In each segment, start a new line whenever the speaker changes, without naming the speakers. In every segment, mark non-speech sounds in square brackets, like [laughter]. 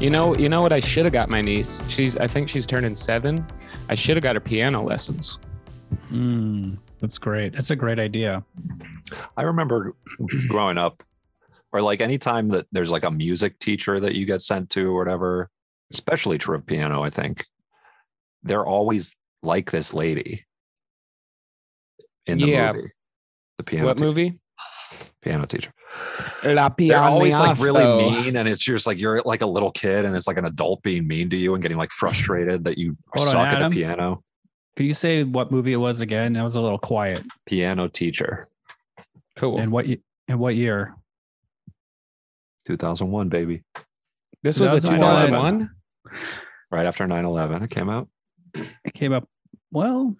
You know, you know what I should have got my niece. She's I think she's turning seven. I should have got her piano lessons.
Mm, that's great. That's a great idea.
I remember [clears throat] growing up, or like anytime that there's like a music teacher that you get sent to or whatever, especially true of piano, I think, they're always like this lady in the
Yeah.
movie. The piano
what
teacher,
movie?
piano teacher.
La
They're always like
Pianosto.
really mean, and it's just like you're like a little kid, and it's like an adult being mean to you and getting like frustrated that you
Hold on,
suck at the
Adam.
piano.
Could you say what movie it was again? That was a little quiet.
Piano teacher,
Cool.
And what? ye- And what year?
2001, baby.
this was a
2001.
2001.
Right after 9 11, it came out.
It came up. Well,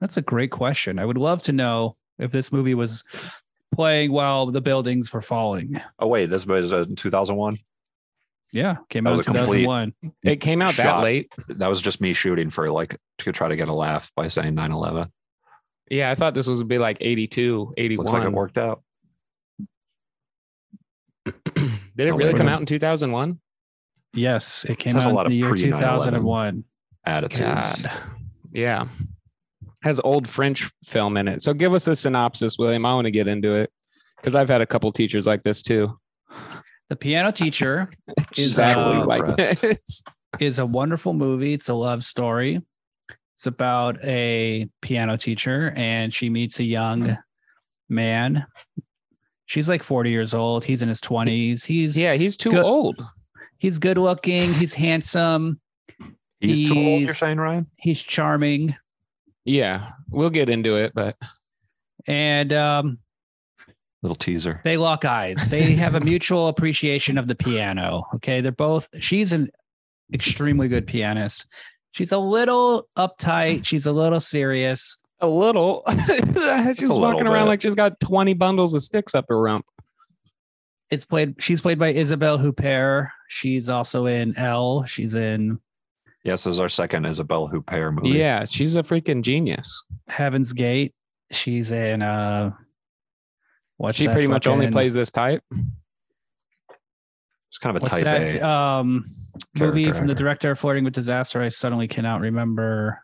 that's a great question. I would love to know if this movie was playing while the buildings were falling.
Oh, wait, this was uh, 2001.
Yeah, came
That
out in
was a complete-
2001.
It came out that
Shot.
late.
That was just me shooting for like to try to get a laugh by saying 9 11.
Yeah, I thought this was would be like 82, 81.
Looks like it worked out.
[clears throat] Did it
No,
really
wait.
come out in 2001?
Yes, it came
Says a
out
lot
in
of
the year
pre- 9/11.
2001.
Attitudes.
Yeah. Has old French film in it. So give us a synopsis, William. I want to get into it because I've had a couple teachers like this too.
The Piano Teacher Is,
Sexually
uh,
like [laughs]
repressed.
this.
is a wonderful movie. It's a love story. It's about a piano teacher and she meets a young man. She's like 40 years old. He's in his 20s. He's
Yeah, he's too
Good.
old.
he's good looking, he's handsome,
He's, too old, you're
He's-
saying, Ryan?
he's charming.
Yeah, we'll get into it, but
And um,
Little teaser.
they lock eyes. They have a mutual appreciation of the piano. Okay. They're both, she's an extremely good pianist. She's a little uptight. She's a little serious.
a little. [laughs] she's
a little
walking around
bit.
like she's got 20 bundles of sticks up her rump.
It's played, she's played by Isabelle Huppert. She's also in L. She's in
Yes, this is our second Isabelle Huppert movie.
Yeah, she's a freaking genius.
Heaven's Gate. She's in, uh, what's
she
that
pretty much only
fucking-
plays this type.
It's kind of a
What's
type
that
A.
um, movie
character
from the
actor.
director of Flirting with Disaster? I suddenly cannot remember.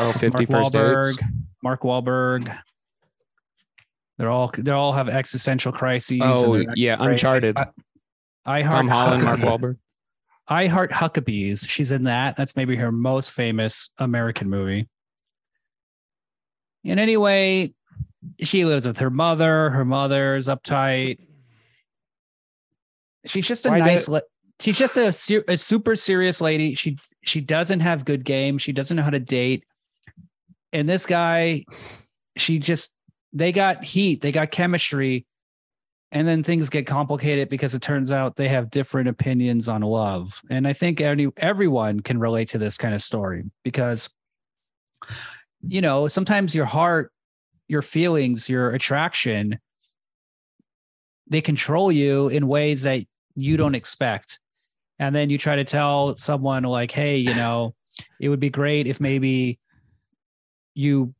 Oh, 50 First
Wahlberg.
Dates.
Mark Wahlberg. They're all they all have existential crises. and
Oh,
they're
yeah,
crazy.
Uncharted.
I, I heart
Tom
[laughs]
Holland, Mark
Huckabee.
[laughs] Wahlberg.
I heart Huckabees. She's in that. That's maybe her most famous American movie. And anyway, she lives with her mother. Her mother's uptight. She's just a
Why did-
nice. la- she's just a, su- a super serious lady. She she doesn't have good game. She doesn't know how to date. And this guy, she just they got heat. They got chemistry. And then things get complicated because it turns out they have different opinions on love. And I think any everyone can relate to this kind of story because you know, sometimes your heart, your feelings, your attraction they control you in ways that you don't expect. And then you try to tell someone like, "Hey, you know, it would be great if maybe you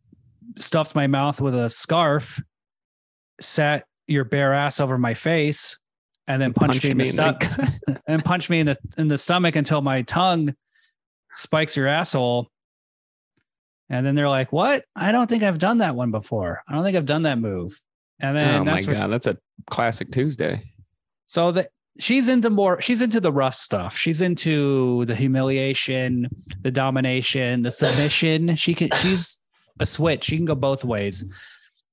stuffed my mouth with a scarf, sat your bare ass over my face, and then punched, me in the stomach." [laughs] and punch me in the in the stomach until my tongue spikes your asshole. And then they're like, "What? I don't think I've done that one before. I don't think I've done that move." And then
oh my
that's where,
god, that's a classic Tuesday.
so that she's into more. She's into the rough stuff. She's into the humiliation, the domination, the submission. She can. She's a switch. She can go both ways.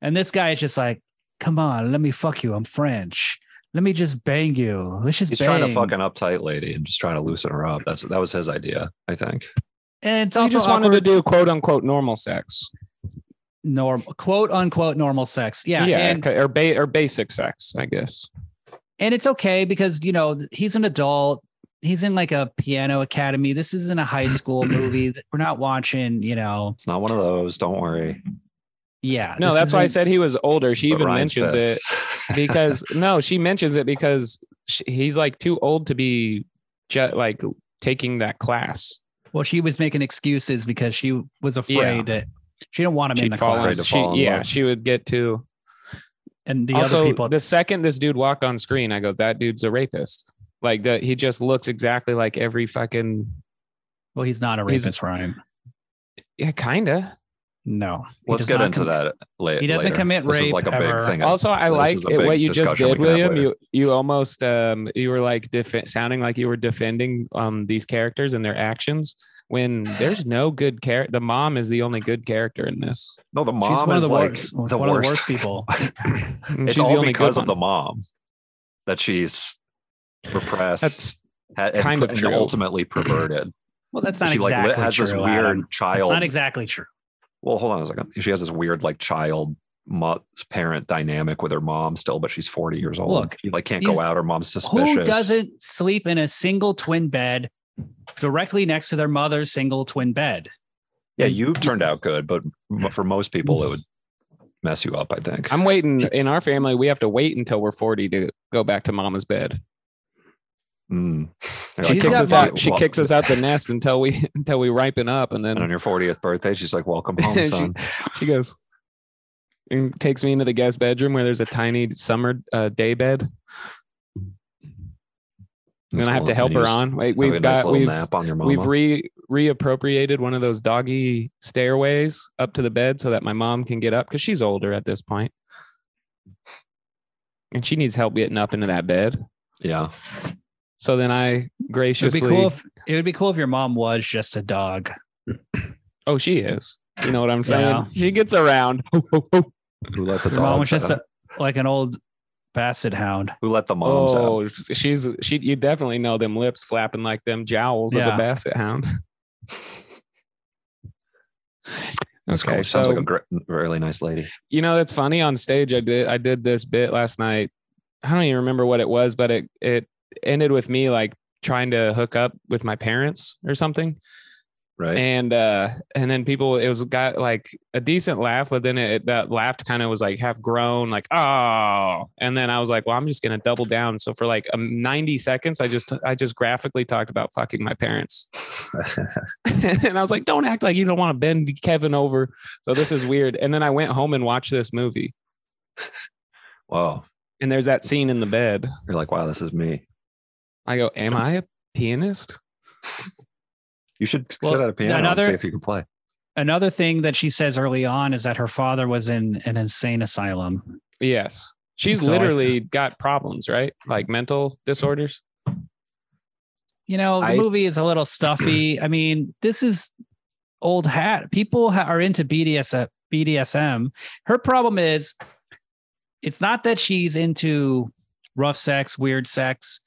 And this guy is just like, "Come on, let me fuck you. I'm French. Let me just bang you. Let's just
He's
bang."
trying to fuck an uptight lady and just trying to loosen her up. That's that was his idea, I think.
and it's
He
also
just wanted
awkward.
to do quote unquote normal sex.
normal quote unquote normal sex yeah, and
okay, or ba- or basic sex, I guess.
and it's okay because you know th- he's an adult he's in like a piano academy this isn't a
[clears throat]
high school movie Th- we're not watching you know
It's not one of those. Don't worry.
yeah
No,
this
that's why I
isn't-
said he was older. She
But
even
Ryan's
mentions it
[laughs] pissed.
because no, she mentions it because she, he's like too old to be ju- like taking that class.
well she was making excuses because she was afraid that she didn't want him in
She'd
the
fall in,
class
Afraid to
she,
fall in
yeah,
love.
she would get to
and the
also
other people
the second this dude walked on screen, I go, that dude's a rapist. Like that, he just looks exactly like every fucking
Well, he's not a
He's-
rapist, Ryan.
yeah, kinda.
No. He
Let's
does
get
not
into
com-
that later.
He doesn't commit
This is
rape
like a
ever.
big thing.
Also, I
This
like
is a
it,
big
what you just
discussion we
did,
can have
William.
later.
You you almost um you were like def- sounding like you were defending um these characters and their actions when there's no good character. The mom is the only good character in this.
No, the
She's
mom
one of
is
the
like
worst.
the
one of the
worst.
worst people.
And
it's
she's
all
the only
because
good
of the
one.
mom that she's repressed
That's
ha- and,
kind
per-
of
and
true. [clears throat]
ultimately perverted.
Well, that's not
[laughs] she like
exactly
li- has
true.
this weird
Adam. That's
child.
not exactly true.
well, hold on a second. She has this weird like child mo- parent dynamic with her mom still, but she's 40 years old.
Look,
she like can't
these-
go out. Her mom's suspicious.
Who doesn't sleep in a single twin bed directly next to their mother's single twin bed?
Yeah, you've turned out good, but m- for most
[sighs]
people, it would mess you up. I think.
I'm waiting in our family. We have to wait until we're 40 to go back to mama's bed. [sighs]
Mm. They're
She
She's
like,
kicks
got
us
vol-
out. She
well-
kicks us out the nest until we [laughs] until we ripen up, and
And on
then
your 40th birthday, she's
[laughs]
like, "Welcome home,
She-
son."
she goes and takes me into the guest bedroom where there's a tiny summer uh, day bed. And then I have to help her on. Wait,
We've
we've
a nice
got
little
we've
nap on your mama.
we've re reappropriated one of those doggy stairways up to the bed so that my mom can get up because she's older at this point, and she needs help getting up into that bed.
yeah,
So then I
It would be
graciously,
cool if it would be cool if your mom was just a dog.
oh, she is. You know what I'm saying?
Yeah.
She gets around. Ho, ho, ho.
who let the
Your mom was
dogs
just
out?
a, like an old basset hound.
Who let the moms out?
Oh, she's she. You definitely know them lips flapping like them jowls of
Yeah.
a basset hound.
That's cool. Sounds like a gr- really nice lady.
you know that's funny on stage i did i did this bit last night i don't even remember what it was but it it ended with me like trying to hook up with my parents or something
Right.
and uh and then people it was got like a decent laugh but then it that laugh kind of was like half grown like oh and then i was like well i'm just gonna double down so for like um, 90 seconds i just i just graphically talked about fucking my parents [laughs] and I was like, don't act like you don't want to bend Kevin over. So this is weird. And then I went home and watched this movie.
wow.
And there's that scene in the bed.
You're like, wow, this is me.
I go, am I a pianist?
You should
Well,
sit at a piano
another-
and see if you can play.
Another thing that she says early on is that her father was in an insane asylum.
Yes. She's
So I-
literally got problems, right? Like mental disorders.
You know, the
I-
movie is a little
[clears throat]
stuffy. I mean, this is old hat. People ha- are into BDS BDSM. Her problem is it's not that she's into rough sex, weird sex.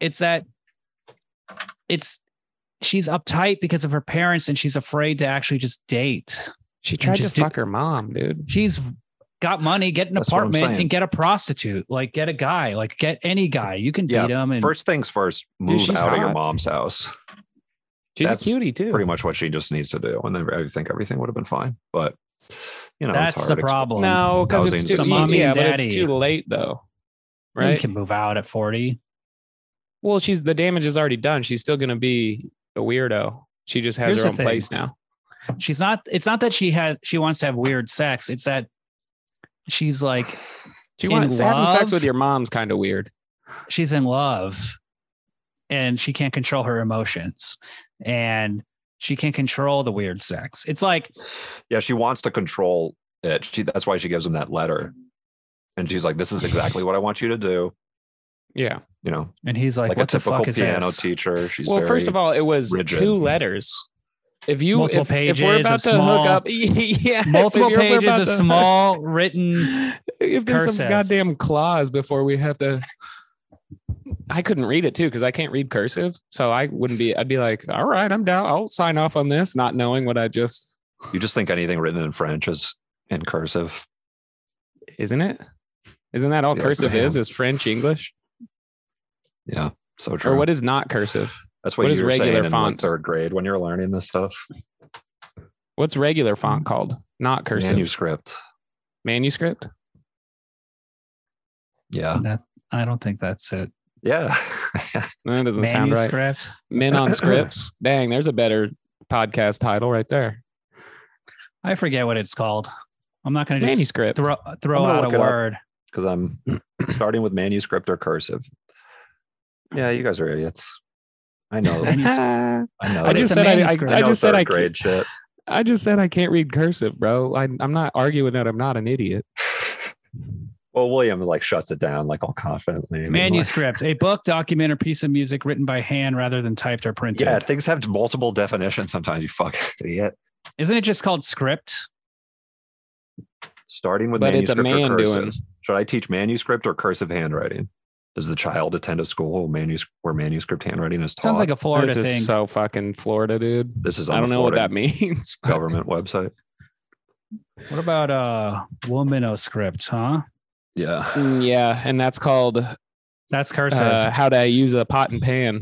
It's that it's she's uptight because of her parents and she's afraid to actually just date.
She tried to
just do-
fuck her mom, dude.
She's got money, get an
That's what I'm
apartment
saying.
and get a prostitute. Like get a guy, like get any guy. You can
Yeah,
beat him and
First things first, move
she's
out of your
hot.
mom's house.
She's
That's
a cutie too.
Pretty much what she just needs to do. And then I think everything would have been fine. But, you know,
that's
it's
the
hard. to explain.
problem.
No, because it's too
Thousands of
yeah,
dollars.
yeah, but
Daddy.
it's too late though.
You
Right.
can move out at 40.
Well, she's the damage is already done. She's still gonna be a weirdo. She just has
Here's
her
the
own
thing.
place now.
She's not, it's not that she has, she wants to have weird sex. It's that she's like,
She
In
wants having sex
love?
with your mom's kind of weird.
she's in love and she can't control her emotions and she can't control the weird sex. It's like,
Yeah, she wants to control it. She that's why she gives him that letter. And she's like, This is exactly what I want you to do.
Yeah.
You know,
and he's like,
like, a
what the
typical
fuck is
piano
this?
teacher. She's
well,
very,
first of all, it was
rigid.
two letters. If you
Multiple
if, if we're
pages
about
of
to
small-
hook up, [laughs] yeah, if
Multiple
you're- we're
pages
about
of
to-
small written.
[laughs] If there's some
cursive.
goddamn clause before we have to, I couldn't read it too because I can't read cursive, so I wouldn't be. I'd be like, all right, I'm down. I'll sign off on this, not knowing what I just
you just think anything written in French is in cursive.
isn't it. Isn't that all
Yeah,
cursive
damn.
is? Is French English
Yeah. So true.
or what is not cursive?
that's what,
what is
you were
regular
saying in like
font?
third grade when you're learning this stuff.
What's regular
Mm.
font called? Not cursive.
Manuscript.
Manuscript.
Yeah.
That's, I don't think that's it.
Yeah. [laughs]
No, That doesn't sound right.
Manuscript.
Men
[laughs]
on scripts. Dang, there's a better podcast title right there.
I forget what it's called. I'm not going to just
Manuscript. [laughs]
throw, throw
I'm gonna
out
look
a
it
[clears throat]
up.
word.
Because I'm starting with manuscript or cursive. Yeah, you guys are idiots.
[laughs]
I know.
And he's-
I know.
I
that.
just
It's a
said I, I,
manuscript.
I
I
know
just said
third
I can't,
grade shit.
I just said I can't read cursive, bro. I, I'm not arguing that I'm not an idiot.
Well, William like shuts it down like all confidently. and he's like,
manuscript, a book, document, or piece of music written by hand rather than typed or printed.
Yeah, things have multiple definitions sometimes. You fucking [laughs] idiot.
Isn't it just called script?
Starting with
But it's a
manuscript or
man
cursive.
doing-
Should I teach manuscript or cursive handwriting? Does the child attend a school manus- where manuscript handwriting is taught?
Sounds like a Florida
Oh, this is
thing.
so fucking Florida, dude.
this is on
I don't
the
know what
Florida
that [laughs] means. but-
government website.
what about uh womanoscript, huh?
Yeah.
Mm, yeah, and that's called
That's cursive.
uh, how to use a pot and pan.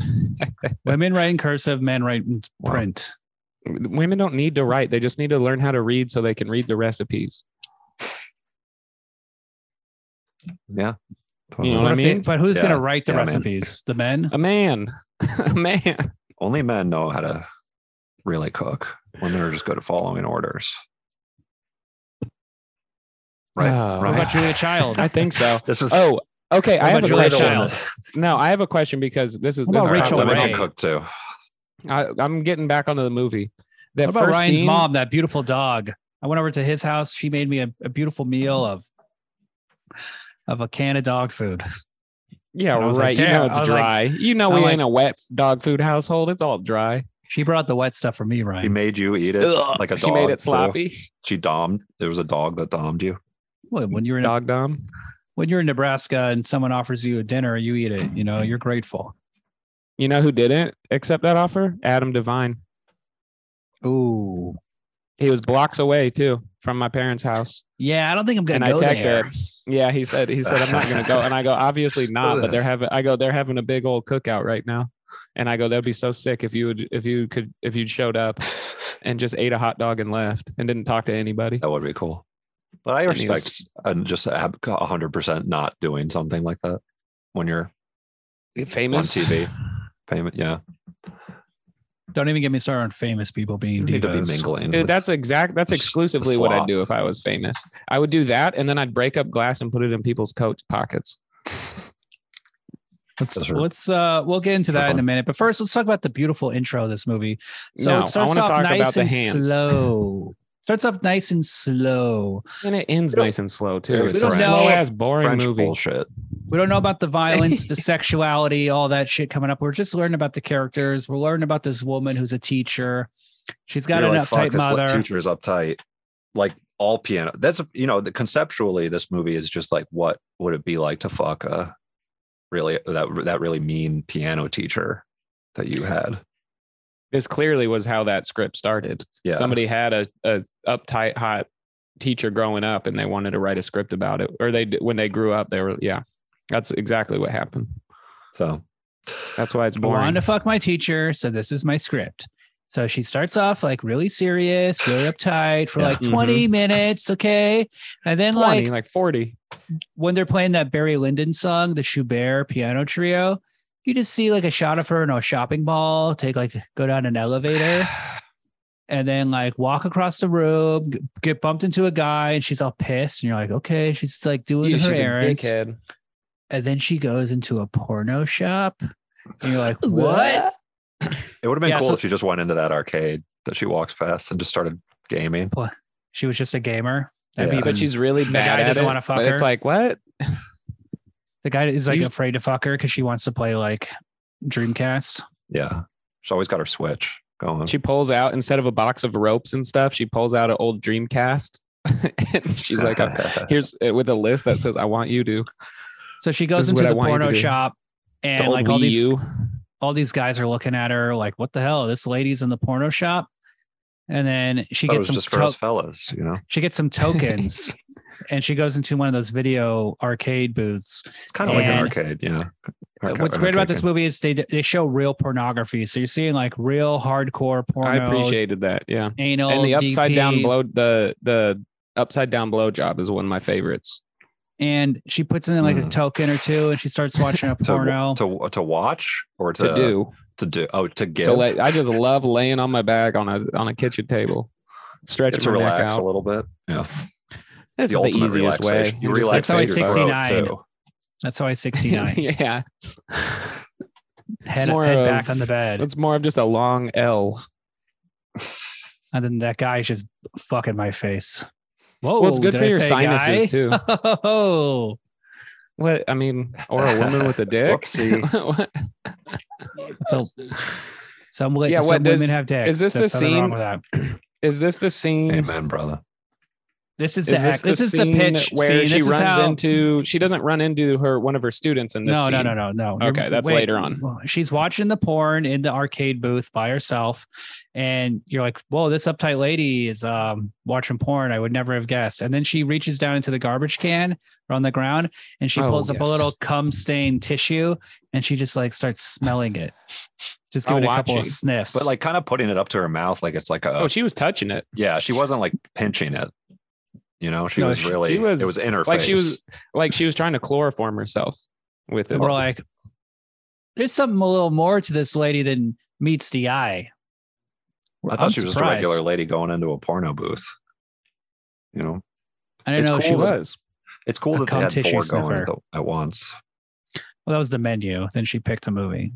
[laughs]
Women write in cursive, men write in
Wow.
print.
Women don't need to write; they just need to learn how to read so they can read the recipes.
Yeah.
You know what I
What if they-
mean?
but who's
Yeah.
going to write the
Yeah, man.
recipes? The men?
A man, [laughs] a man.
Only men know how to really cook. Women are just good at following orders. Right.
Oh,
right.
What
[sighs]
about Julia Child?
I think so.
This is
Oh, okay. I
What
have a
about Julia
question.
Child?
No, I have a question because this is
What
this
about
is
Rachel
probably-
women
Ray?
can cook too.
I, I'm getting back onto the movie. That
What about
first
Ryan's
scene-
mom, that beautiful dog? I went over to his house. She made me a, a beautiful meal of of a can of dog food.
Yeah,
And I was
right.
like,
you
"Damn."
know
I
it's
was like-
dry. you know
I'm
we
like-
ain't a wet dog food household. It's all dry.
She brought the wet stuff for me,
He
Ryan.
made you eat it
Ugh.
like a dog.
she made
too.
it sloppy.
She domed. There was a dog that domed you.
Well, When you're in
Dog dom.
when you're in Nebraska and someone offers you a dinner, you eat it. You know, you're grateful.
You know who didn't accept that offer? Adam Devine.
Ooh,
He was blocks away too from my parents' house.
yeah. I don't think I'm gonna
And I
go
text
there.
her. Yeah, he said he said I'm not gonna go.
[laughs]
And I go, obviously not, but they're having I go, they're having a big old cookout right now. And I go, that'd be so sick if you would if you could if you'd showed up and just ate a hot dog and left and didn't talk to anybody.
That would be cool. But I
And he was-
respect and just ab- 100% not doing something like that when you're on
Famous.
TV. Payment, yeah.
Don't even get me started on famous people being
You need to be
divas.
mingling.
Dude,
with-
that's exact. That's
with s-
exclusively
with
what I'd
slop.
do if I was famous. I would do that, and then I'd break up glass and put it in people's coat pockets.
Let's,
Those are-
let's uh we'll get into
They're
that in a
fun.
minute. But first, let's talk about the beautiful intro of this movie. So
No, I
it starts
wanna
off
talk
nice
about the
and
hands.
slow. starts off nice and slow.
And it ends
We don't-
nice and slow
Yeah,
too.
it's
It's a
French.
slow ass, boring
French
movie.
bullshit.
We don't know about the violence,
[laughs]
the sexuality, all that shit coming up. We're just learning about the characters. We're learning about this woman who's a teacher. She's got
You're
an
like, fuck,
uptight
this li-
mother.
teacher is uptight. Like all piano. That's, you know, the, conceptually, this movie is just like, what would it be like to fuck a really, that, that really mean piano teacher that you had?
This clearly was how that script started.
Yeah.
Somebody had a, a uptight, hot teacher growing up, and they wanted to write a script about it. Or they d- when they grew up, they were yeah. That's exactly what happened.
So
That's why it's
I wanted
boring.
to fuck my teacher, so this is my script. So she starts off like really serious, really uptight for
Yeah.
like 20 minutes, okay? And then like
Mm-hmm. Twenty, like forty.
when they're playing that Barry Lyndon song, the Schubert piano trio, you just see like a shot of her in a shopping mall, take like go down
[sighs]
an elevator and then like walk across the room, g- get bumped into a guy, and she's all pissed. And you're like, okay, she's like doing
Yeah,
her
she's a
errands.
dickhead.
And then she goes into a porno shop. And
[laughs]
you're like, what?
it would have been
Yeah,
cool
so-
if she just went into that arcade that she walks past and just started gaming.
She was just a gamer.
Yeah.
That'd be-
But she's really
The
bad
guy
at
doesn't
it,
wanna fuck
but It's
her.
like what?
the guy is like
You-
afraid to fuck her because she wants to play like Dreamcast.
Yeah. She's always got her switch going.
She pulls out instead of a box of ropes and stuff, she pulls out an old Dreamcast. [laughs] and she's like,
[laughs]
"Uh, "Here's with a list that says I want you to."
So she goes
This is
into
what I
the
want you to
porno
do.
shop.
The
And
old
like all
Wii
these
U.
all these guys are looking at her like, what the hell? This lady's in the porno shop. And then she
That
gets
was
some
just for
to-
us fellas, you know.
[laughs]
she gets some tokens and she goes into one of those video arcade booths.
It's kind of like an
And- Uh,
arcade, yeah. Arca-
What's great about
arcade
this
game.
movie is they they show real pornography. So you're seeing like real hardcore porno.
I appreciated that. Yeah,
anal
and the upside down
DP,
blow the the upside down blow job is one of my favorites.
And she puts in like a
Mm.
token or two and she starts
[laughs]
watching a porno.
to, to to watch or to,
To do
to do oh to give
to lay, I just love laying on my back on a on a kitchen table,
Get
stretching
to
my neck
relax a
out.
little bit. Yeah,
That's the,
ultimate
easiest
relaxation.
way.
You
just
That's
relax
how
[laughs]
I
your throat,
69.
too.
That's how I 69.
yeah,
head,
more
head
of-
back on the bed.
It's more of just a long L.
And then that guy's just fucking my face. Whoa,
Well, it's good
did
for
I
your
say
sinuses
guy?
too.
[laughs] Oh,
What I mean, or a woman
[laughs]
with a dick.
Whoopsie.
What-
so some,
Yeah,
yeah, some
what does-
women have dicks.
is this the
There's nothing wrong
scene-
with that.
[laughs] Is this the scene?
Amen, brother.
This
Is
is, the
this
act. This is the
scene
pitch
where
scene.
she
This is
runs
how-
into? She doesn't run into her one of her students in this.
no,
scene.
no, no, no, no. You're-
Okay, that's
wait,
later on.
well, She's watching the porn in the arcade booth by herself, and you're like, "Whoa, this uptight lady is um, watching porn." I would never have guessed. And then she reaches down into the garbage can or on the ground, and she
Oh,
pulls up a
yes.
little cum stained tissue, and she just like starts smelling it, just
While
giving it a couple of
watching.
sniffs.
But like kind of putting it up to her mouth, like it's like a
Oh, she was touching it.
yeah. She wasn't like pinching it. You know, she
No,
was
she-
really
she was-
it was in her
like
face.
she was like she was trying to chloroform herself with it.
we're like, "There's something a little more to this lady than meets the eye."
I thought
I'm
she was just a
surprised.
regular lady going into a porno booth. You know,
I didn't
It's
know she
cool
was.
that- it's cool
A
that they had
competition
four going
sniffer.
at, the- at once.
Well, that was the menu. Then she picked a movie.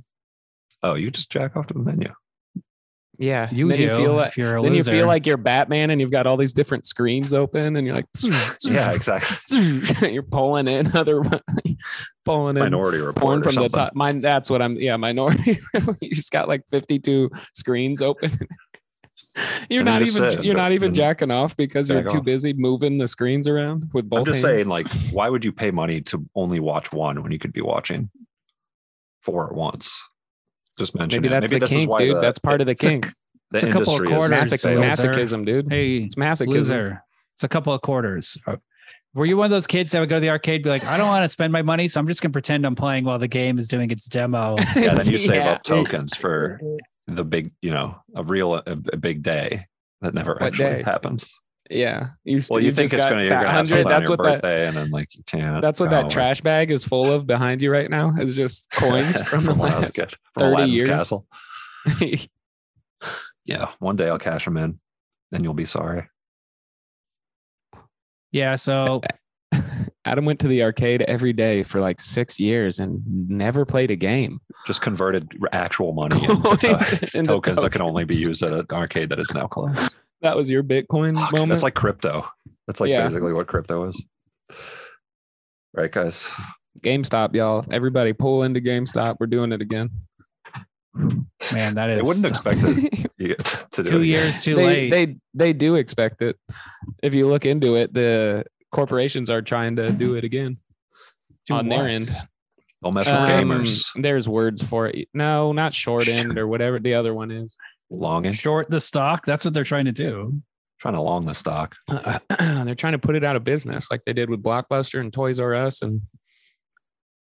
Oh, you just jack off to the menu.
yeah.
You
then
do
you feel like
if you're a
then you
loser.
feel like you're Batman and you've got all these different screens open and you're like, [laughs]
[laughs] Yeah, exactly.
you're pulling in other [laughs] pulling in
Minority
porn
report
from
or
the
something.
top. Mine that's what I'm yeah, minority. [laughs] you just got like 52 screens open. [laughs] You're
And
not
you just
even
sit
you're not even
and
jacking off because you're
jack
too
off.
busy moving the screens around with both
I'm just
hands.
saying, like, why would you pay money to only watch one when you could be watching four at once? Just mention
Maybe
it.
that's the
this is
kink,
why
dude.
the-
that's part of the
it's a-
kink.
the
It's a couple of
industry is-
quarters.
Masochism,
loser.
masochism, dude.
hey,
Mm-hmm.
It's masochism.
loser. It's a couple of quarters. Uh, Were you one of those kids that would go to the arcade, and be like, I don't want to spend my money, so I'm just gonna pretend I'm playing while the game is doing its
[laughs]
demo.
[laughs] Yeah,
[laughs]
then you save up tokens for the big, you know, a real a, a big day that never
What
actually
day?
happens.
Yeah. You,
Well, you, think it's going to you're going to have something on
That's
your
what that.
birthday, Oh, and then like you can't.
That's what
go.
that
[laughs]
trash bag is full of behind you right now. Is just coins from the
when I was a
last.
kid,
30
Aladdin's
years.
Castle. Yeah, one day I'll cash them in, and you'll be sorry.
yeah,
[laughs]
so
[laughs] Adam went to the arcade every day for like six years and never played a game.
Just converted r-
[laughs]
actual money [laughs] into,
Coins
to-
into
tokens, that can only be used at an arcade that is
[laughs]
now closed.
That was your Bitcoin
Fuck,
moment.
That's like crypto. That's like
Yeah.
basically what crypto is. Right, guys.
GameStop, y'all. Everybody pull into GameStop. We're doing it again.
man, that is
They wouldn't expect it
[laughs]
you- [laughs] to do
two
it.
years too
they,
late.
They they do expect it. If you look into it, the corporations are trying to do it again
Do
on their
what?
end.
Don't mess with
Um,
gamers.
There's words for it. No, not short end or whatever the other one is. [clears throat]
Longing,
Short the stock. That's what they're trying to do.
trying to long the stock.
They're trying to put it out of business, like they did with Blockbuster and Toys R Us, and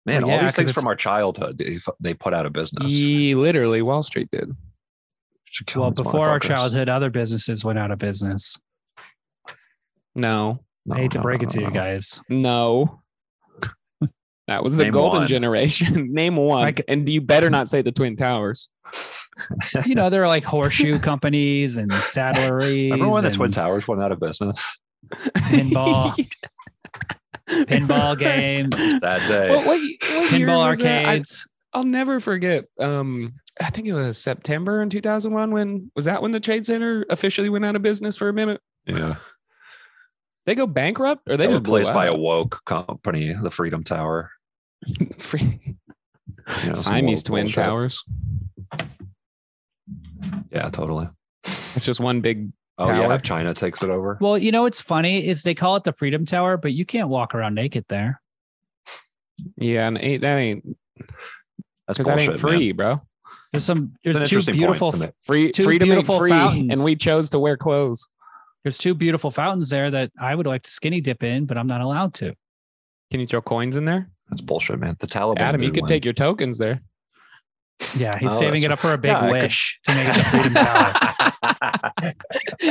Man,
Well, yeah,
all these
'cause
things
it's-
from our childhood, they, f- they put out of business.
Ye- literally Wall Street did.
Should kill
Well,
these
before our
motherfuckers.
childhood, other businesses went out of business.
No,
No,
I hate to
no,
break
no,
it to
no,
you
no. [laughs]
guys.
no. That was the
Name
golden
one.
generation. [laughs] Name one,
Like-
and you better not say the Twin Towers.
You know, there are like horseshoe companies and saddleries.
Remember when the
and-
Twin Towers went out
[laughs]
of business?
Pinball.
[laughs]
pinball game,
That day.
What, what, what year
pinball
was that? I-
arcades.
I'll never forget. Um, I think it was September in 2001. When was that when the Trade Center officially went out of business for a minute?
yeah.
They go bankrupt, or
They
they
were
just blew
replaced by a
up?
woke company, the Freedom Tower.
[laughs] Free-
You know, some
Siamese
woke
twin
bullshit.
towers.
Yeah, totally.
It's just one big.
Oh, yeah.
Tower.
If China takes it over.
Well, you know what's funny is they call it the Freedom Tower, but you can't walk around naked there.
Yeah, and ain't, that ain't
That's
because that ain't
bullshit, man.
free, bro.
There's some
It's
there's
an
two
interesting point
beautiful
to make.
Free,
Two
freedom ain't
beautiful
free,
fountains.
and we chose to wear clothes.
there's two beautiful fountains there that I would like to skinny dip in, but I'm not allowed to.
Can you throw coins in there,
That's bullshit, man. The Taliban.
Adam? You
did
could
win.
take your tokens there. [laughs]
Yeah, he's
Oh,
saving
that's-
it up for a big
yeah, I could-
wish to make it the
[laughs]
Freedom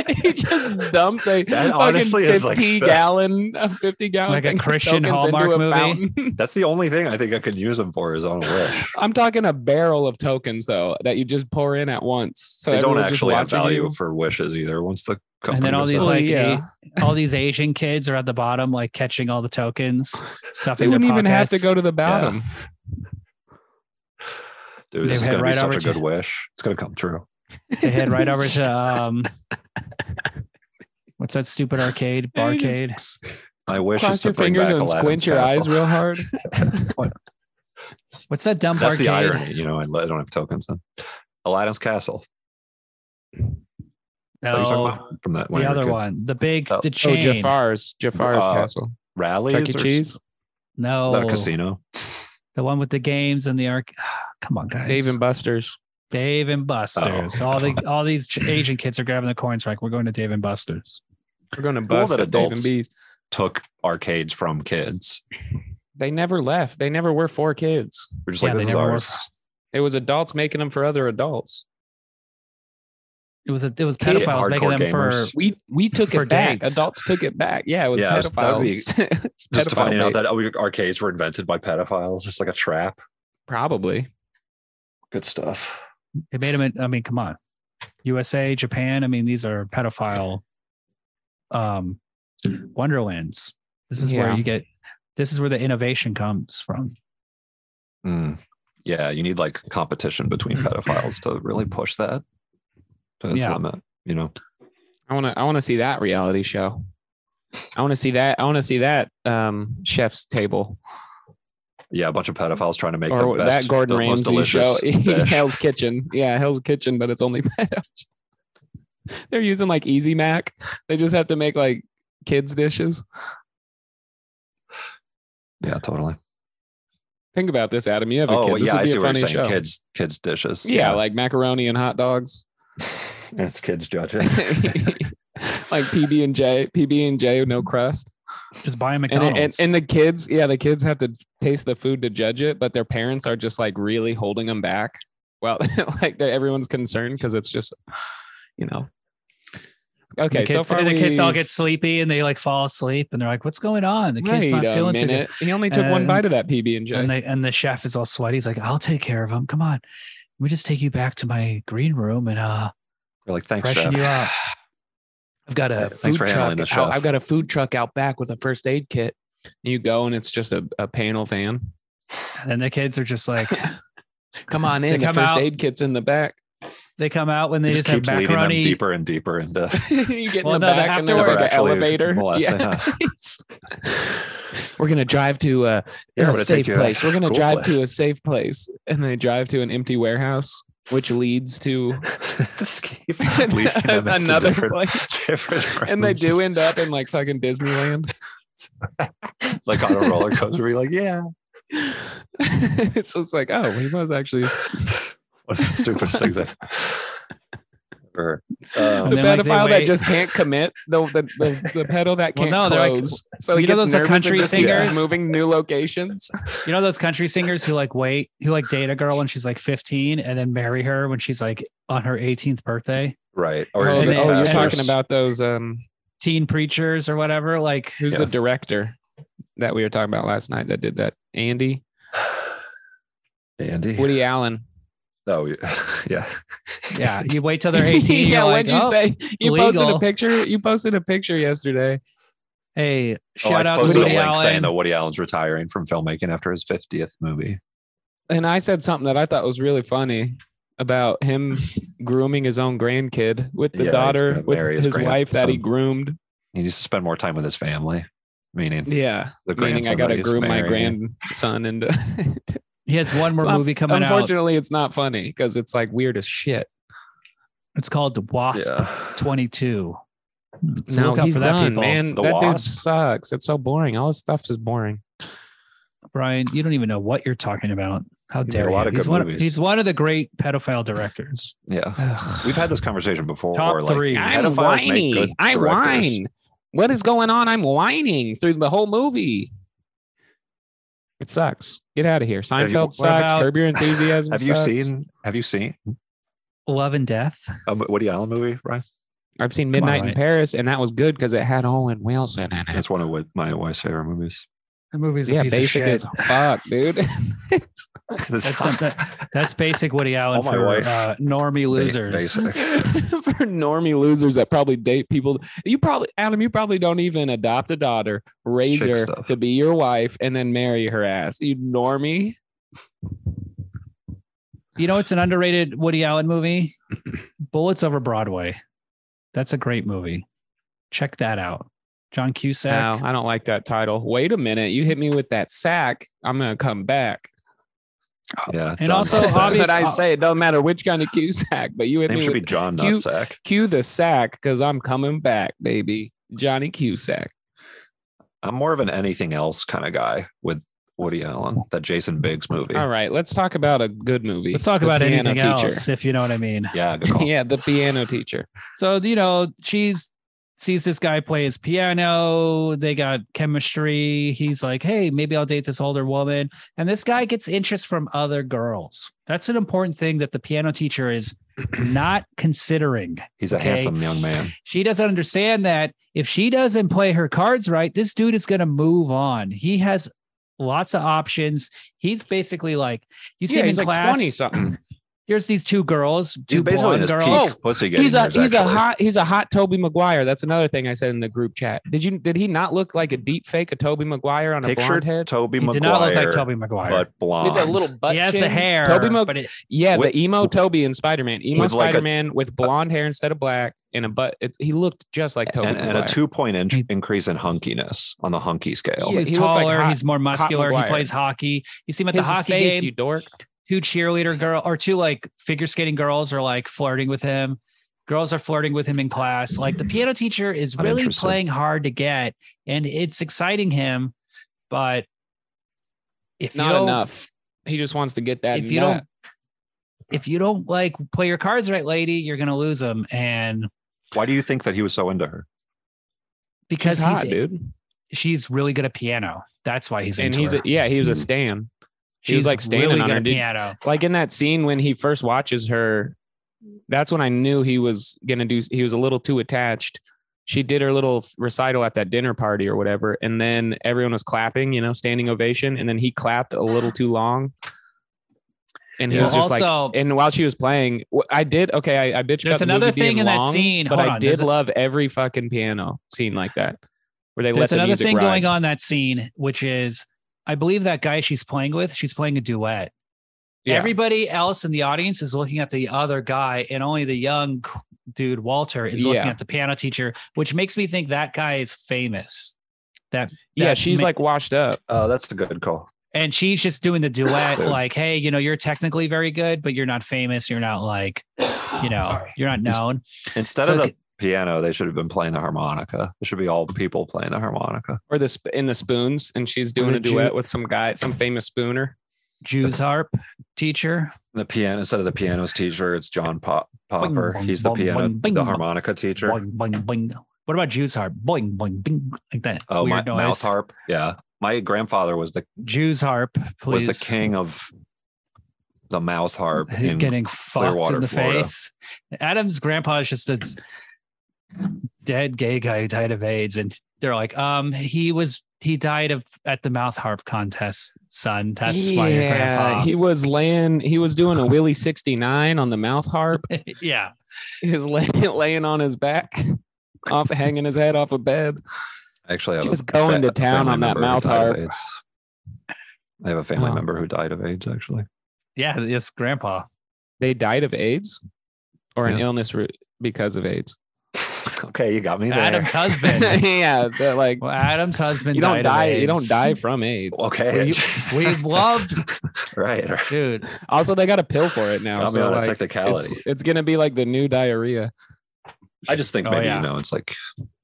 Tower.
he just dumps a
That
fucking
honestly is like [laughs]
fifty
the-
gallon, a fifty gallon,
Like a
thing of
Christian
tokens into
Hallmark
a
movie?
fountain.
That's the only thing I think I could use them for
[laughs]
is on a wish.
I'm talking a barrel of tokens though that you just pour in at once. So
they don't
everyone's just
actually have
watching
value
you.
for wishes either. Once the company
And then all
goes
these
out.
Well,
like
yeah.
a- all these Asian kids are at the bottom, like catching all the tokens,
They
stuffing their
wouldn't even have to
pockets.
go to the bottom.
Dude,
They
this is
head
going
right
to be
over
such a
to-
good wish. It's going to come true.
They head
[laughs]
right over to um, what's that stupid arcade?
And you
Barcade.
just
My wish
Cross
is to
your
bring
fingers
back
and
Aladdin's
squint your eyes
castle.
real
[laughs]
hard. Oh,
What's that dumb
That's the
arcade?
irony, you know. I I don't have tokens. Then. Aladdin's castle. That you're talking
No,
about from that
the
of your
other
kids.
one, the big,
Oh.
the
Oh,
Oh,
chain.
Jafar's Jafar's
Uh,
castle.
Rallies
Chuck E.
or-
Cheese. Oh.
Is that
No,
a casino?
the one with the games and the arc. [sighs] Come on, guys.
Dave and Buster's.
Dave and Buster's.
Oh.
All the
[laughs]
all these ch- Asian kids are grabbing the coins. Like we're going to Dave and Buster's.
We're gonna
Cool
bust
that
at Dave and
adults-
B's.
Took arcades from kids.
They never left. They never were for kids.
We're just
Yeah,
like
they
this is
never were
ours.
f-
It was adults making them for other adults.
It was a, it was
Kids.
pedophiles making
Hardcore
them
gamers.
for.
We we took
For
it back.
dates.
Adults took it back. Yeah, it was
Yeah, it was- that would be-
pedophiles. [laughs] It's
Just
pedophile
finding out
bait.
that oh, arcades were invented by pedophiles. It's like a trap.
probably.
Good stuff.
They made them. I mean, come on, USA, Japan. I mean, these are pedophile, um, wonderlands. This is where
Yeah.
you get. This is where the innovation comes from.
Mm. Yeah, you need like competition between pedophiles to really push that to its
Yeah.
limit. You know,
I wanna I wanna see that reality show. I wanna see that. I wanna see that um chef's table
yeah, a bunch of pedophiles trying to make
or
the best,
that Gordon
the most
Ramsay show. [laughs]
delicious dish.
Hell's Kitchen. Yeah, Hell's Kitchen, but it's only [laughs] pedophiles. They're using like Easy Mac. They just have to make like kids dishes.
Yeah, totally.
Think about this, Adam. You have a
Oh,
kid. This
yeah,
would
I
be
see
a
what
funny
you're saying.
show.
Kids, kids dishes.
yeah, like macaroni and hot dogs.
[laughs]
[laughs]
it's kids judges.
like PB and J, PB and J, no crust.
Just buy a
And,
McDonald's.
it- and and the kids, yeah, the kids have to taste the food to judge it, but their parents are just like really holding them back. Well, [laughs] like they're- everyone's concerned because it's just, you know. Okay,
the kids,
so far
and the kids all
we've-
get sleepy and they like fall asleep and they're like, "What's going on?" The kid's
Wait
not
a
feeling too good.
minute. He only took one
And-
bite of that PB and
And
J.
they and the chef is all sweaty. He's like, "I'll take care of him. Come on, let me just take you back to my green room and uh,
They're like, thanks,
freshen you
chef.
up. I've got a
Thanks for handling this,
uh, out-
chef.
I've got a food truck out back with a first aid kit. You go and it's just a, a panel fan.
And the kids are just
[laughs]
like,
Come on
They
in. The
come
first
out-
aid kit's in the back. [laughs]
they come out when they
It
just,
just
have
keeps leading them
macaroni.
deeper and deeper into
you get
Well,
in the
no, the
back and
[laughs]
there's like
afterwards-
an elevator.
Molest- [laughs]
Yeah. [laughs] We're gonna drive to a,
Yeah, I'm
a
gonna
safe
take you to a
place. We're gonna
cool
drive
place.
to a safe place, and they drive to an empty warehouse, which leads [laughs]
[laughs]
to
Just keep
[laughs]
leading them into
another
different-
place.
[laughs] different
And they
rooms.
do end up in like fucking Disneyland. [laughs]
like on a roller coaster. We're like, yeah,
it's just like, oh, we must actually.
what the stupidest thing that. [laughs] Or,
the
um,
then, like, they
pedophile that
wait.
just can't commit, the the the,
[laughs]
the pedo that
Well,
can't
no, they're like-
close. so
You
he
know
gets
those, like,
nervous and
country
just keeps
singers?
moving new
[laughs]
locations.
You know those country singers who like wait, who like date a girl when she's like 15 and then marry her when she's like on her 18th birthday.
right. Or
oh,
and
even
they-
oh, you're
and-
talking
pastors.
about those. Um,
Teen preachers or whatever, like
who's
Yeah.
the director that we were talking about last night that did that? Andy
Andy.
Woody Allen.
oh, yeah. [laughs] yeah. [laughs]
[laughs] yeah, you wait till they're 18.
yeah,
you're
what'd
like,
you
"Oh,
say? You posted
legal."
a picture. You posted a picture yesterday.
Hey,
Oh,
shout
I
out to
posted a
Woody
link saying
Allen.
that Woody Allen's retiring from filmmaking after his 50th movie.
and I said something that I thought was really funny about
[laughs]
him grooming his own grandkid with the
Yeah, he's
daughter
gonna marry
with
his
his wife that he
grandson.
groomed.
He needs to spend more time with his family. Meaning,
Yeah,
the
meaning
grandson
I
that
gotta
he's
groom my
marrying.
grandson
[laughs]
into.
He has one more
It's not-
movie coming out.
Unfortunately, it's not funny because it's like weird as shit.
It's called The Wasp
Yeah.
22. So
no,
look out
he's
for that,
done,
people.
man.
The
that dude
Wasp?
sucks. It's so boring. All his stuff is boring.
Brian, you don't even know what you're talking about. How
made
dare
a
you?
lot of
he's,
good
one
movies.
he's one of the great pedophile directors.
Yeah.
Ugh.
We've had this conversation before.
Top
like,
three.
pedophiles
I'm
make good
whiny. I
directors.
whine. What is going on? I'm whining through the whole movie. It sucks. Get out of here.
Have you-
Seinfeld
what
sucks.
about-
Curb Your Enthusiasm.
[laughs] Have you
sucks.
seen? Have you seen
Love and Death.
a Woody Allen movie, Ryan?
I've seen Midnight in
Ryan.
Paris, and that was good because it had Owen Wilson in it.
That's one of Wood- my wife's favorite movies. [laughs]
That movie's
yeah,
a piece of
basic
shit.
as fuck, dude. [laughs]
This-
That's not- That's basic Woody Allen
All my
for
wife-
uh, normie losers.
Basic.
for normie losers that probably date people you probably adam you probably don't even adopt a daughter raise
chick
her
stuff.
to be your wife and then marry her ass you normie
You know, it's an underrated Woody Allen
[laughs]
movie, Bullets Over Broadway. That's a great movie. Check that out. John Cusack.
No, I don't like that title. Wait a minute. You hit me with that sack. I'm going to come back.
[laughs] Yeah.
And
John
also,
Nutsack.
That's what
obvious-
I say. It don't matter which kind of [laughs] Cusack, but you hit
name
me
should be
with
John
Q-
Nutsack.
cue the sack because I'm coming back, baby. Johnny Cusack.
I'm more of an anything else kind of guy with Woody Allen, that Jason Biggs movie.
All right, let's talk about a good movie.
Let's talk
The
about
Piano
anything else, if you know what I mean.
Yeah, good call.
[laughs] Yeah, the piano teacher.
So you know, she's sees this guy play his piano. They got chemistry. He's like, "Hey, maybe I'll date this older woman." And this guy gets interest from other girls. That's an important thing that the piano teacher is not considering.
He's a
Okay.
handsome young man.
She doesn't understand that if she doesn't play her cards right, this dude is going to move on. He has lots of options. He's basically like, you see
yeah,
him
he's
in
like
class.
twenty
[clears throat]
something.
Here's these two girls, two
He's
blonde
basically in his
girls.
peak pussy getting
He's a
years,
he's a
actually.
hot he's a hot Toby Maguire. That's another thing I said in the group chat. Did you did he not look like a deep fake of Toby Maguire on a
Picture
blonde head?
Toby
He
McGuire,
did not look like Toby Maguire.
but blonde.
With a little butt.
he has the
chin.
hair,
Toby Mag-
but it,
Yeah,
With-
the emo Toby in Spider Man. Emo
With like a-
Spider Man with blonde hair instead of black and a butt. It's, he looked just like Toby.
and, and a
Maguire.
two point in-
He-
increase in hunkiness on the hunky scale.
Yeah,
he's
he looked like
taller,
hot-
he's more muscular, he
Maguire.
plays hockey. You see him at
His
the hockey
face,
game.
you dork.
two cheerleader girl or two like figure skating girls are like flirting with him. Girls are flirting with him in class. Like the piano teacher is really
Uninterested.
playing hard to get, and it's exciting him. But if you
Not
don't,
enough. He just wants to get that.
if
and
you
that.
don't, if you don't like play your cards right, lady, you're gonna lose him. And
Why do you think that he was so into her?
because
hot,
he's,
dude.
she's really good at piano, that's why he's
and
into
he's
her.
a, yeah, he was a
Hmm.
stan. he
she's
was, like, standing
really
on
good
her,
at
dude.
piano.
Like in that scene when he first watches her, that's when I knew he was gonna do. He was a little too attached. She did her little recital at that dinner party or whatever, and then everyone was clapping, you know, standing ovation, and then he clapped a little too long. And he
Yeah.
was
Well,
just like,
also,
and while she was playing, wh- I did okay. I, I bitched
There's
about the
another
movie
thing
being
in that
long,
scene.
but
Hold
I
on.
did
There's a-
love every fucking piano scene like that, where they let
There's
the
another
music
thing
ride.
going on that scene, which is I believe that guy she's playing with, she's playing a duet.
Yeah.
Everybody else in the audience is looking at the other guy, and only the young dude Walter is looking
Yeah.
at the piano teacher, which makes me think that guy is famous. That
yeah,
that
she's
ma-
like washed up.
Oh, that's a good call.
and she's just doing
[laughs]
the duet, like, hey, you know, you're technically very good, but you're not famous. You're not like, you know, you're not known.
Instead
So
of the
c-
piano, they should have been playing the harmonica. It should be all people playing the harmonica.
or the sp- in the spoons, and she's doing
the
a duet
Jew-
with some guy, some famous spooner.
Jews harp teacher.
The piano instead of the piano's teacher, it's John Pop- Popper.
boing,
He's the
boing,
piano,
boing,
the
boing,
harmonica teacher.
Boing, boing, boing. What about Jews harp? Boing, boing, bing, like that.
Oh, my
weird
mouth
noise.
harp. Yeah, my grandfather was the
Jews harp,
was
please.
the king of the mouth harp.
He's
In,
getting fucked
Clearwater,
in the
Florida.
face. Adam's grandpa is just a s- dead gay guy who died of AIDS, and they're like, um, he was he died of at the mouth harp contest, son. That's why your grandpa.
He was laying, he was doing a Willie 69 on the mouth harp.
[laughs] yeah,
He was laying, [laughs] laying on his back, off hanging his head off a bed.
actually, I have
Just
a
going to town
family
on that
member who
mouth
died
harp.
of AIDS. I have a family
Wow.
member who died of AIDS. Actually,
yeah, yes, grandpa.
They died of AIDS or an
Yeah.
illness re- because of
[laughs]
AIDS. [laughs]
[laughs] okay, you got me there.
Adam's husband.
yeah, they're like
well, Adam's husband.
you don't
died of
die, you
AIDS.
don't
[laughs]
die from AIDS.
okay,
We
[laughs]
loved,
right. right.
dude.
Also, they got a pill for
[laughs]
it now.
Got me
so,
on a
like, it's,
technicality.
it's gonna be like the new diarrhea.
I just think
Oh,
maybe
yeah.
you know it's like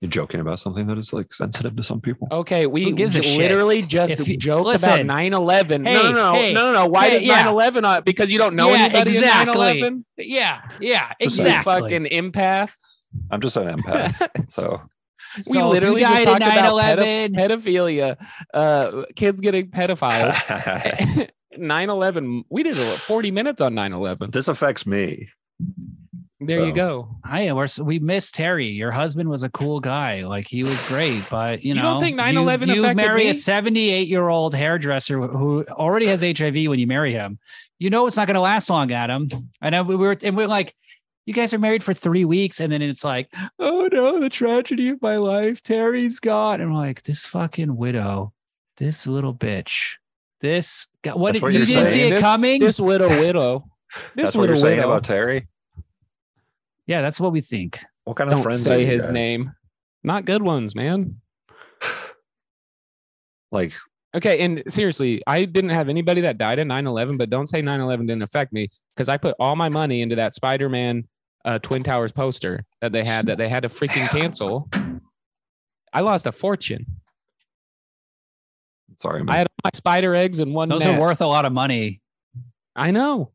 you're joking about something that is like sensitive to some people.
Okay, we
Who gives a shit?
literally just [laughs]
If you-
joked
listen.
about 9/11.
Hey,
no, no, no,
hey,
no, no, no. Why
hey,
does
yeah.
9/11 on? Because you don't know
Yeah,
anybody
exactly.
in 9/11.
Yeah, yeah,
Just a
You
exactly.
fucking empath.
I'm just an
[laughs]
empath, so
we
So if you
literally
died
just
in
talked about
9/11
pedoph- pedophilia, uh, kids getting pedophiled.
[laughs]
9/11. We did a- 40 minutes on 9/11.
this affects me.
There you
Oh.
go.
I we're, we miss Terry. Your husband was a cool guy. Like he was
[sighs]
great, but you,
You
know,
don't think 9/11
you, you
affected
marry a
me?
78 year old hairdresser who already has HIV when you marry him. You know, it's not going to last long, Adam. And I, we were, and we're like, you guys are married for three weeks. And then it's like, oh no, the tragedy of my life. Terry's gone. And we're like, this fucking widow, this little bitch, this guy, what
That's
did,
what
you
you're
didn't
saying.
see it
This-
coming?
This widow, widow.
This
That's what you're
little
saying
widow.
about Terry.
Yeah, that's what we think.
What kind of
Don't
friends?
say
are you
his
guys?
name. Not good ones, man.
Like
Okay, and seriously, I didn't have anybody that died in 9/11, but don't say 9/11 didn't affect me because I put all my money into that Spider-Man uh, Twin Towers poster that they had that they had to freaking cancel. I lost a fortune.
sorry,
I
man.
had all my spider eggs in one.
Those
net.
are worth a lot of money.
I know.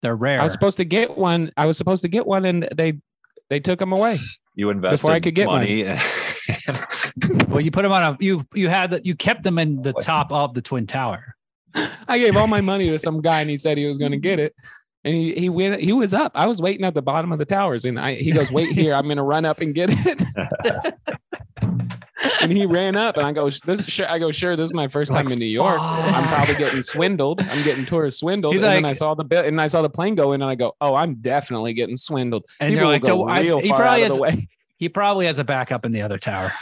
They're rare.
I was supposed to get one. I was supposed to get one, and they they took them away.
you invested
I could get one.
money. [laughs]
well, you put them on a you you had that you kept them in the top of the twin tower.
I gave all my money to some guy, and he said he was going to get it. And he he went. He was up. I was waiting at the bottom of the towers, and I he goes, "Wait here. I'm going to run up and get it." [laughs] and he ran up, and I go, "This sure." I go, "Sure. This is my first time in New York. I'm probably getting swindled. I'm getting tourist swindled."
He's
and then
like-
I saw the bill, and I saw the plane go in, and I go, "Oh, I'm definitely getting swindled."
And you're
People
like,
will
"Don't- I-
real
he
far out
probably
of
has-
the way. [sighs]
He probably has a backup in the other tower.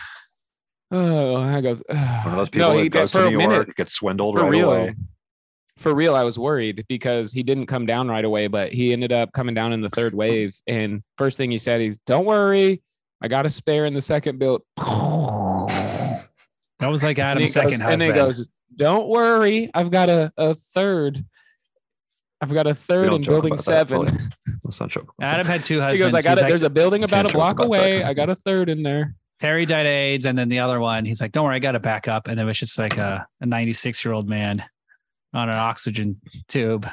Oh, I go. [sighs]
One of those people that goes to New York gets swindled
for
right
real. [laughs]
away.
For real, I was worried because he didn't come down right away, but he ended up coming down in the third wave. And first thing he said, he's, "Don't worry, I got a spare in the second build."
That was like
And
Adam's
he
second
goes, and
husband.
then he goes, "Don't worry, I've got a, a third. I've got a
We
third
don't
in
joke
building
about that,
seven.
Billy. Let's not joke. About
Adam had two
He
husbands.
goes, "I got
He's
it.
like,
There's a building about a
Can't joke
block
about that
away.
kind of
I got a third in there."
Terry died of AIDS, and then the other one, he's like, "Don't worry, I got it back up." And it was just like a 96 year old man on an oxygen tube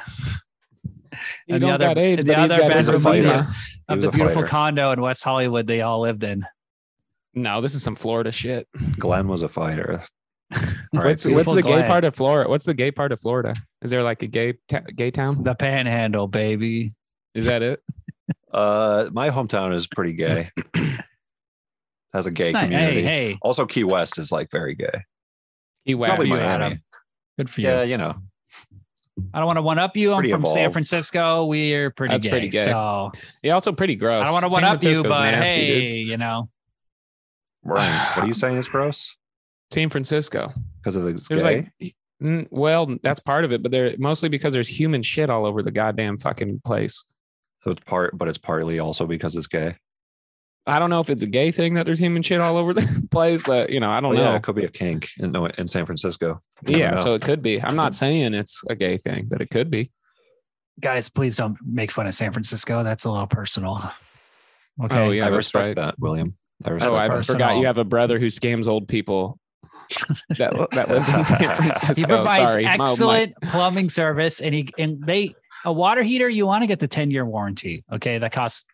He
And the
don't
other-
got AIDS,
the
but he's
other
got
bad
emphysema.
fighter.
of
was
the
a
beautiful
fighter.
condo in West Hollywood they all lived in.
No, this is some Florida shit.
that. Glenn was a
[laughs]
fighter. All right,
what's what's
beautiful
the gay
glad.
part of Florida? What's the gay part of Florida? Is there like a gay ta- gay town?
The Panhandle, baby.
Is that it?
Uh, my hometown is
[clears throat]
pretty gay. Has a gay
It's not-
community.
Hey, hey,
Also, Key West is like very gay.
Key West.
Probably
you,
Miami.
Adam. good for you.
Yeah, you know.
I don't want to one up you. I'm
Pretty
from San
evolved.
Francisco. We're pretty,
That's
gay,
pretty gay.
So
Yeah, also pretty gross.
I don't want to
San
one up you,
Francisco's
but
nasty,
hey,
dude.
you know,
Ryan, what are you saying is gross?
San Francisco.
Because of the it's
There's
gay?
like, Mm, well, that's part of it, but they're mostly because there's human shit all over the goddamn fucking place.
so it's part, but it's partly also because it's gay.
I don't know if it's a gay thing that there's human shit all over the [laughs] place, but you know, I don't
Well, Yeah,
know.
it could be a kink in, no, in San Francisco. You never
Oh, Yeah,
know.
so it could be. I'm not saying it's a gay thing, but it could be.
guys, please don't make fun of San Francisco. That's a little personal. Okay.
Oh, yeah,
I
that's
respect
right.
that, William. I
Oh,
respect
I
that.
forgot
personal.
you have a brother who scams old people. That, that lives in San Francisco.
He provides
Oh, Sorry, my- my-
excellent plumbing service, and he and they a water heater. You want to get the ten year warranty. Okay, that costs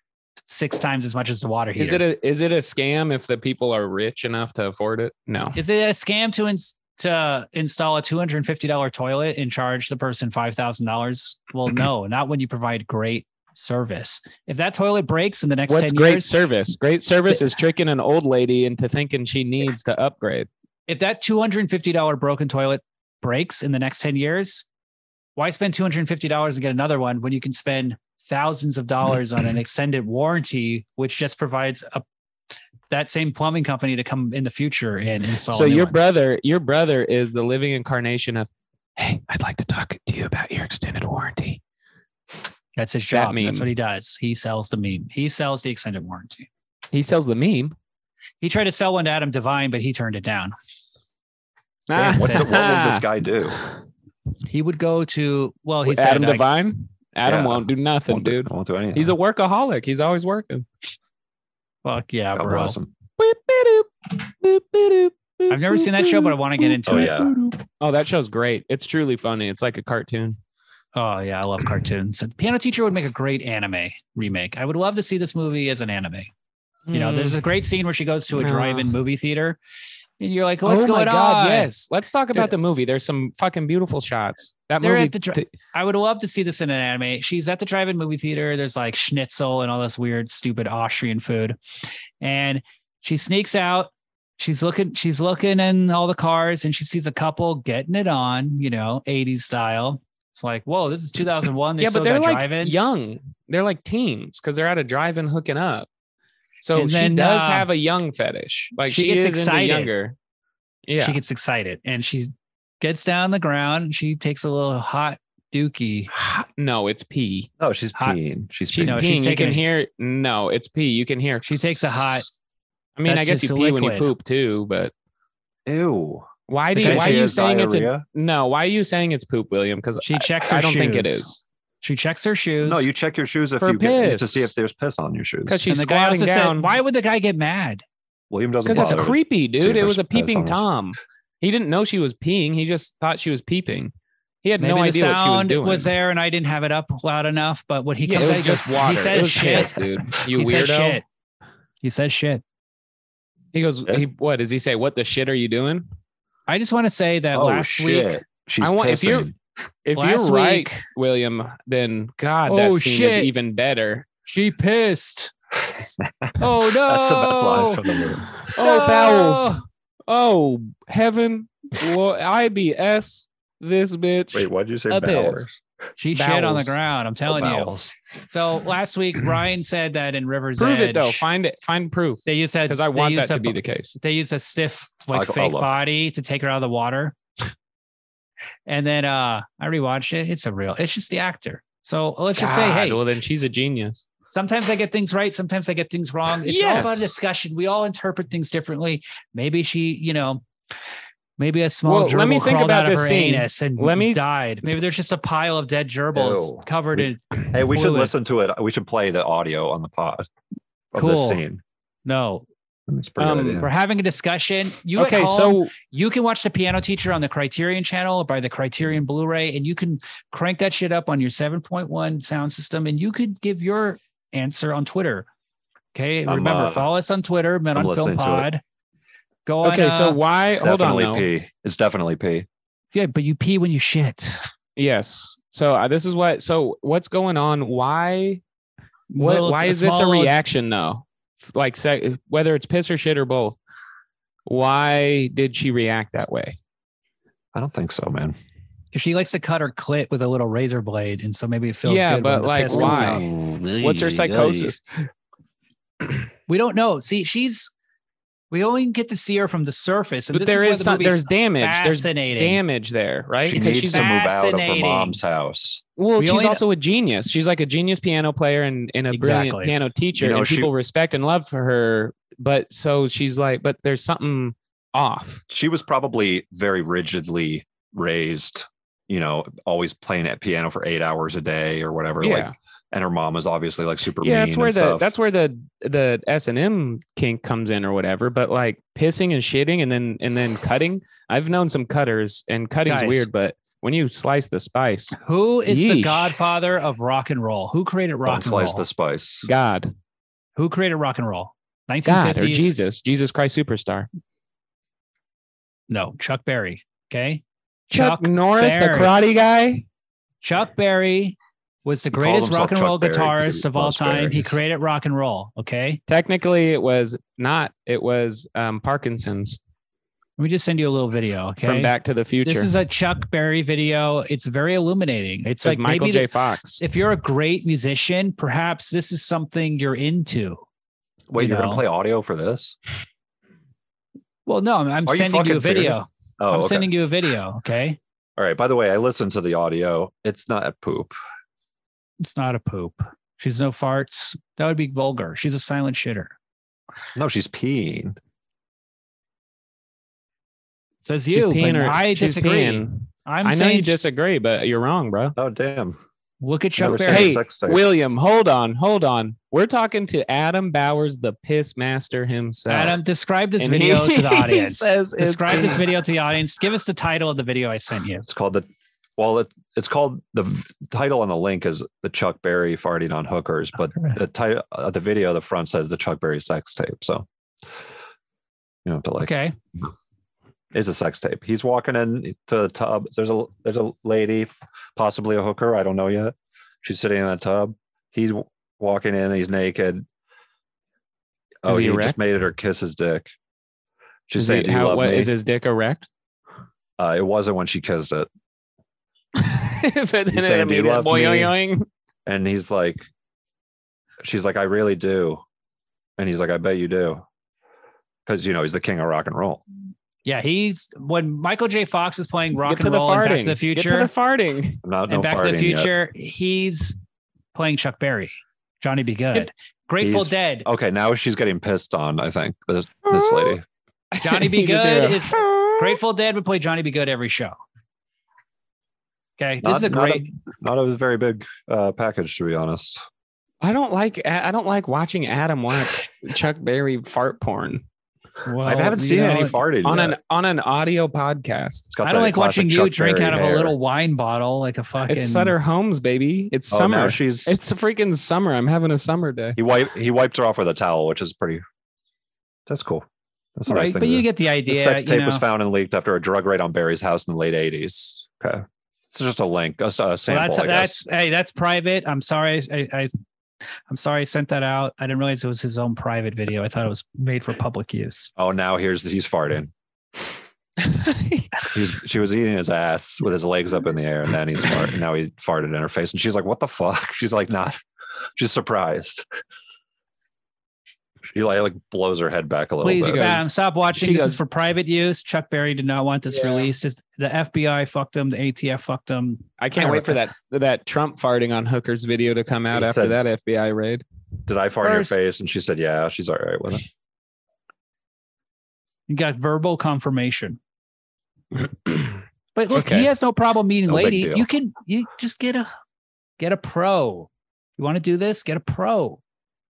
six times as much as the water heater.
Is it a is it a scam if the people are rich enough to afford it? No.
Is it a scam to ins- to install a two hundred and fifty dollar toilet and charge the person five thousand dollars?
[clears throat]
Well, no, not when you provide great service. If that toilet breaks in the next
What's
ten
great
years,
service? Great service is tricking an old lady into thinking she needs to upgrade.
if that two hundred and fifty dollar broken toilet breaks in the next ten years, why spend two hundred and fifty dollars and get another one when you can spend thousands of dollars
[clears throat]
on an extended warranty, which just provides a that same plumbing company to come in the future and install.
so
a new
your
one.
brother, your brother is the living incarnation of, hey, I'd like to talk to you about your extended warranty.
That's his
That
job. That's
meme.
what he does. He sells the meme. He sells the extended warranty.
He sells the meme.
He tried to sell one to Adam Devine, but he turned it down.
Damn, what,
Ah.
did- what
[laughs]
[laughs]
will this guy do?
He would go to well, he
With Adam
said like,
Devine. Adam
Yeah.
won't do nothing,
Won't do,
dude.
won't do anything.
He's a workaholic. He's always working.
fuck yeah,
God
bro.
bless him.
I've never seen that show, but I want to get into
Oh,
it.
yeah.
Oh, that show's great. It's truly funny. It's like a cartoon.
Oh yeah, I love cartoons. The Piano Teacher would make a great anime remake. I would love to see this movie as an anime. You know, there's
Mm.
a great scene where she goes to a
Nah.
drive-in movie theater, and you're like, "What's
oh my
going
God,
on?"
Yes. Let's talk about the movie. There's some fucking beautiful shots. That
They're
movie.
at the dri-
t-
I would love to see this in an anime. She's at the drive-in movie theater. There's like schnitzel and all this weird, stupid Austrian food, and she sneaks out. She's looking. She's looking in all the cars, and she sees a couple getting it on. You know, '80s style. It's like, whoa, this is 2001. They
yeah,
still
but they're
got
like
drive-ins.
young. They're like teens because they're at a drive-in hooking up. So
And
she
then,
does
uh,
have a young fetish. Like
she
she,
gets
is
excited.
into younger. Yeah.
she gets excited and she gets down on the ground. She takes a little hot Dookie.
[sighs] No, it's P.
No, she's
Hot.
peeing. She's
She's
peeing.
No,
Peeing,
she's
you
taking
can
a-
hear. No, it's P. You can hear.
She
[laughs]
takes a hot.
I mean, I
that's
guess you
just
pee
a
when you
liquid.
poop too, but
Ew.
why do
Because
you, why are
she
you
has
saying
diarrhea?
it's a no? Why are you saying it's poop, William? Because
She checks her
I don't
shoes.
think it is
She checks her shoes.
No, you check your shoes if
For
you get you have to
piss.
see if there's piss on your shoes.
because
and
she's
the guy
squatting
also
down.
said, "Why would the guy get mad?"
William doesn't
Because it's
bother.
creepy,
See if
dude. It
there's
was a
piss on
peeping
her.
tom. He didn't know she was peeing. He just thought she was peeping. He had
Maybe
no
the
idea what she was
sound
doing.
there, and I didn't have it up loud enough. But when he
yeah, it
comes, out,
was
he
just
goes,
water.
He says
it was
shit.
piss,
[laughs]
dude. You
he
weirdo.
says shit. He says shit.
He goes.
Yeah.
He, what does he say? What the shit are you doing?
I just want to say that
Oh
last
shit.
week,
She's
I want- if you're-
pissing.
If
Last
you're right,
week-
William, then God,
Oh,
that scene is
shit.
even better.
she
[laughs]
pissed. oh no!
That's the best line from the movie.
Oh
No.
bowels. Oh heaven. Well, IBS. This bitch.
Wait, what'd you say?
A
Bowers.
piss.
She shit on the
Bowels.
ground. I'm telling you.
Bowels.
So last week, Brian said that in Rivers
Prove
Edge,
it though. Find it. Find proof.
they used had
Because I
they
want that
used
to
a-
be the case.
They used a stiff like
I'll- I'll
fake
look.
body to take her out of the water. and then uh I rewatched it. It's a real. It's just the actor. So let's just say,
God,
hey,
Well, then she's a genius.
Sometimes I get things right. Sometimes I get things wrong. It's all about
Yes.
a discussion. We all interpret things differently. Maybe she, you know, maybe a small
Well,
gerbil
let me think
crawled
about
out of
this
her
scene.
anus and
Let me-
died. Maybe there's just a pile of dead gerbils
Ew.
covered
We-
in.
Hey, we should
Fluid.
listen to it. We should play the audio on the pod of
Cool.
this scene.
No,
It's a pretty
Um,
good idea.
we're having a discussion. You
okay,
at home,
so
you can watch the Piano Teacher on the Criterion Channel or by the Criterion Blu-ray, and you can crank that shit up on your 7.1 sound system, and you could give your answer on Twitter. Okay,
I'm,
remember
uh,
follow us on Twitter, Men
I'm
on Film
listening to it.
Pod. Go on.
okay, so
uh,
why? Hold on.
definitely
though.
pee. It's definitely pee.
Yeah, but you pee when you shit.
Yes. So uh, this is what. So what's going on? Why? What?
Little-
why is this a
small little-
reaction though? Like, se- whether it's piss or shit or both. Why did she react that way?
I don't think so, man.
She likes to cut her clit with a little razor blade, and so maybe it feels
Yeah,
good
but,
when the
like,
piss comes
why?
out.
What's her psychosis?
We don't know. See, she's we only get to see her from the surface, and
But
this
there is,
is, where
some,
the movie's
there's damage. There's
fascinating.
damage there, right?
She
Because
a-
needs
she's
to move out of her
fascinating.
mom's house.
well,
We
she's
only-
also a genius. She's like a genius piano player and, and a brilliant
Exactly.
piano teacher,
know,
and
she-
people respect and love for her. But so she's like, but there's something off.
She was probably very rigidly raised, you know, always playing at piano for eight hours a day or whatever.
yeah.
Like, and her mom was obviously like super
yeah,
mean.
that's where
and
the
stuff.
that's where the the S and M kink comes in or whatever. But like pissing and shitting and then and then cutting. I've known some cutters, and cutting's
Guys.
weird, but when you slice the spice,
Who is the
Yeesh.
godfather of rock and roll? Who created rock
Don't
and
slice
roll?
the spice.
God,
Who created rock and roll?
God,
1950s.
or Jesus, Jesus Christ superstar,
No, Chuck Berry. Okay,
Chuck,
Chuck
Norris,
Berry.
the Karate Guy.
Chuck Berry was the
He called
greatest
himself
rock and
Chuck
roll
Berry 'cause
guitarist
he
of all
loves
time. He
berries.
created rock and roll. Okay,
Technically, it was not. It was um, Parkinson's
Let me just send you a little video. Okay.
from Back to the Future.
This is a Chuck Berry video. It's very illuminating. It's
It was
like
Michael
maybe
J.
the-
Fox.
if you're a great musician, perhaps this is something you're into.
Wait,
You
you are
know.
gonna play audio for this?
Well, no, I'm, I'm
Are you
sending you, a
fucking serious?
video.
Oh,
I'm
okay.
sending you a video. Okay.
All right. By the way, I listened to the audio. It's not a poop.
It's not a poop. She's no farts. That would be vulgar. She's a silent shitter.
No, she's peeing.
Says
She's
you. but
peeing or-
I
she's
disagree.
peeing.
I'm
I know
saying
you disagree, but you're wrong, bro.
Oh, damn.
look at Chuck
Never seen
Berry.
a
Hey,
sex tape.
William, hold on, hold on. We're talking to Adam Bowers, the piss master himself.
Adam, describe this
And
video
he-
to
[laughs]
the
he
audience.
says it's
Describe this
peeing.
video to the audience. Give us the title of the video I sent you.
It's called the well. It, it's called the v- title on the link is the Chuck Berry farting on hookers, but the title uh, the video the front says the Chuck Berry sex tape. So you know, to like
Okay.
it's a sex tape. He's walking in to the tub. There's a there's a lady, possibly a hooker. I don't know yet. She's sitting in a tub. He's w- walking in. He's naked. Oh,
he
he,
erect?
just made her kiss his dick. She's
Is
saying,
it-
"Do you
how-
love
what-
me?"
is his dick erect? [laughs]
uh, it wasn't when she kissed it.
but then
He's saying, "Do you
immediate
love me?"
boing, boing.
And he's like, she's like, I really do. And he's like, I bet you do. Cause you know, he's the king of rock and roll.
Yeah, he's when Michael J. Fox is playing rock
Get to
and
the
roll and Back to
farting.
the Future
Get to the
[laughs]
farting.
I'm not
and
no
Back to the
farting yet.
Future, he's playing Chuck Berry, Johnny Be Good, Grateful
He's-
[laughs]
Dead,
Okay, now she's getting pissed on. I think this,
Ah.
this lady.
Johnny Be
You just
Good
hear a-
is- Grateful Dead would play Johnny Be Good every show. Okay, this
Not-
is a
not a-
great.
Not a very big uh, package, to be honest.
I don't like. I don't like watching Adam
[laughs]
watch Chuck Berry fart porn
well,
I haven't
you
seen
know,
any farting
on
yet.
an on an audio podcast.
It's got
I don't
that
like watching
classic
you
Chuck
drink
Berry
out of a
hair.
little wine bottle like a fucking.
It's Sutter Homes, baby. It's
Oh, now
summer.
she's
It's a freaking summer. I'm having a summer day.
he wiped he wiped her off with a towel, which is pretty. That's cool. That's a nice
Right,
thing.
but
to
you
do.
get the
the
idea.
sex
you
tape was
know.
found and leaked after a drug raid on Barry's house in the late '80s. Okay, it's just a link, a, s- a
Well,
sample.
that's
I guess.
that's hey, that's private. I'm sorry. I, I I'm sorry I sent that out. I didn't realize it was his own private video. I thought it was made for public use.
Oh, now here's he's farting.
[laughs]
He's she was eating his ass with his legs up in the air, and then he's fart, now he farted in her face, and she's like, "What the fuck?" [laughs] She's like, "Not." She's surprised. She like, like blows her head back a little
Please,
bit.
goes-
Bam, stop watching.
she
this
goes-
is for private use. Chuck Berry did not want this
Yeah.
released. It's- The FBI fucked him. The ATF fucked him.
I can't wait for that that Trump farting on hookers video to come out
He
after
said-
that FBI
[clears throat]
raid.
Did I fart
First-
in your face? And she said, "Yeah." She's all right with it.
You got verbal confirmation. But look,
Okay.
he has no problem meeting
No big
lady.
deal.
You can you just get a get a pro. You want to do this? Get a pro.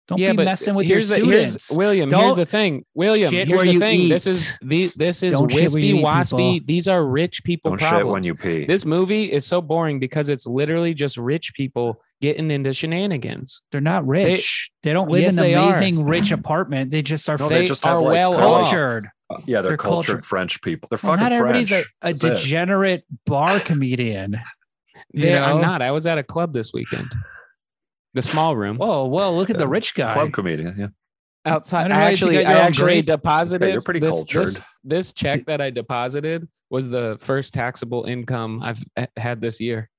Don't be messing with your
here's the- here's-
students.
William,
Don't
here's the thing. William,
shit
here's
where
the
you
thing. This
eat.
is the this is
Don't shit where
wispy,
you eat,
waspy.
people.
These are rich people
Don't
problems.
shit when you pee.
this movie is so boring because it's literally just rich people getting into shenanigans.
They're not rich. They, don't live
Yes,
in
they
an
are.
amazing rich apartment. They just are
No,
fake.
they
just
are
have, like,
well
cut off.
cultured.
yeah, they're
They're
cultured
cultured.
French people. They're
Well,
fucking
not everybody's a,
French.
a
That's it.
degenerate bar comedian. You
They- I'm
know?
not. I was at a club this weekend. The small room
Whoa, whoa! Look at the rich guy.
Club comedian. Yeah.
outside.
I didn't
I,
realize you
actually,
got
I
your own
actually
grape.
deposited.
Okay, you're pretty
this,
cultured.
This, this check that I deposited was the first taxable income I've h- had this year.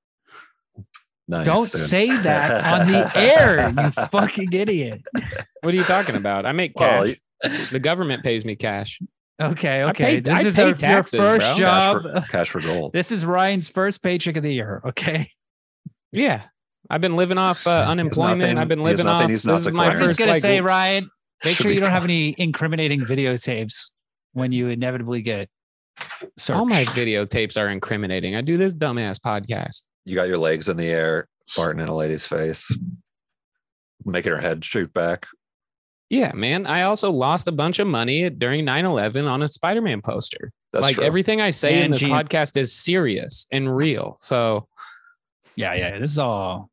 Nice.
Don't
Yeah.
say that on the air, you fucking idiot.
What are you talking about? I make
[laughs] Well,
cash. the government pays me cash.
Okay,
I
okay.
paid-
this
I
is
paid
our,
taxes,
your first
bro.
cash,
job.
for, cash for gold.
This is Ryan's first paycheck of the year. Okay,
Yeah. I've been living off uh, unemployment.
nothing-
I've been
he has
living
nothing
off.
he's
This
not
is my
declaring.
I'm
first.
just gonna
like,
say, Ryan, make
Should
sure
be
you don't have
fine.
any incriminating videotapes when you inevitably get. Searched.
all Oh my videotapes are incriminating. I do this dumbass podcast.
You got your legs in the air, farting in a lady's face, making her head shoot back.
Yeah, man. I also lost a bunch of money during 9-11 on a Spider-Man poster.
That's
like
true.
everything I say in
And
this
Gene-
podcast is serious and real. So
Yeah, yeah. This is all.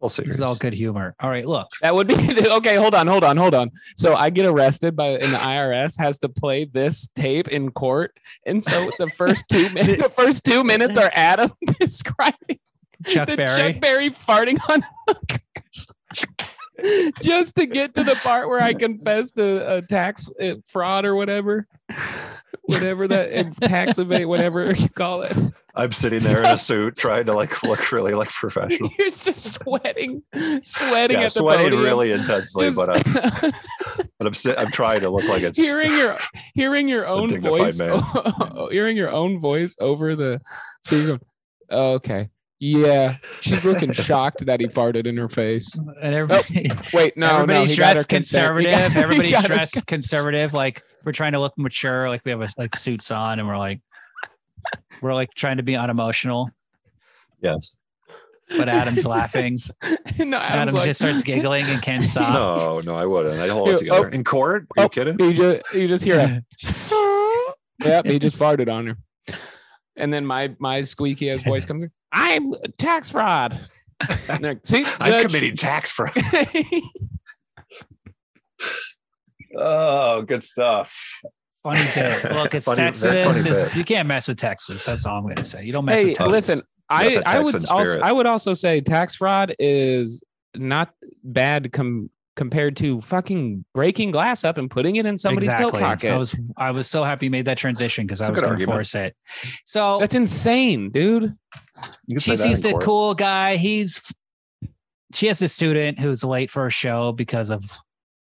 All
This
serious.
is all good humor. All right, look.
That would be [laughs] okay. Hold on, hold on, hold on. So I get arrested by and the IRS has to play this tape in court, and so the first
[laughs]
two minutes, the first two minutes are Adam [laughs] describing
Chuck
the
Berry.
Chuck Berry farting on hookers, [laughs] just to get to the part where I confessed to a tax uh, fraud or whatever, whatever that tax evade, whatever you call it.
I'm sitting there in
[laughs]
a suit trying to like look really like
[laughs]
professional.
You're just sweating, sweating
Yeah,
at the
sweating
podium.
really intensely,
Just-
but uh, I'm,
[laughs]
but I'm, sit, I'm trying to look like it's
hearing
[laughs]
your hearing your own
dignified
voice
man.
[laughs] hearing your own voice over the speaker going, "Oh, okay yeah she's
[laughs]
looking shocked that he farted in her face
And [laughs] everybody.
wait no Oh. no
everybody's
he got her
dressed
consent. He
conservative.
got- [laughs] he
everybody's
got her
dressed
consent.
conservative. Like we're trying to look mature. Like we have like suits on, and we're like we're like trying to be unemotional. [laughs]
yes.
But Adam's laughing.
[laughs] no
Adam
Adam's like,
just starts giggling and can't stop.
No, no, I wouldn't. I'd hold it
Oh,
together. In court? Are you
oh, [laughs]
kidding?
you just you just hear [laughs] a yep he just farted on her and then my my squeaky ass [laughs] voice comes in I'm tax fraud [laughs] And they're like, see
I'm
judge."
committing tax fraud. [laughs]
[laughs]
Oh, good stuff. [laughs]
Funny bit. Look, it's
Funny- very funny
Texas. It's,
bit.
you can't mess with Texas. That's all I'm going to say. You don't mess
Hey,
with Texas.
listen, I,
the
I would
Texan
also
spirit.
I would also say tax fraud is not bad com- compared to fucking breaking glass up and putting it in somebody's
exactly.
tail pocket.
I was I was so happy you made that transition because I
It's a
was
good
going to
argument.
force it. So
That's insane, dude.
You can
she
say that in
sees the
court.
cool guy. He's she has a student who's late for a show because of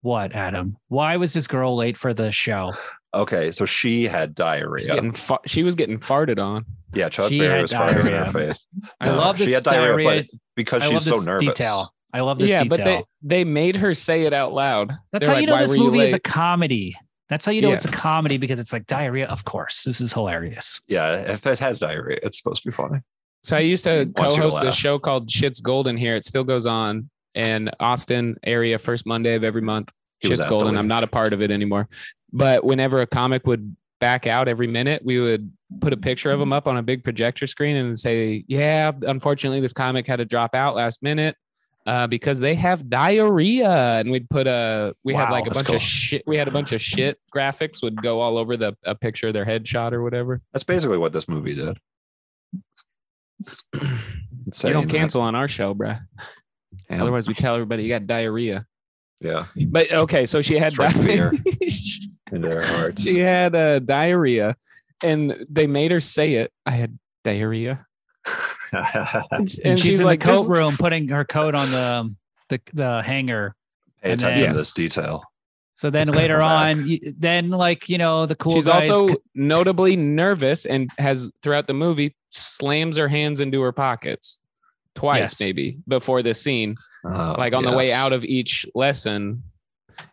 what, Adam? Why was this girl late for the show?
Okay, so she had
She's
diarrhea.
getting fa- she was getting farted on.
yeah, Chuck
She
Berry
had
was farting in her
diarrhea.
face
I
No,
love
she
this
had diarrhea,
diarrhea.
but because
I love
she's so
this
nervous.
detail. I love this
yeah,
detail.
but they they made her say it out loud.
That's
They're
how
like,
you know
"Why
this
were you
movie is a
late?"
comedy. That's how you know it's a
Yes.
comedy because it's like diarrhea. Of course, this is hilarious.
Yeah, if it has diarrhea, it's supposed to be funny.
So I used to
you to
co-host
laugh.
this show called Shit's Golden here. It still goes on in Austin area first Monday of every month.
He was
Shit's
asked to
Golden.
leave.
I'm not a part of it anymore. But whenever a comic would back out every minute, we would put a picture of him up on a big projector screen and say, "Yeah, unfortunately, this comic had to drop out last minute." Uh, because they have diarrhea, and we'd put a we had
Wow,
like a
that's
bunch
cool.
of shit. We had a bunch of shit graphics would go all over the a picture of their headshot or whatever.
That's basically what this
[clears throat]
movie did.
You
Saying
don't
that-
cancel on our show, bruh.
Yeah.
Otherwise, we tell everybody you got diarrhea.
Yeah,
But okay, so she had
Strike
diarrhea.
in their
[laughs]
hearts. [laughs]
she had uh, diarrhea, and they made her say it. I had diarrhea, and,
And, she's, in the coat
"This-
room putting her coat on the the, the hanger.
Pay
And
attention
then-
to this detail.
So then
It's gonna
later
come back.
on, you, then like you know the cool
she's
guys.
also notably nervous and has throughout the movie slams her hands into her pockets twice,
Yes.
maybe before this scene,
Uh, Oh,
like on the way out of each lesson.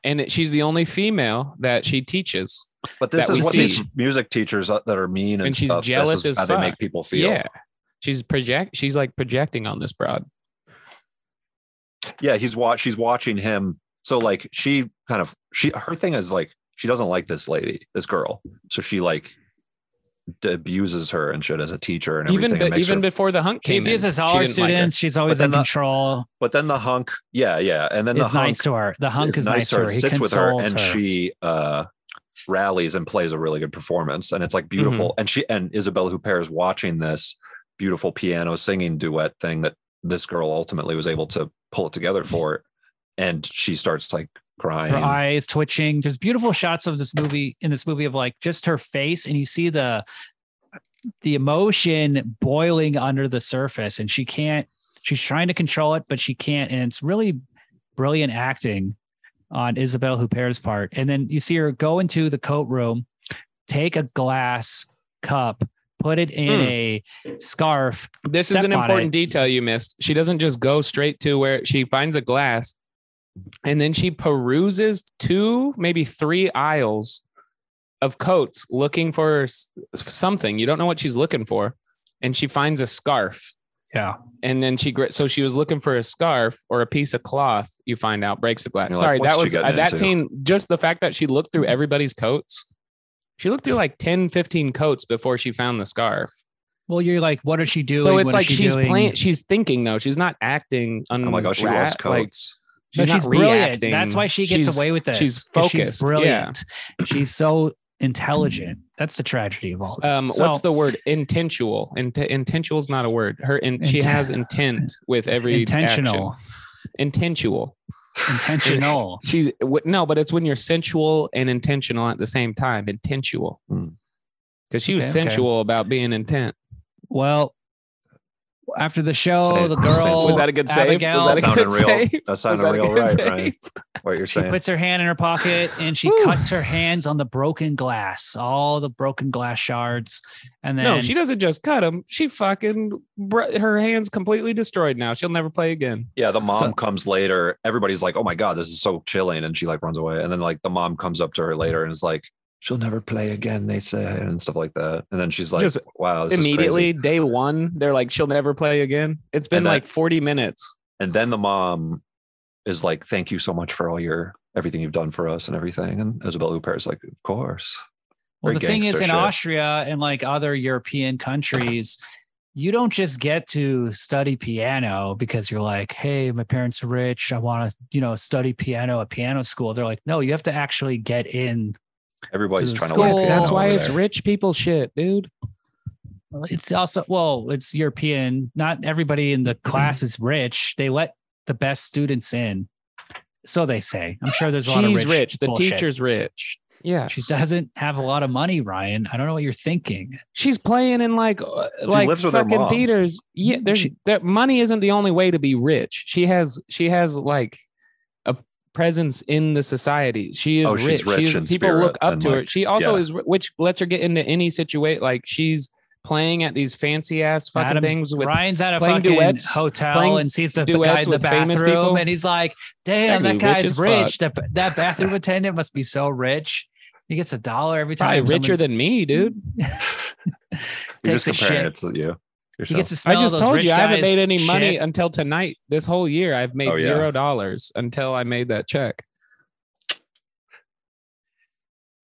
And it, she's the only female that she teaches.
But this
that
is
we
what
see.
these music teachers that are mean and,
And she's
stuff, this
jealous as
is how
fuck.
they make people feel.
Yeah, she's project. She's like projecting on this broad.
yeah he's watch she's watching him so like she kind of she her thing is like she doesn't like this lady this girl so she like d- abuses her and shit as a teacher and everything
even
and
be-
makes
even
her,
before the hunt
She
came in,
abuses
she
all her
didn't like her.
students. she's always
But
in
then the-
control.
but then the hunk yeah yeah and then the
It's
hunk
nice to her. The hunk is nice to her. He
sits with her
consoles
and she uh rallies and plays a really good performance and it's like beautiful and she and isabel huppert is watching this beautiful piano singing duet thing that this girl ultimately was able to pull it together for and she starts like crying
her eyes twitching. There's beautiful shots of this movie in this movie of like just her face, and you see the the emotion boiling under the surface, and she can't. She's trying to control it, but she can't, and it's really brilliant acting on Isabel Huppert's part. And then you see her go into the coat room, take a glass cup, put it in
Hmm.
a scarf.
This is
step
an
on
important
it.
detail you missed. She doesn't just go straight to where she finds a glass and then she peruses two, maybe three aisles of coats looking for s- something. You don't know what she's looking for. And she finds a scarf.
Yeah.
And then she, gra- so she was looking for a scarf or a piece of cloth. You find out, breaks the glass.
You're like,
Sorry,
"What's
that
she
was
getting
uh, that
into?"
scene. Just the fact that she looked through everybody's coats. She looked through like 10, 15 coats before she found the scarf.
Well, you're like, what is she doing?
So
What
it's
is
like
she
she's
doing?
playing. She's thinking though. She's not acting. Un-
oh my gosh she loves
rat- like,
coats
she's
But
not
brilliant.
reacting.
That's why she gets
She's-
away with this.
she's
'cause She's
focused, yeah.
brilliant. She's so intelligent. That's the tragedy of all this.
Um,
So,
what's the word? Intentional. Int- intentional is not a word. Her in- she
Inten-
has intent with every [laughs]
intentional,
action. Intentional.
intentional.
She's w- no, but it's when you're sensual and intentional at the same time. Intentional.
Hmm.
Because she was
Okay, okay.
sensual about being intent.
well, after the show,
Save-
the
save.
girl
Was that a good save?
Abigail-
Was
That
that a
sounded
good
real-
save?
that
Was
sounded
a
real
good
right,
save?
Ryan. what you're
she
saying
puts her hand in her pocket and she
Whew.
cuts her hands on the broken glass, all the broken glass shards, and
[laughs]
then
no, she doesn't just cut him. She fucking br- her hands completely destroyed now. She'll never play again.
yeah the mom
So-
comes later everybody's like oh my god this is so chilling and she like runs away and then like the mom comes up to her later and is like she'll never play again they say and stuff like that and then she's like
Just
wow this is crazy."
Immediately, day one, they're like, she'll never play again. It's been
And that-
like 40 minutes.
and then the mom is like thank you so much for all your everything you've done for us and everything and isabel huppert is like of course
Well,
Very
the thing is,
gangster
in
shit.
Austria and like other European countries, you don't just get to study piano because you're like, hey, my parents are rich. I want to, you know, study piano at piano school. They're like, no, you have to actually get in.
everybody's
the
trying to
school.
learn
That's
piano
why
over
it's
there.
rich people shit, dude.
It's also, well, it's European. Not everybody in the class is rich. They let the best students in. So they say. I'm sure there's a lot of
She's
rich.
rich. The
bullshit.
teacher's rich. Yeah.
She doesn't have a lot of money, Ryan. I don't know what you're thinking.
She's playing in like uh, like
lives with her
fucking
mom.
theaters. Yeah, there's
Mm-hmm. She-
that money isn't the only way to be rich. She has she has like a presence in the society. She is
Oh,
rich.
she's rich
She's-
in
people look
spirit
up
and,
to her.
like,
She also
yeah.
is, ri- which lets her get into any situation. Like she's playing at these fancy ass fucking
Adam's-
things with
Ryan's at a
playing
fucking
duets-
hotel
playing
and sees the, the
duets
guy in the
with famous
bathroom
people.
and he's like, damn,
Exactly,
that
rich
guy's
as
rich. That, that bathroom attendant must be so rich. He gets a dollar every time.
probably richer
someone-
than me, dude.
You're
takes
just
a
comparing
shit.
it to you.
he
Yourself. [laughs]
gets to
I
smell
just
those
told
rich
you I haven't
guys'
made any
shit.
money until tonight. This whole year, I've made
Oh, yeah.
zero dollars until I made that check.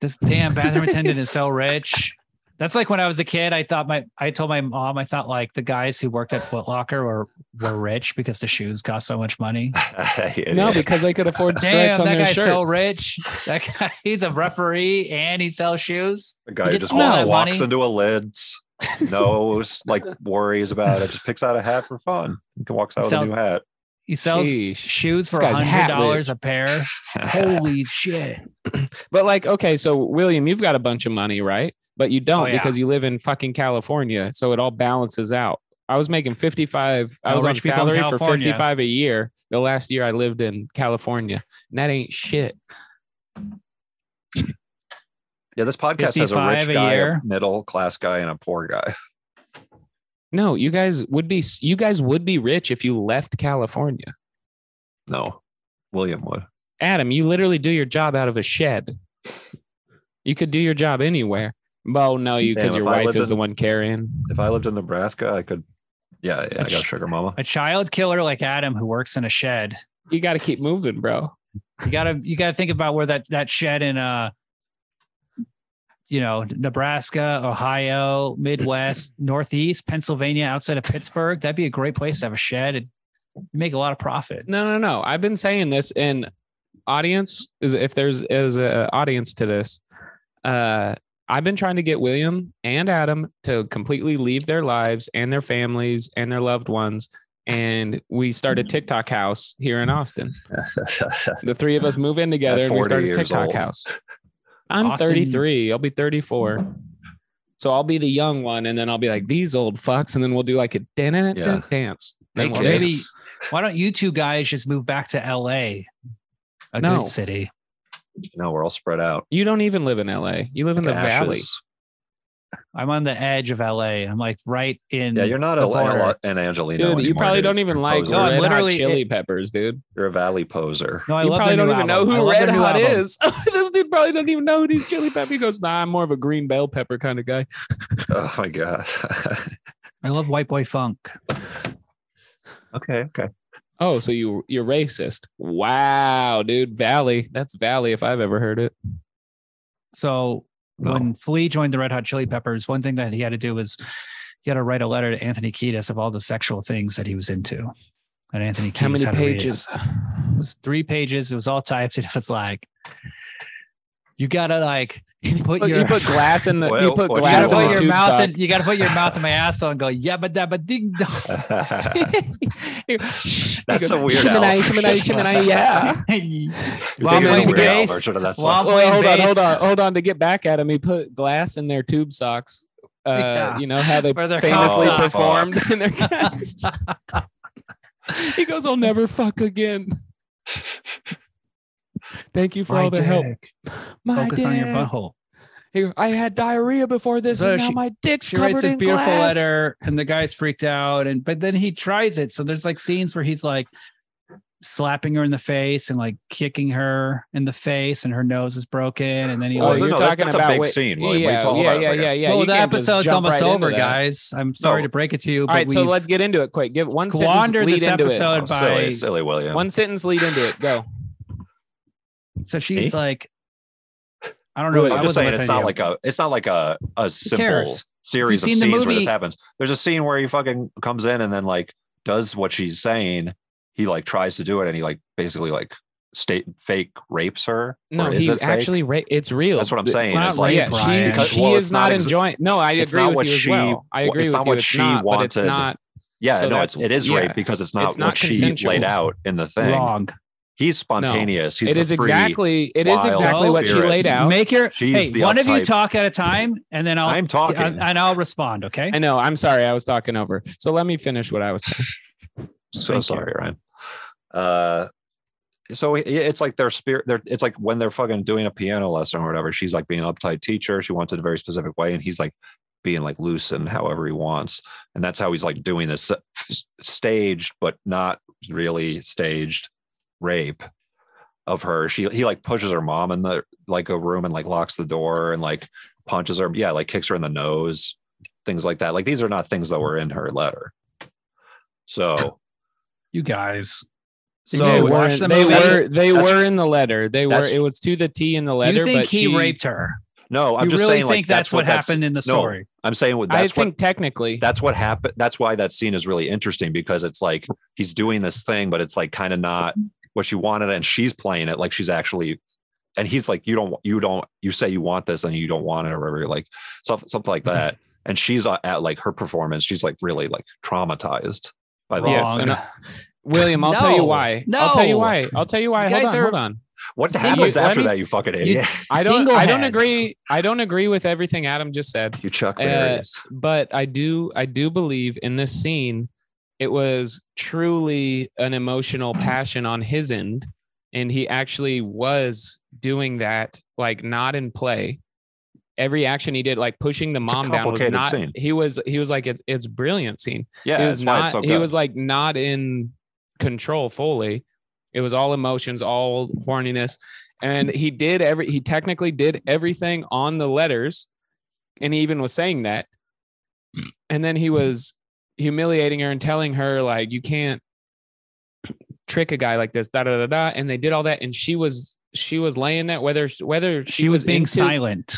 This damn bathroom attendant
[laughs]
is so rich. That's like when I was a kid. I thought my I told my mom I thought like the guys who worked at Foot Locker were were rich because the shoes cost so much money.
Yeah,
No,
yeah.
because they could afford stripes
[laughs] Damn,
on
that
their
guy's
shirt.
so rich. That [laughs] guy, he's a referee and he sells shoes.
the guy
he
who
gets
just
all
walks,
that
walks
money.
into a lids, knows like worries about it, just picks out a hat for fun. He walks out with
Sounds-
a new hat.
He sells
Sheesh.
shoes for
This guy's
hundred
hat
dollars
[laughs]
a pair. Holy shit!
But like, okay, so William, you've got a bunch of money, right? But you don't
Oh, yeah.
because you live in fucking California, so it all balances out. I was making fifty five. I
No
was on
rich people in
salary for
California.
fifty five a year. The last year I lived in California, and that ain't shit.
[laughs] yeah, this podcast has a
55
rich
a
guy,
year.
a middle class guy, and a poor guy.
No, you guys would be you guys would be rich if you left California.
No, William would.
Adam, you literally do your job out of a shed. You could do your job anywhere. Well, no, you because
Damn,
your
if I
wife
lived
is
in-
the one carrying.
If I lived in Nebraska, I could. Yeah, yeah, I got a sugar mama.
A child killer like Adam who works in a shed.
You got to keep moving, bro.
You gotta you gotta think about where that that shed in uh you know Nebraska, Ohio, Midwest, Northeast, Pennsylvania, outside of Pittsburgh. That'd be a great place to have a shed. It'd make a lot of profit.
No, no, no. I've been saying this, and audience is if there's is a audience to this. Uh, I've been trying to get William and Adam to completely leave their lives and their families and their loved ones, and we start a TikTok house here in Austin.
[laughs]
The three of us move in together
At
and we start
40
a
years
TikTok
old.
house. I'm
Austin-
33. I'll be 34. So I'll be the young one, and then I'll be like these old fucks, and then we'll do like a
Yeah.
dance.
Hey,
Then we'll-
maybe-
kids.
Why don't you two guys just move back to LA? A
No.
good city.
No, we're all spread out.
You don't even live in LA. You live in the
Ashes.
valley.
I'm on the edge of LA. I'm like right in
Yeah, you're not
the
a, a,
border.
an Angelino.
Dude, you
anymore,
probably
dude.
don't e- even
You're a
like
poser.
No, I'm
Red Hot
literally-
Chili Peppers, dude.
You're a valley poser.
No, I
you
love
probably
their
don't
new
even
album. I
know who
love their
Red
new
Hot
album.
is. [laughs] this dude probably doesn't even know who these Chili Peppers goes. Nah, I'm more of a green bell pepper kind of guy.
[laughs] Oh my god. [laughs]
I love White Boy Funk.
okay, [laughs] okay.
Oh, so you you're racist? Wow, dude, Valley. That's Valley if I've ever heard it.
So
No.
when Flea joined the Red Hot Chili Peppers, one thing that he had to do was he had to write a letter to Anthony Kiedis of all the sexual things that he was into. And Anthony Kiedis
How many
had to read it. [laughs]
pages?
It was three pages. It was all typed. [laughs] It was like you gotta like put
Look,
your
you put glass in the you
Well,
put
what do
you
glass
gotta
on
in
put
the
your
tube
mouth
sock.
in, you gotta put your mouth in my asshole and go yabba dabba ding
[laughs]
dong.
That's the weird
Shimonai,
Al
shimonai,
[laughs]
version.
[laughs] shimonai, yeah.
You're
While
thinking of
playing
the weird Al
bass,
version of that
while- I'm
song.
Wait,
playing
hold on,
bass.
hold on, hold on. To get back at him, he put glass in their tube socks. Uh,
Yeah.
You know how they
Where their
famously
cock socks.
performed in their cats.
[laughs]
he goes, "I'll never fuck again." Thank you for all the help. My
Focus on your
dick.
butthole.
He goes, I had diarrhea before this,
So
and now
she-
my dick's
she
covered
writes this
in
beautiful
glass.
letter and the guy's freaked out and but then he tries it so there's like scenes where he's like slapping her in the face and like kicking her in the face and her nose is broken and then he
Oh,
Well,
like
you're
no, that's-
talking
that's a
about
big
what-
scene,
Yeah,
William. What are you talking
yeah,
about?
yeah,
It's like a-
yeah, yeah.
well
You
the
can't just
episode's
jump
almost
right into
over
that.
guys i'm sorry
No.
to break it to you
All
but
right, so
we've
let's get into it quick. Give one
squandered
sentence lead
this
into
episode by
Oh, silly, silly
it.
William.
One sentence lead into it. Go.
so she's like i don't know
Wait,
I
I'm
I'm just
wasn't
saying, it's
listening
not
to you.
like a, it's not like a a simple
cares?
series of
seen the
scenes where this
movie-
happens. There's a scene where he fucking comes in and then like does what she's saying. He like tries to do it and he like basically like state fake rapes her.
No,
Or is
he
it fake?
actually ra- it's real.
That's what I'm
It's
saying.
not
It's like-
rape,
Yeah,
Brian. she,
Because-
she
well,
is
it's not
not
ex-
enjoying. No, I
it's
agree
not
with
what
you as
she-
well. I
it's
agree
not
with you.
what
It's
she
not, but it's
wanted.
not.
Yeah,
So
no,
that's-
it's it is
yeah.
rape because it's not
It's
what
not
she
consensual.
laid out in the thing.
wrong
He's spontaneous. He's
It
the
is
free-
exactly. It is
wild
exactly what she
spirits.
laid out.
make your
She's
hey
the
one of you
uptight.
talk at a time and then i'll
I'm talking.
and, and i'll respond okay
I know. I'm sorry. I was talking over. So let me finish what I was saying.
so
Thank you.
sorry, Ryan. Uh, so it- it's like their spirit they're it's like when they're fucking doing a piano lesson or whatever she's like being an uptight teacher she wants it a very specific way and he's like being like loose and however he wants and that's how he's like doing this uh, f- staged but not really staged rape of her she he like pushes her mom in the like a room and like locks the door and like punches her yeah like kicks her in the nose things like that like these are not things that were in her letter so
You guys.
They
so
were
watch
in-
them
they
all. That's-
were they
that's-
were in the letter. They were
that's-
it was to the T in the letter.
you think
but
he
she-
raped her?
no i'm
you
just
really
saying
think
like
that's, what
that's-
happened in the
no,
story?
I'm saying what-
I
that's
think
what
technically.
that's what happened. That's why that scene is really interesting because it's like he's doing this thing, but it's like kind of not what she wanted, and she's playing it like she's actually. And he's like, you don't, you don't, you say you want this, and you don't want it, or whatever, like stuff, something like
Mm-hmm.
that. And she's at, at like her performance. She's like really like traumatized by the.
Yes,
Wrong.
and William, I'll tell you
No.
why. I'll tell you
No.
why. I'll tell you why.
You
hold
guys
on,
are-
hold on.
What
You-
happens
let
after
me-
that? You fucking idiot! [laughs]
I don't I don't
Dingleheads.
agree. I don't agree with everything Adam just said.
You, Chuck
Uh,
Berry's.
but I do I do believe in this scene it was truly an emotional passion on his end and he actually was doing that like not in play every action he did like pushing the
a
mom down was
complicated
not
scene.
he was he was like it, it's a brilliant scene
yeah,
he
that's
was
why
not
it's so good.
he was like not in control fully it was all emotions all horniness and he did every he technically did everything on the letters and he even was saying that and then he was humiliating her and telling her like you can't trick a guy like this da da da da and they did all that and she was she was laying that whether whether she,
She, was, being
into-
silent.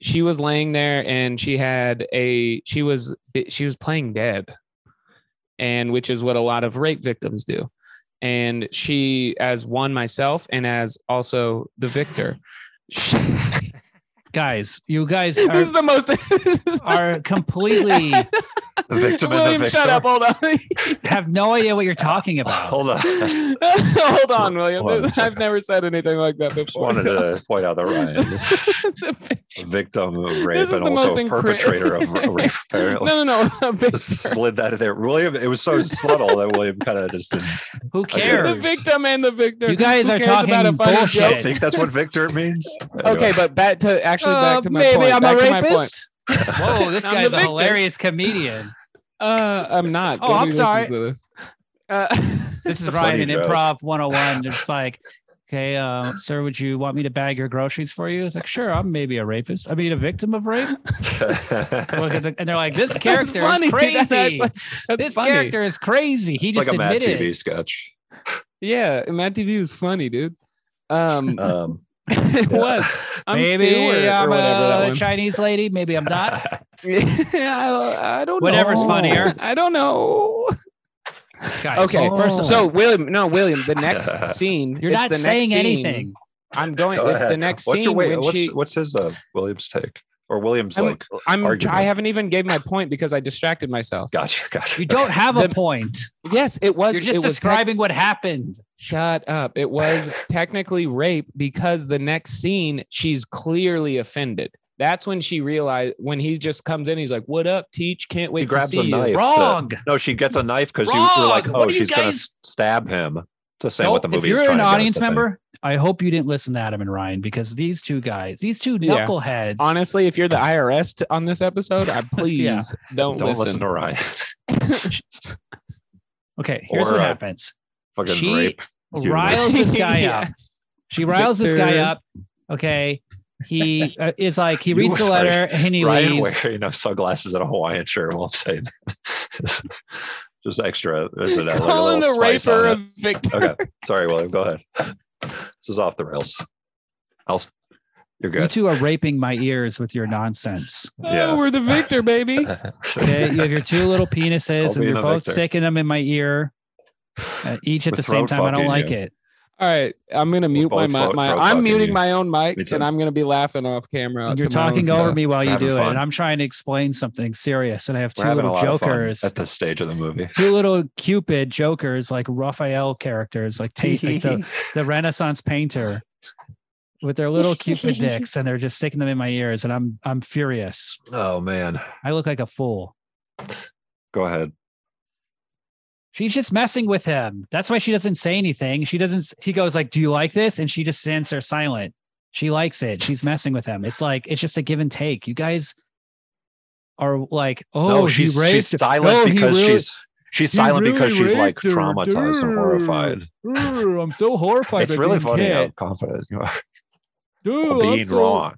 she was laying there and she had a she was she was playing dead and which is what a lot of rape victims do and she as one myself and as also the victor [laughs] she,
Guys, you [laughs] guys
this is
are,
the most [laughs] this is-
are completely
[laughs] the victim and the
[laughs] William,
victor.
shut up hold on [laughs]
have no idea what you're talking about.
[laughs] Hold on. I
hold
[laughs]
on william
Hold on a
i've
second.
never said anything like that
just
before
wanted
so-
to point out
[laughs]
that Ryan.
The vic-
victim
[laughs]
of
This
rape
is
and
the
also
most incre- [laughs]
perpetrator of ra- rape. Apparently, [laughs]
no no no [laughs] victor.
slid that in there. William, it
[laughs]
was so subtle that William kind of just. Didn't, [laughs]
Who
the
cares?
victim and the victor
You guys
Who
are
cares about a
talking
funny
bullshit.
joke?
I think that's what victor means.
[laughs] Okay, but back to actually back to my
Uh, maybe
point.
I'm
back to
a
my point.
rapist. Whoa, this
I'm the
guy's a
victim.
hilarious comedian.
Uh, I'm not.
Oh, I'm
Nobody
sorry.
listens to this. Uh, [laughs]
This is
It's a funny
Ryan in
joke.
Improv 101. It's like, okay, uh, sir, would you want me to bag your groceries for you? It's like, sure, I'm maybe a rapist. I mean, a victim of
[laughs]
rape. Look
but
at the, and they're like, this character
That's
[laughs]
funny. [laughs]
is crazy.
That's- That's, like- that's
this
funny.
character is crazy. He
it's
just
like a Mad
admitted.
TV
[laughs]
sketch.
Yeah, Matt TV was funny, dude.
[laughs]
Um,
Um,
it
yeah. [laughs]
was. I'm
maybe
Stewart
I'm uh,
or whatever that
a
one. [laughs]
Chinese lady. Maybe I'm not.
I, I don't.
Whatever's
know.
funnier.
I don't know.
Guys,
Okay,
first of
So William, no William. The next
[laughs] Yeah.
scene.
you're
it's
not
the
saying
next scene.
anything.
I'm going.
go
it's the
ahead.
next
what's
scene
Your, wait,
when
what's,
she.
what's his uh, William's take or William's
I'm-
like?
I'm. I
argument?
haven't even gave my point because I distracted myself.
Gotcha, gotcha.
You don't have a
The-
point.
Yes, it was.
You're
it
just
was tech-
describing what happened.
Shut up. It
[laughs]
was technically rape because the next scene, she's clearly offended. That's when she realized when he just comes in, he's like, What up, teach? Can't wait
He grabs
to see
a knife.
you.
to-
Wrong.
no, she gets a knife because you, you're like,
Wrong!
oh,
What are you
she's gonna
guys-
stab him. To say
Don't-
what the movie
if
is
you're
trying
an
to get us
audience
to think.
member, I hope you didn't listen to Adam and Ryan because these two guys, these two
Yeah.
knuckleheads,
Honestly, if you're the IRS t- on this episode,
[laughs]
I please
Yeah.
don't,
don't
listen.
listen to Ryan. [laughs]
[laughs]
Okay, here's
Or,
what
uh,
happens.
Fucking
She-
rape. you.
Riles this
[laughs]
guy
Yeah.
up. She riles this guy
Victor.
up. Okay, he uh, is like he
[laughs] You
reads the
were-
letter and he
Ryan
leaves.
wearing no sunglasses and a Hawaiian shirt while I'm saying that. [laughs] just extra. Is it like a
Calling
little
the
spice on
raper
it.
a victim.
Okay, sorry, William. Go ahead. This is off the rails. I'll. You're
You
good.
two are raping my ears with your nonsense.
Oh, we're the victor,
[laughs]
baby.
Okay, you have your two little
Call
penises and
me
you're
a
both
victor.
sticking them in my ear, uh, each at
With
the same
throat
time. I don't
fucking,
like
yeah.
it.
All right. I'm gonna mute my
both
mic.
fo-
My,
throat
I'm
fucking
muting
you.
my own
Me
mic
too.
and I'm gonna be laughing off camera.
You're
to my own
talking
stuff.
over me while
We're
you
having
do it,
fun.
and I'm trying to explain something serious, and I have two
We're having a
little
lot
jokers.
of fun at this stage of
[laughs]
the movie.
two little Cupid jokers, like Raphael characters, like, ta- like
[laughs]
the, the Renaissance painter, with their
[laughs]
little Cupid dicks, and they're just sticking them in my ears, and I'm I'm furious.
oh man,
I look like a fool.
go ahead.
She's just messing with him. That's why she doesn't say anything. She doesn't. He goes like, "Do you like this?" And she just stands there silent. She likes it. She's messing with him. It's like it's just a give and take. You guys are like, "Oh,
no, she's,
he raised
she's silent
No, he
because
really-
she's she's
he
silent because
really
she's like
raped her,
traumatized and
dude.
horrified.
Ooh, I'm so horrified.
it's
by
really
being
funny how
cat.
confident you are
Dude, I'm
being
so-
wrong.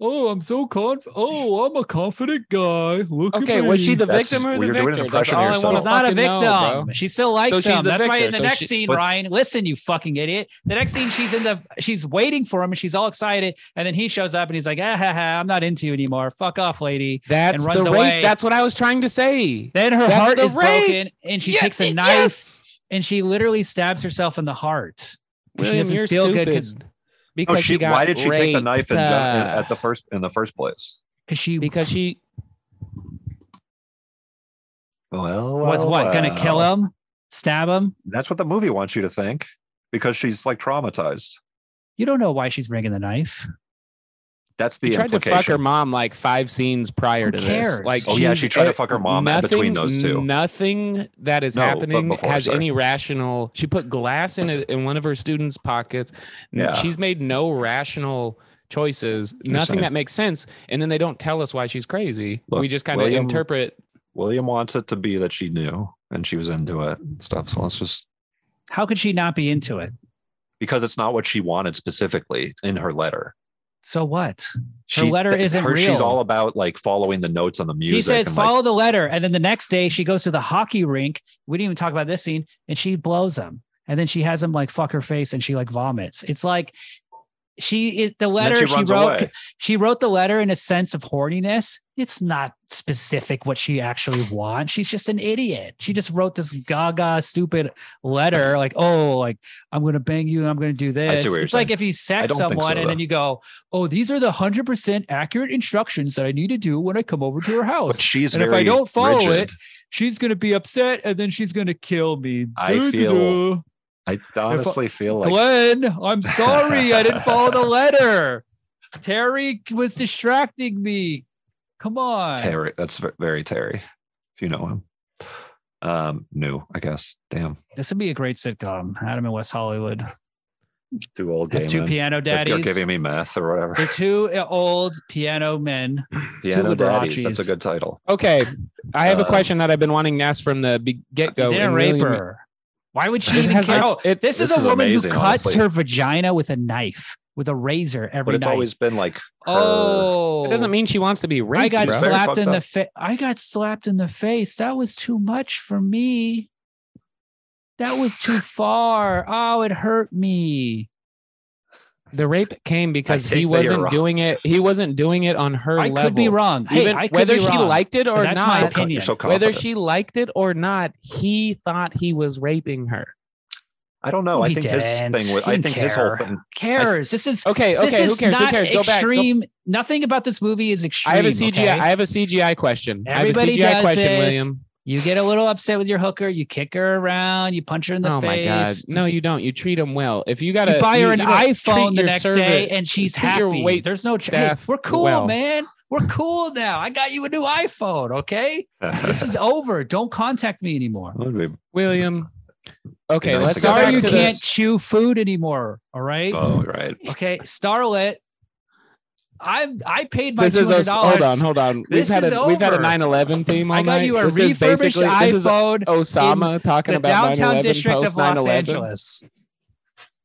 Oh, I'm so conf. Oh, I'm a confident guy. Look at
Okay, was
me.
she the
That's-
victim or
well,
the
you're doing an
victim?
impression of
That's all I
yourself.
want
She's not a victim. she still likes
So she's
him.
the
That's why
victor,
in the
so
next
she-
scene,
but-
Ryan, listen, you fucking idiot. The next scene, she's in the, she's waiting for him, and she's all excited, and then he shows up, and he's like, ah, ha, ha, I'm not into you anymore. Fuck off, lady.
That's
and runs
the
away.
rape. That's what I was trying to say.
Then her
That's
heart
the
is
rape.
broken, and she
Yes,
takes a
it-
knife,
yes.
and she literally stabs herself in the heart. And she
William,
doesn't
you're
feel
stupid.
good because
because
No, Oh, she,
she got
why did she take the knife in, gen-
uh,
raped. uh,
at the first in the first place?
she
because she
Well,
was
well,
what gonna kill
well.
him, stab him.
That's what the movie wants you to think, because she's like traumatized.
You don't know why she's bringing the knife.
That's the
she tried to
implication.
fuck her mom like five scenes prior
Who
to
cares?
this. Like,
Oh, yeah,
she's-
she tried to
it-
uh,
fuck her mom in between
nothing-
those two.
Nothing that is
No, but
happening
before,
has
sorry.
any rational. She put glass in it in one of her students' pockets. N-
Yeah.
She's made no rational choices. nothing
saying-
that makes sense. And then they don't tell us why she's crazy.
Look,
we just kind of
William-
interpret.
William wants it to be that she knew and she was into it and stuff. So let's just
How could she not be into it?
because it's not what she wanted specifically in her letter.
So what?
She,
letter
th-
isn't
her, She's
real.
all about like following the notes on the music.
She says,
and, like,
follow the letter. And then the next day she goes to the hockey rink. We didn't even talk about this scene. And she blows him. And then she has him like fuck her face and she like vomits. It's like she it, the
and then
letter she,
runs
wrote [laughs]
away.
she wrote the letter in a sense of horniness. It's not specific what she actually wants. She's just an idiot. She just wrote this gaga stupid letter like, "Oh, like I'm going to bang you and I'm going to do this."
what you're
it's like if you sex
don't think
someone
so,
and then
though.
you go, "Oh, these are the 100% accurate instructions that I need to do when I come over to her house."
But she's
And if I
very
don't follow
rigid.
it, she's gonna be upset and then she's gonna kill me.
I
Duh, duh,
feel
duh.
I honestly feel like
Glenn, I'm sorry I
[laughs]
didn't follow the letter. Terry was distracting me. Come on.
Terry. That's ve- very Terry, if you know him. Um, new, I guess. Damn,
This would be a great sitcom. Adam in West Hollywood.
two old gay
That's two
men.
piano
They're-
daddies.
They're giving me meth or
They're
whatever.
two old piano men.
Piano daddies. That's a
Liberace's.
good title.
Okay, I have a
Um,
question that I've been wanting to ask from the be- get [laughs]
They
go.
didn't rape her. Why would she
It
even
has,
care?
like,
Oh,
it-
this, is
this
a
is
woman
amazing,
who cuts
honestly.
her vagina with a knife, with a razor every
But it's
night.
always been like her-
oh,
It doesn't mean she wants to be raped.
I got
bro.
It's very
slapped
fucked
in the
up.
face. I got slapped in the face. That was too much for me. That was too far. Oh, it hurt me.
The rape came because
think that
he
you're
wasn't
wrong.
doing it. He wasn't doing it on her
I
level.
could be wrong. Hey,
Even
I could
whether
be
she
wrong,
liked it
but
or
that's my
not,
con-
opinion.
You're so confident.
whether she liked it or not, he thought he was raping her.
I don't know.
No,
I
he
think his
didn't.
thing was.
He
I
didn't
think his whole
care.
thing.
cares. This is
Okay, okay,
this
who
is
cares?
not
who cares? Go back. Go-
extreme. Nothing about this movie is extreme.
I have a CGI.
okay?
I have a CGI question.
Everybody
I have a CGI
does
question,
this.
William.
You get a little upset with your hooker. You kick her around. You punch her in the
oh my
face.
god! No, you don't. You treat him well. If you got
You
to
buy her an iPhone the
your
next
servant-
day, and she's
treat your
happy.
wait
There's no ch- hey,
staff
We're cool,
well.
man. We're cool now. I got you a new iPhone. Okay, [laughs] this is over. Don't contact me anymore.
That [laughs] would be-
William. Okay,
nice
let's
to go
go
Sorry,
back
you
to
can't
this.
chew food anymore. All right.
oh right. [laughs]
Okay, Starlet. I I paid my
This
two
is us.
hundred
Hold on,
dollars.
hold on. we've
This
had
is
a we've had a
over.
9/11 theme. All
I got
night.
you a
This is
refurbished
basically- This is
iPhone.
Osama talking
the
about
downtown
9/11
district of
post
Los
9/11.
Angeles.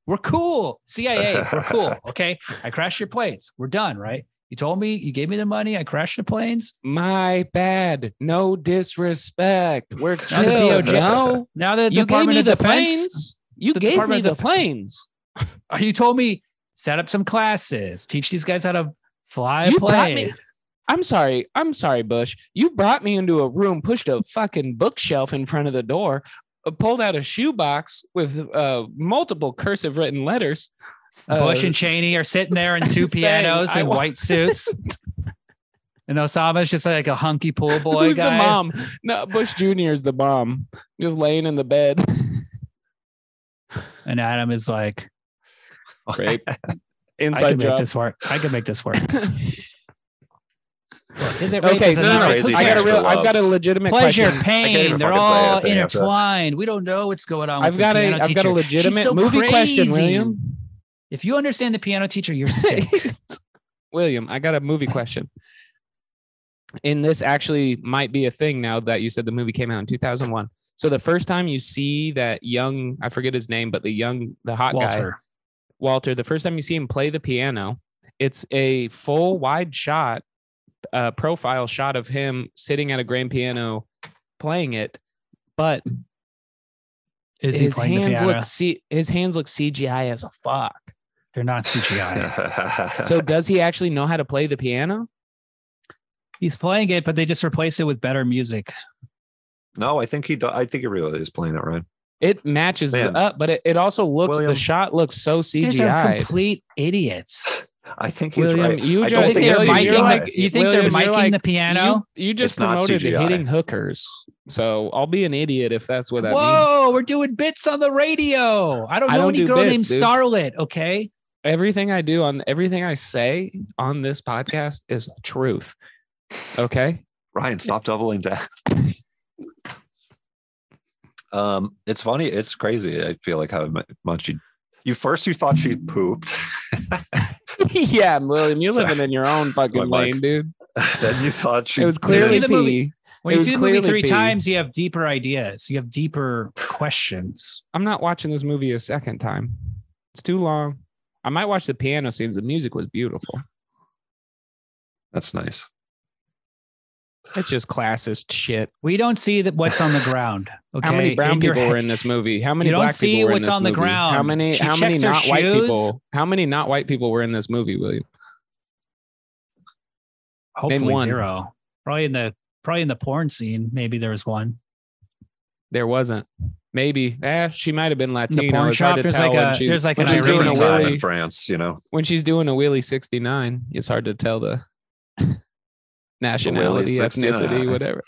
We're cool. CIA,
[laughs]
we're cool. Okay. I crashed your planes. We're done, right? You told me you gave me the money. I crashed the planes.
My bad. No disrespect. We're
Now
chill.
the DOJ.
No,
Now that
you
Department
gave me the
of Defense,
planes. You
The
gave me
Department
the
of
planes.
uh, you told me set up some classes, teach these guys how to fly a
You brought
plane.
me- I'm sorry. I'm sorry, Bush. You brought me into a room, pushed a fucking bookshelf in front of the door, uh, pulled out a shoebox with uh, multiple cursive written letters.
Bush
Uh, [laughs]
and Cheney are sitting there in two
saying,
pianos
I
in
want-
white
[laughs]
suits. And Osama's just like a hunky pool boy
Who's
guy.
the mom? No, Bush Jr. is the mom, just laying in the bed.
And Adam is like,
Right.
I [laughs]
Inside
can make
job.
[laughs] this work. I can make this work. Is it rape?
Okay,
Is it
no, no,
not
no.
rape?
Crazy
I got a
things
real.
to
I've
love.
got a legitimate
pleasure,
question.
I can't
pain.
even
They're all
fucking say anything after that.
intertwined. We don't know what's going on.
I've
with the
got a.
piano
I've got
teacher.
a
She's
legitimate
so
movie question,
crazy.
William.
If you understand the piano teacher, you're [laughs] sick.
William, I got a movie question. And this actually might be a thing now that you said the movie came out in 2001. So the first time you see that young, I forget his name, but the young, the hot guy,
Walter.
Walter, the first time you see him play the piano, it's a full wide shot, uh, profile shot of him sitting at a grand piano playing it. But
Is he
his
playing the
hands
piano?
look C- his hands look CGI as a
[laughs]
fuck.
They're not CGI.
So does he actually know how to play the piano?
[laughs] He's playing it, but they just replace it with better music.
no, I think he. Do- I think he really is playing it right.
It matches
Man.
up, but it, it also looks
William.
the shot looks so
You guys are
CGI.
complete idiots.
I think he's
William,
right.
you
I
just
don't
You think
think
they're
William,
it's
you're
miking
CGI.
like,
like
you think they're
William, you're
miking
like-
the piano?
You, you
It's
just
not
promoted to
CGI.
hitting hookers, so I'll be an idiot if that's what that means.
Whoa, we're doing bits on the radio. I don't know
I don't
any
do
girl
bits,
named
dude.
Starlet. Okay,
Everything I do on everything I say on this podcast is truth.
[laughs]
Okay,
Ryan, stop doubling down. [laughs] um, it's funny. It's crazy. I feel like how mu- much you. You first you thought she pooped, [laughs]
yeah, William, you're
Sorry.
living in your own
My
fucking
mic.
lane, dude.
then you thought she.
It was
did.
clearly
the
pee.
movie? when
It
you
was
see the movie
clearly
three
pee.
times, you have deeper ideas. You have deeper questions.
I'm not watching this movie a second time. It's too long. I might watch the piano scenes. The music was beautiful.
That's nice.
It's just classist shit.
We don't see that what's on the ground.
[laughs]
Okay,
How many brown
In your
people were
head.
in this movie? How many
You don't
black
see
people were in
what's
this
on the
movie?
ground.
How many?
She
how many
checks her
not white
shoes.
people? How many not white people were in this movie, William? Name
Hopefully
one.
zero. Probably in the probably in the porn scene. Maybe there was one.
There wasn't. Maybe. Eh, she might have been Latino.
porn
It's hard
shop,
to
there's
tell
like
when
a-
she's-
there's like
when
an
she's doing a
different time in
wheelie.
France, you know.
When she's doing a wheelie 69, it's hard to tell
[laughs]
the nationality,
69.
ethnicity, whatever.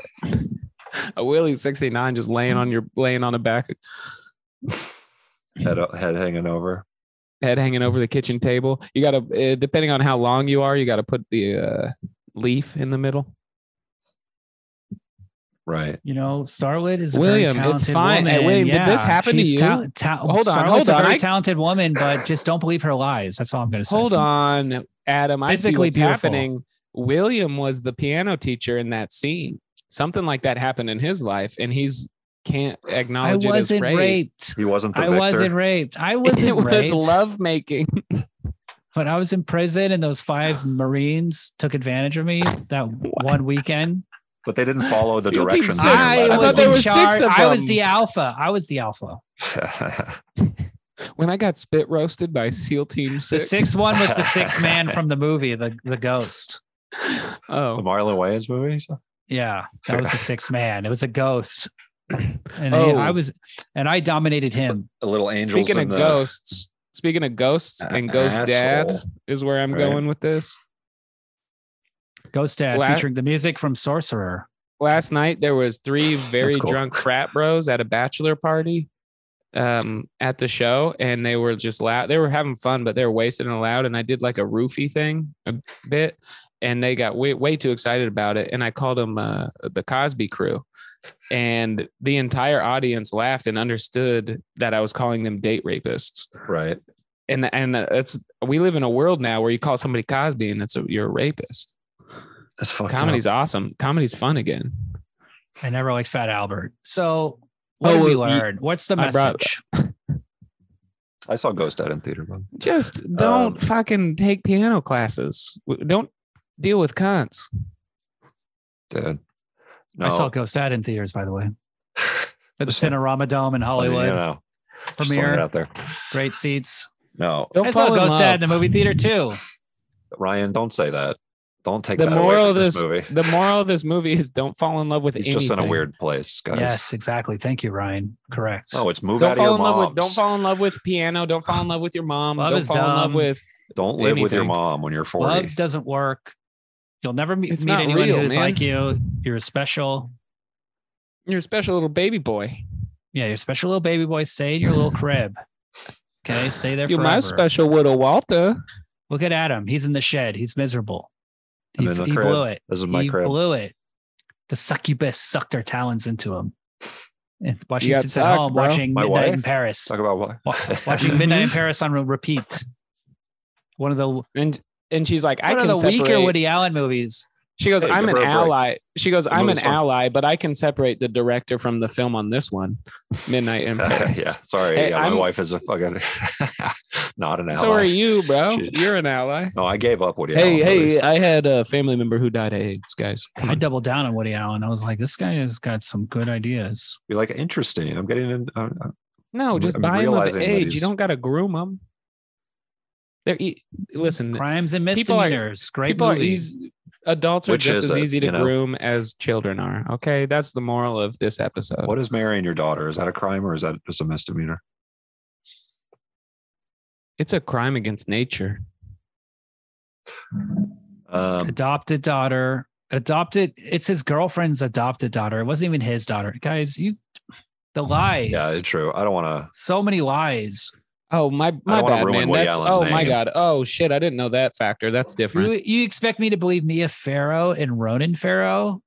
a wheelie 69 just laying on your laying on the back,
Head head hanging over.
head hanging over the kitchen table. You got to, uh, depending on how long you are, you got to put the uh, leaf in the middle.
Right.
You know, Starlet is a
William, it's
Very talented
fine. Hey,
Woman.
William, did this happen to
she's
you?
tal- tal-
Hold on,
Starlet's
hold
A
on,
very
I-
talented woman, but just don't believe her lies. That's all I'm going to say.
Hold on, Adam. I see
Basically
what's
beautiful.
happening. William was the piano teacher in that scene. Something like that happened in his life, and he's can't
I
acknowledge
wasn't
it as rape. [laughs]
raped.
He wasn't the
I
victor.
wasn't raped. I wasn't
it was
raped.
love making.
But I was in prison, and
[sighs]
those five Marines took advantage of me that one weekend.
but they didn't follow the
Your team
directions.
sucks. I
I
thought
was
there
in
were six
charge.
of
I was
them.
the alpha. I was the alpha.
[laughs] When I got spit roasted by SEAL Team
The
Six.
sixth one was the sixth man from the movie, the the ghost.
[laughs] the
[laughs] Oh,
Marlon Wayans movie.
Yeah,
[laughs]
that was the sixth man. It was a ghost, and he-
Oh.
I was, and I dominated him.
A little angel.
speaking of ghosts, speaking of ghosts and ghost dad is where I'm
Right.
going with this.
Ghost Dad
Well, I-
featuring the music from Sorcerer.
last night there was
[sighs]
three very
cool.
drunk frat bros at a bachelor party um at the show and they were just loud they were having fun but they were wasted and loud and i did like a roofie thing a bit and they got way, way too excited about it and i called them uh, the cosby crew and the entire audience laughed and understood that i was calling them date rapists
Right.
and and it's we live in a world now where you call somebody cosby and it's a, you're a rapist
That's fucked
comedy's awesome comedy's fun again
I never liked Fat Albert. So what
Oh,
did we
well, you-
learn? What's the
I brought-
message?
up. I saw Ghost Dad in theater. But
Just don't
Um,
fucking take piano classes. W- Don't deal with cunts.
dude. No.
I saw Ghost Dad in theaters, by
[laughs]
the way, at the
Just-
Cinerama Dome in
I mean,
Hollywood.
you know, just throwing it
Premiere,
out there.
great seats.
No,
Don't
I saw
fall in
Ghost
love.
Dad in the movie theater too.
Ryan, don't say that. Don't take
The
that
moral
away
of
from
this,
this movie.
[laughs] the moral of this movie is don't fall in love with
He's
anything.
just in a weird place, guys.
Yes, exactly. Thank you, Ryan. Correct.
Oh,
No, it's move
Don't
out of
fall
your
in love with.
mom.
Don't fall in love with piano. Don't fall in love with your mom.
Love
don't
is
fall in love
dumb.
with.
Don't live with your
anything.
mom when you're 40.
Love doesn't work. You'll never meet,
It's
meet
not
anyone
real,
who's
man.
like you. You're a special.
You're a special little baby boy.
Yeah, you're a special little baby boy. Stay in your little
[laughs]
crib. Okay, stay there
You're
forever.
my special little Walter.
Look at Adam. He's in the shed. He's miserable. He,
I'm in the
he
crib.
blew it.
This is my
He
crib.
blew it. The succubus sucked her talons into him. And while she
You got
sits at
sucked,
home
bro.
watching
My
Midnight
wife?
in Paris,
Talk about [laughs] what?
Wa- watching Midnight in Paris on repeat. One of the one
And and she's like, I
of
can
the
separate.
weaker Woody Allen
[laughs]
movies.
She goes,
Hey,
I'm
give
an
her a break.
ally. She goes, I'm an
movie's fun.
ally, but I can separate the director from the film on this one,
[laughs]
Midnight in Paris.
yeah, sorry.
Hey,
yeah, my
I'm-
wife is a fucking [laughs] not an ally.
So are you, bro?
Jeez.
You're an ally.
No, I gave up Woody
hey,
Allen
hey, uh,
movies.
I had a family member who died of AIDS, guys. Come
I
on.
doubled down on Woody Allen. I was like, this guy has got some good ideas.
Be like interesting. I'm getting in. Uh, uh,
No,
I'm-
just
I'm
buy him of
realizing that
age. You
he's-
don't got to groom them. They're e- listen.
Crimes and
People are-
misdemeanors. Great
people are
movie.
easy. Adults are
Which
just
is
as
a-
easy to
you know-
groom as children are. Okay, that's the moral of this episode.
what is marrying your daughter? Is that a crime or is that just a misdemeanor?
It's a crime against nature.
Um,
adopted daughter. Adopted. It's his girlfriend's adopted daughter. It wasn't even his daughter. Guys, you the lies.
yeah, it's true. I don't want to.
so many lies.
Oh my my
don't wanna
bad
ruin
man.
Woody
That's
Allen's
oh my
name.
god. Oh shit, I didn't know that factor. That's different.
You, you expect me to believe Mia Farrow and Ronan
[laughs]
Farrow?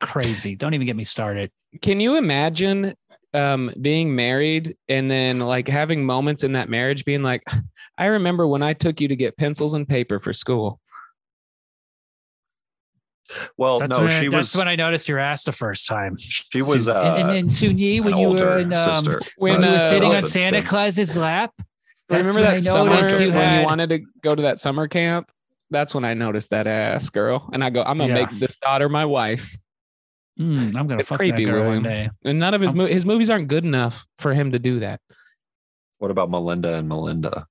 Crazy. Don't even get me started.
Can you imagine um being married and then like having moments in that marriage being like I remember when I took you to get pencils and paper for school.
Well,
That's,
no,
when, I-
she
that's
was.
when I noticed your ass the first time.
she was
Su-
uh,
and, and, and Sunyi,
an
when you
older
were in, um,
sister.
when,
when you
But
were
uh,
sitting on
but-
Santa Claus's lap. That's
Remember
when I
that summer
noticed
when
you
you
had-
wanted to go to that summer camp? That's when I noticed that ass girl. And I go, I'm gonna
Yeah.
make this daughter my wife.
Mm, I'm gonna
It's
fuck
creepy,
that girl
William.
one day.
And none of his
Um,
mo- his movies aren't good enough for him to do that.
What about Melinda and Melinda?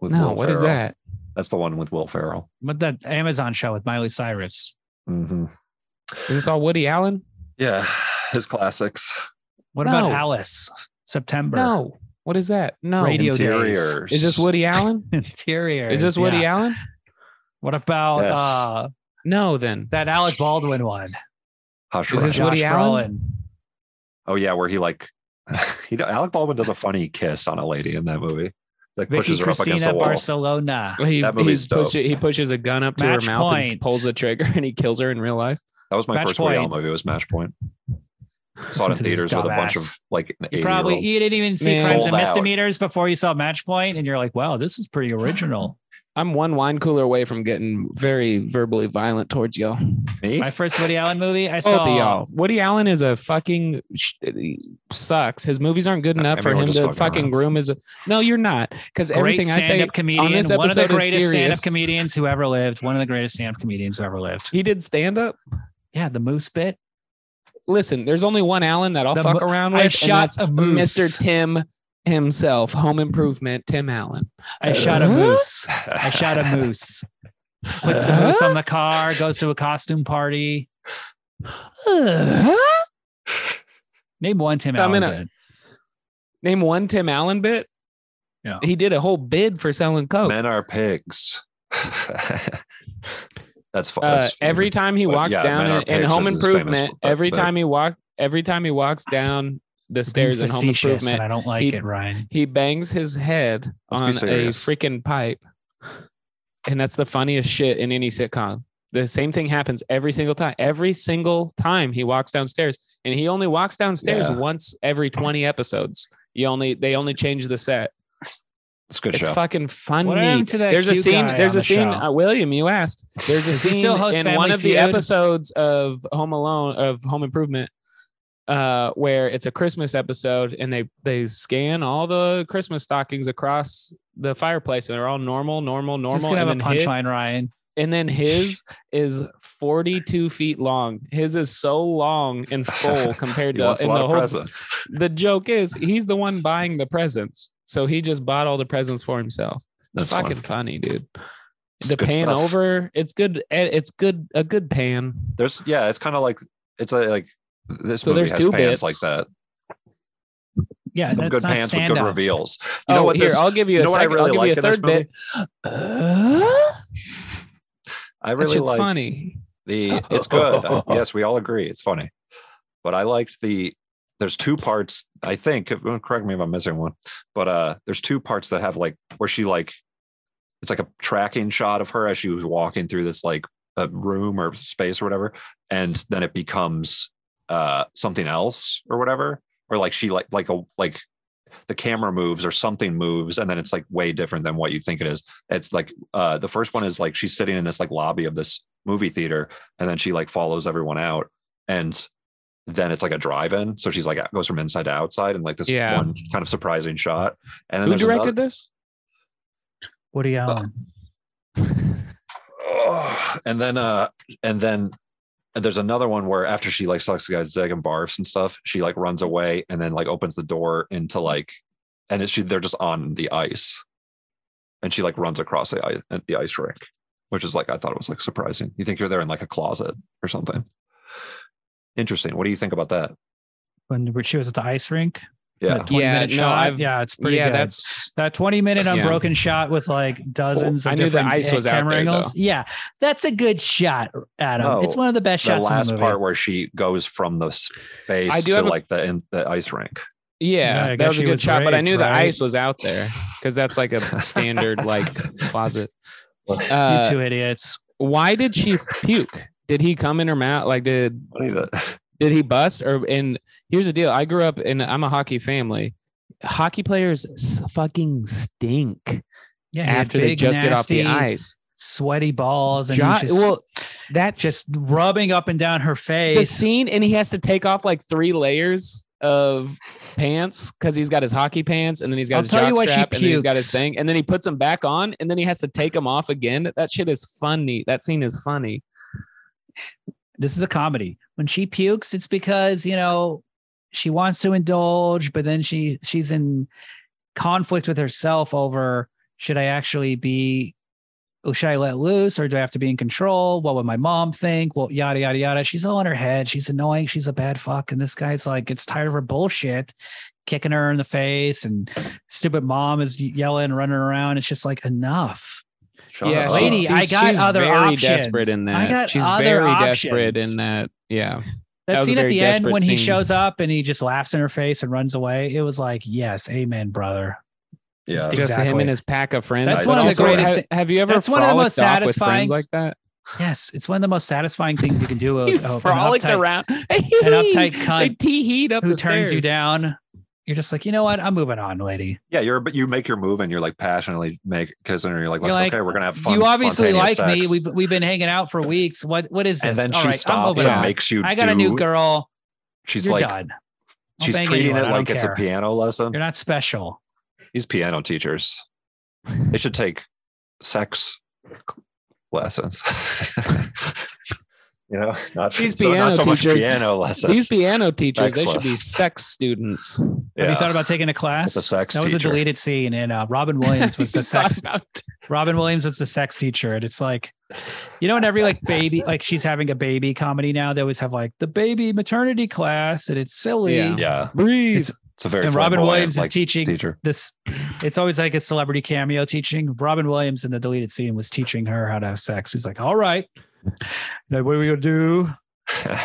With
No,
Will
what is
Ferrell?
that?
That's the one with Will Ferrell.
But that Amazon show with Miley Cyrus.
hmm
Is this all Woody Allen?
Yeah, his classics.
What about
No.
Alice? September. [laughs]
No. What is that? No.
Radio days.
Interiors.
Is this Woody Allen?
Interior.
Is this Woody
yeah.
Allen?
What about
Yes.
uh,
No, then.
that Alec Baldwin one?
Hush
Is this
Rats.
Josh
Woody Allen?
Brolin.
Oh yeah, where he like [laughs] he Alec Baldwin does a funny kiss on a lady in that movie. Like
Vicky
pushes her
Cristina
up against the wall.
Barcelona.
He,
That movie's
he,
dope.
pushes- he pushes a gun up to
Match
her mouth
point.
and pulls the trigger [laughs] and he kills her in real life.
that was my
Match
first Woody Allen
Point.
movie. Was Match Point. Saw it in
Listen to this
theaters with a bunch
dumbass.
of like
You
eighty
probably you
year
didn't even see
Man.
crimes
Sold
and
out.
misdemeanors before you saw Match Point, and you're like, "Wow, this is pretty original."
I'm one wine cooler away from getting very verbally violent towards y'all.
olds. Me?
My first Woody Allen movie, I
Both of
saw.
y'all. Woody Allen is a fucking sh- sucks. His movies aren't good
No,
enough for
everyone
him
just
to
fucking
fucking, groom. Is a, no, you're not because
Great
everything I say.
stand-up comedian,
this
one of the
episode is
greatest stand-up
serious.
comedians who ever lived. One of the greatest stand-up comedians who ever lived.
He did stand up.
Yeah, the moose bit.
Listen, there's only one Allen that I'll
The
fuck
mo-
around with.
I
and
shot
that's
a moose.
Mr. Tim himself, Home Improvement, Tim Allen.
I shot a
Huh?
moose. I shot
[laughs]
a moose. [laughs] Puts the moose on the car. Goes to a costume party. Name one Tim
So I'm
Allen.
gonna-
bit.
Name one Tim Allen bit.
Yeah.
He did a whole bid for selling Coke.
Men are pigs. [laughs] that's fun.
Uh, every time he
But
walks
yeah, Men
down
Are
in, in
Pigs
Home
is his famous
Improvement,
bu-
every
bit.
time he walk, every time he walks down the
Being
stairs in Home
facetious,
Improvement,
and I don't like
he-
it, Ryan.
he bangs his head
Let's be
on a
serious.
freaking pipe. And that's the funniest shit in any sitcom. The same thing happens every single time. Every single time he walks downstairs, and he only walks downstairs
Yeah.
once every 20 episodes. You only they only change the set.
it's a good
It's
show.
fucking funny.
What happened to that
there's a
cute
scene.
guy
There's
on
a
the
scene.
show?
Uh, William, you asked.
[laughs]
There's a
Does he
scene
still host
in
Family
one of the
Feud?
episodes of Home Alone of Home Improvement, uh, where it's a Christmas episode and they they scan all the Christmas stockings across the fireplace and they're all normal, normal, normal.
Is this gonna have a
and, then his,
punchline, Ryan?
and then his is 42 feet long. His is so long
[laughs]
and full compared
He
to
uh,
wants a
and
lot
the
of
whole
presents.
the joke is he's the one buying the presents. So he just bought all the presents for himself. It's
That's
fucking
fun.
funny, dude.
It's
the
good
pan
stuff.
over, it's good. eh, It's good. A good pan.
There's yeah, it's kind of like it's a, like this
So
movie
there's
has
two
pans
bits.
like that.
Yeah,
Some
that's
good
not
pants with good
stand-up.
reveals. You
oh,
know what?
here
this,
I'll give you,
you
a
know what I
second.
really
I'll give
liked
you a
in this
third bit. Uh,
I
that
really
shit's
like
funny. [laughs] Oh.
the. It's good. yes, we all agree it's funny, but I liked the. There's two parts. I think. Correct me if I'm missing one, but uh, there's two parts that have like where she like it's like a tracking shot of her as she was walking through this like a room or space or whatever and then it becomes uh something else or whatever or like she like like a like the camera moves or something moves and then it's like way different than what you think it is it's like uh the first one is like she's sitting in this like lobby of this movie theater and then she like follows everyone out and then it's like a drive-in so she's like goes from inside to outside and like this
Yeah.
one kind of surprising shot and then
Who
there's
directed
another-
this?
Woody Allen.
Ugh. and then uh and then there's another one where after she like sucks the guy's zig and barfs and stuff she like runs away and then like opens the door into like and it, she they're just on the ice and she like runs across the ice the ice rink which is like i thought it was like surprising you think you're there in like a closet or something interesting what do you think about that
When she was at the ice rink.
yeah
That 20
Yeah,
minute
no,
shot.
I've-
yeah, it's pretty
yeah,
good.
that's
that 20 minute
Yeah.
unbroken shot with like dozens
I
of
knew the
different
ice
ca-
was out
camera
there,
angles. Yeah, that's a good shot, Adam.
No,
it's one of the best
the
shots in
last
the movie.
part where she goes from the space
I do
to
have a-
like the in, the ice rink
yeah,
I
that
guess
was a
she
good
was
shot, but I
raped,
knew the
right?
ice was out there because that's like a
[laughs]
standard like closet.
you
Uh,
two idiots.
why did she puke? Did he come in her mouth? Like did
Funny that-
did he bust or and here's the deal i grew up in i'm a hockey family hockey players s- fucking stink
Yeah, he had
after they
big,
just get off the
nasty,
ice
sweaty balls, and
Jo-
he's just,
well that's
just rubbing up and down her
the
face.
scene and he has to take off like three layers of pants because he's got his hockey pants and then he's got
I'll
his
tell you what, she
jockstrap, and then he's got his
pukes.
thing and then he puts them back on and then he has to take them off again that shit is funny that scene is funny
this is a comedy. When she pukes, it's because you know she wants to indulge, but then she she's in conflict with herself over should I actually be oh, should I let loose or do I have to be in control? What would my mom think? Well, yada yada yada. She's all in her head. She's annoying. She's a bad fuck. And this guy's like gets tired of her bullshit, kicking her in the face, and stupid mom is yelling, running around. It's just like enough.
Shut
yeah
up.
she-
Lady, I got
she's
other
very
options.
desperate in
I
that
got
she's
other
very desperate
options.
in that yeah That
that,
was a
scene at
very
the end
desperate
when he
scene.
shows up and he just laughs in her face and runs away. It was like, yes, amen, brother.
yeah
just him
Exactly.
and his pack of friends.
That's
But
one of the
also,
greatest
ha-
thi-
Have, you ever
that's one of the most
frolicked off with
satisfying-
friends like that?
Yes, it's one of the most satisfying things you can do.
[laughs] You
oh, an
frolicked
uptight-
around [laughs] an [laughs]
uptight cunt
tee heed up
Who
the
turns you
stairs.
down? You're just like, you know what? I'm moving on, lady.
Yeah, you're but you make your move and you're like passionately make because then you're like,
You're like,
let's- okay, we're gonna have fun.
you obviously like
spontaneous
me.
sex."
We've, we've been hanging out for weeks. What what is this?
and then
All
she
right, I'm
stops
moving
and
on.
makes you.
I got a
do-
new girl.
She's
You're
like,
done. I'll
she's
bang
treating
anyone.
it
I don't
like it's a
care.
piano lesson.
You're not special.
These piano teachers, they should take sex lessons. [laughs] you know, not
These
so,
piano
not so much
teachers-
piano lessons.
These piano teachers, they should be
Sexless.
sex
[laughs]
students.
yeah.
Have you thought about taking a class?
It's a sex
that was
teacher.
a deleted scene, and uh,
[laughs]
Robin Williams was the
You thought
sex
about-
[laughs]
[laughs]
Robin Williams was the sex teacher, and it's like, you know, in every like baby, like she's having a baby comedy now. They always have like the baby maternity class, and it's silly.
Yeah.
yeah,
Breathe.
It's-
it's a very
And Robin
flamboyant,
Williams
like,
is teaching [laughs]
teacher.
this. It's always like a celebrity cameo teaching. Robin Williams in the deleted scene was teaching her how to have sex. He's like, all right, now what are we gonna do?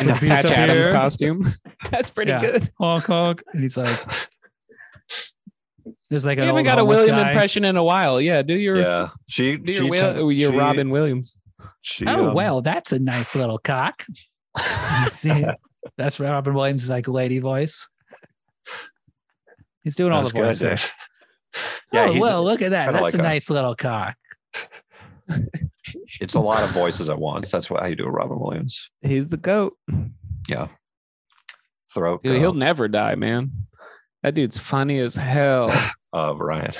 in the
Let's meet
Patch
up
Adams
here.
costume. [laughs] That's pretty
Yeah.
good.
Honk honk, and he's like,
[laughs]
there's like
You
an
haven't
old
got a
homeless
William
guy.
impression in a while. Yeah, do your
[laughs] yeah, she.
do
she
your Will,
took-
your
she-
Robin Williams.
she,
Oh
um,
well, that's a nice little
[laughs]
cock. [laughs] See, that's Robin Williams' like lady voice. He's doing all
that's
the
good,
voices.
Dave. Yeah,
oh
he's-
well, look at that.
kinda
That's
like
a
a-
nice little cock.
it's a lot of voices at once. That's what how you do a Robin Williams
He's the goat.
throat.
Dude, he'll
He'll,
never die, man. That dude's funny as hell.
uh, Ryan.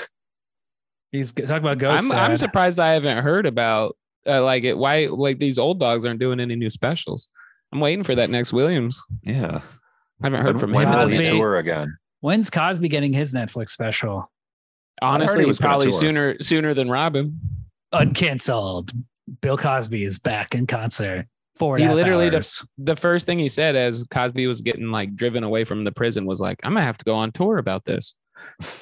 He's g- talking about ghosts.
I'm I'm surprised I haven't heard about uh, like it. Why like these old dogs aren't doing any new specials? I'm waiting for that next Williams.
Yeah.
I haven't heard
When-
from
when
him.
will he
Cosby.
tour again?
When's Cosby getting his Netflix special?
I heard
Honestly,
he was gonna
probably
tour.
sooner sooner than Robin.
Uncancelled. Bill Cosby is back in concert. Four and
He
a half
literally
hours.
The first thing he said as Cosby was getting like driven away from the prison was like, "I'm gonna have to go on tour about this."
He's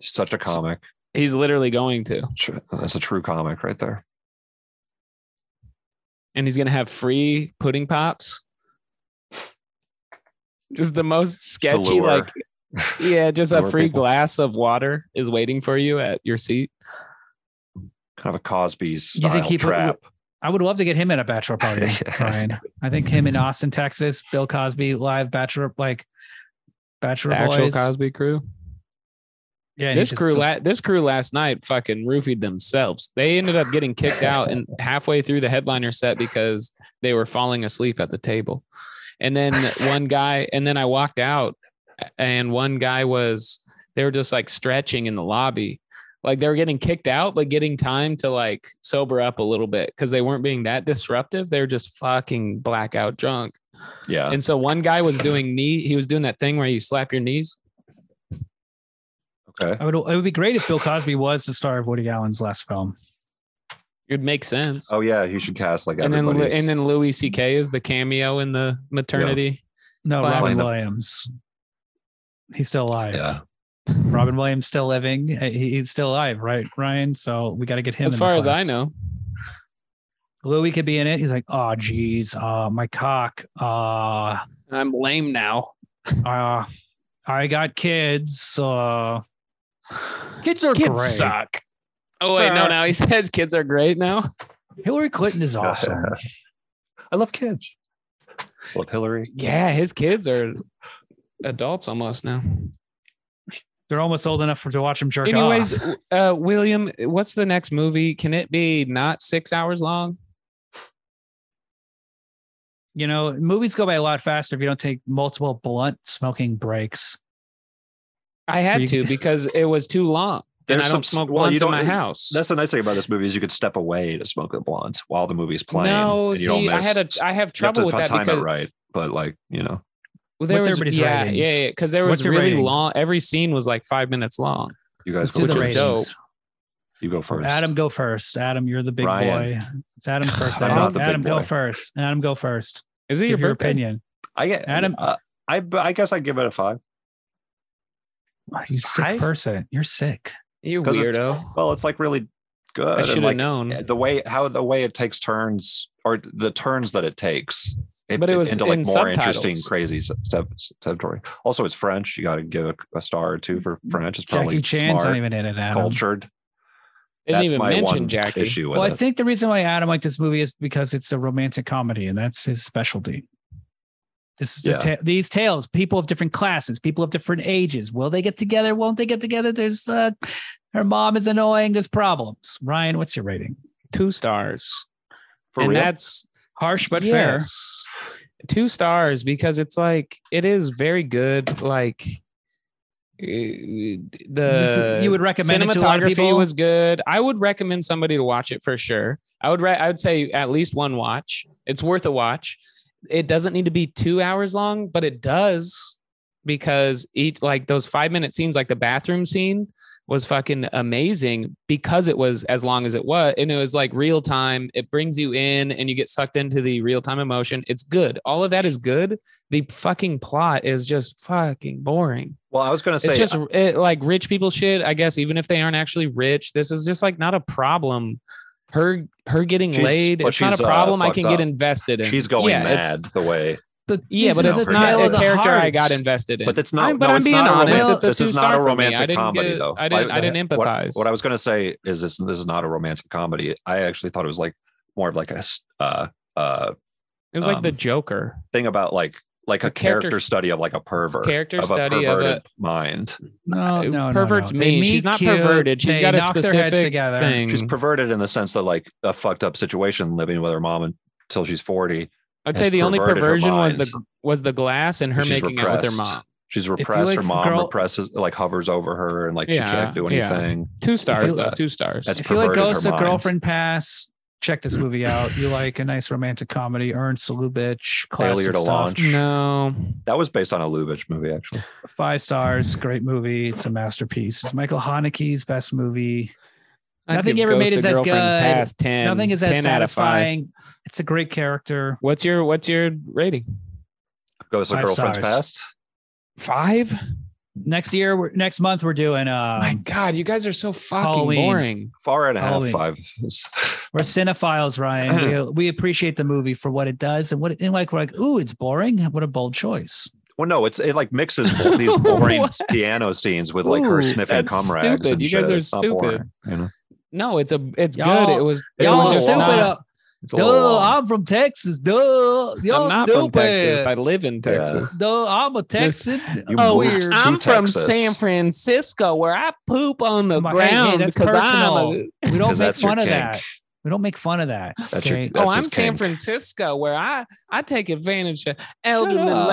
such a comic.
He's literally going to,
Tr- That's a true comic right there.
and he's gonna have free pudding pops. Just the most sketchy,
lure.
like yeah, just a
Lure
free
people.
glass of water is waiting for you at your seat.
kind of a Cosby
You
style
think he put-
trap.
I would love to get him at a bachelor party,
[laughs] Yes.
Brian. I think him in Austin, Texas, Bill Cosby live bachelor like bachelor
The actual
boys.
Cosby crew.
yeah, and he
This
just-
crew, la- this crew last night fucking roofied themselves. They ended up getting kicked out
[laughs]
and halfway through the headliner set because they were falling asleep at the table. And then one guy, and then I walked out, and one guy was they were just like stretching in the lobby, like they were getting kicked out, but getting time to like sober up a little bit because they weren't being that disruptive. They were just fucking blackout drunk.
yeah.
And so one guy was doing knee, he was doing that thing where you slap your knees.
okay.
I would. It would be great if Bill Cosby was the star of Woody Allen's last film.
It makes sense.
Oh yeah, you should cast like
and then Lu-
everybody's.
and
[laughs]
then Louis C.K. is the cameo in the maternity.
No,
Class.
Robin
Playing the-
Williams. He's still alive.
yeah.
Robin Williams still living. He- He's still alive, right, Ryan? So we got to get him.
As
in the
far as I
class.
know,
Louis could be in it. He's like, oh, geez, uh, my cock. Uh,
I'm lame now.
uh, I got kids. Uh, kids are
Kids
great.
suck. Oh wait, no.
Uh,
Now he [laughs] says kids are great. Now
Hillary Clinton is awesome.
I love kids. I love Hillary.
yeah, his kids are adults almost now.
They're almost old enough for to watch him jerk
Anyways,
off.
w- uh, William, what's the next movie? Can it be not six hours long?
You know, movies go by a lot faster if you don't take multiple blunt smoking breaks.
I
Or
had
you
to
could just-
because it was too long. And
There's
I
some
don't
s-
smoke
well, you
blunts in
don't-
my house.
That's the nice thing about this movie is you could step away to smoke the blunts while the movie's playing.
no,
and you don't
see, I
miss-
had a I have trouble
you
with
have to
that
time
because
it right. But like you know,
Well, there
What's
was
everybody's
yeah,
ratings?
yeah, yeah, because there was
What's your
really
rating?
long. Every scene was like five minutes long.
you
Let's
guys
do
go
the
which
first.
is dope.
ratings.
You go first.
Adam, go first. Adam, you're the big
Ryan.
boy. It's Adam's birthday.
I'm
Adam,
not
the big
go
boy.
first. Adam, go first.
Is it
Give
your,
your
birthday?
opinion.
I get
Adam-
Uh, I I guess I'd give it a five.
You sick
Five?
person. You're sick.
You
'Cause it's-
weirdo.
Well, it's like really good.
I
and,
should have
like,
known.
the way how the way it takes turns or the turns that it takes it,
But it was
into like
in
more interesting
subtitles.
crazy s- step territory also it's french you got to give a, a star or two for french it's probably
Jackie Chan's
smart,
not even in it, Adam.
cultured
Didn't
that's
even
my
mention
one
Jackie.
issue with
Well, I
it.
think the reason why Adam liked this movie is because it's a romantic comedy, and that's his specialty. This is
Yeah.
the ta- these tales, people of different classes, people of different ages. Will they get together? Won't they get together? There's uh, her mom is annoying. There's problems. Ryan, what's your rating?
Two stars.
for
and
real
that's
Harsh but fair.
yes. Two stars because it's like it is very good. Like eh,
This
the
is- you would recommend it to a lot of
cinematography
people?
was good. I would recommend somebody to watch it for sure. I would re- I would say at least one watch. It's worth a watch. It doesn't need to be two hours long, but it does because each like those five minute scenes, like the bathroom scene, was fucking amazing because it was as long as it was, and it was like real time. It brings you in, and you get sucked into the real time emotion. It's good. All of that is good. The fucking plot is just fucking boring
well i was gonna say
it's just it, like rich people shit i guess even if they aren't actually rich this is just like not a problem her her getting
She's-
laid
well,
it's not a
she's, uh,
problem i
fucked
can
up.
get invested in
she's going
yeah,
mad
it's-
the way
yeah
This
but
is
it's
the
not
tale
a
of the
character i got
hearts.
invested in
but it's not
I'm- but
no,
I'm
it's
being
not a
honest.
romantic-
It's a
this is
two
not
star
a
for me. I
romantic
didn't
comedy
get-
though
I didn't- I didn't
what-
empathize.
what i was gonna say is this this is not a romantic comedy i actually thought it was like more of like a s- uh uh
it was like the
um,
joker
thing about like like a,
A character-
character, study of like a pervert
character
of
study
a
of
perverted
a
mind.
No, no,
perverts
no, no. They
mean she's
meet
not
cute,
perverted She's
they
got a
knock their heads
specific
together.
thing
She's perverted in the sense that like a fucked up situation living with her mom until she's 40.
i'd
has
say the only
perverted her
perversion was the
mind.
was the glass and her
She's
making out with her
repressed.
mom
She's
you
repressed.
like
her mom
girl-
represses, like hovers over her and like she
Yeah,
can't do
yeah.
anything.
two stars
you-
though two stars
That's
if you like
perverted her
Ghost of
mind.
Girlfriend Pass, check this movie out. You like a nice romantic comedy, Ernst Lubitsch,
Failure
classic
to
stuff.
launch.
no
That was based on a Lubitsch movie, actually.
Five stars, great movie. It's a masterpiece. It's Michael Haneke's best movie.
I'd
Nothing
give
ever made
Ghost
is
of
as
Girlfriends
good.
past 10
Nothing is as
10 out of five.
satisfying. It's a great character.
what's your what's your rating
Ghost of
Five
Girlfriend's
stars.
Past.
five
Next year, we're, next month, we're doing
My
uh,
God, you guys are so fucking
Halloween.
boring.
Four and a half,
Halloween.
five.
we're cinephiles,
[clears throat]
Ryan. we, uh, we appreciate the movie for what it does and what it, and like we're like, ooh, it's boring. What a bold choice.
Well, no, it's it like mixes
[laughs]
bo- these boring
What?
piano scenes with like her
Ooh,
sniffing
that's
cum rags.
stupid.
and
You guys
shit.
are
It's not boring,
stupid.
you know?
No, it's a it's
Y'all-
good. It was it
Y'all
Y'all
was just
stupid.
not-
up.
It's a little
Duh,
long.
I'm from Texas. Duh, y'all
I'm not
stupid.
from Texas. I live in Texas.
Duh, I'm a Texan.
You
oh,
moved
weird.
to Texas. [laughs]
Francisco, where I poop on the
I'm like, hey, hey, that's personal. we
[laughs]
don't
'Cause
make
that's your
fun of
kink.
that. We don't make fun of that.
That's your-
okay?
that's his kink.
oh, Francisco, where I I take advantage of
up.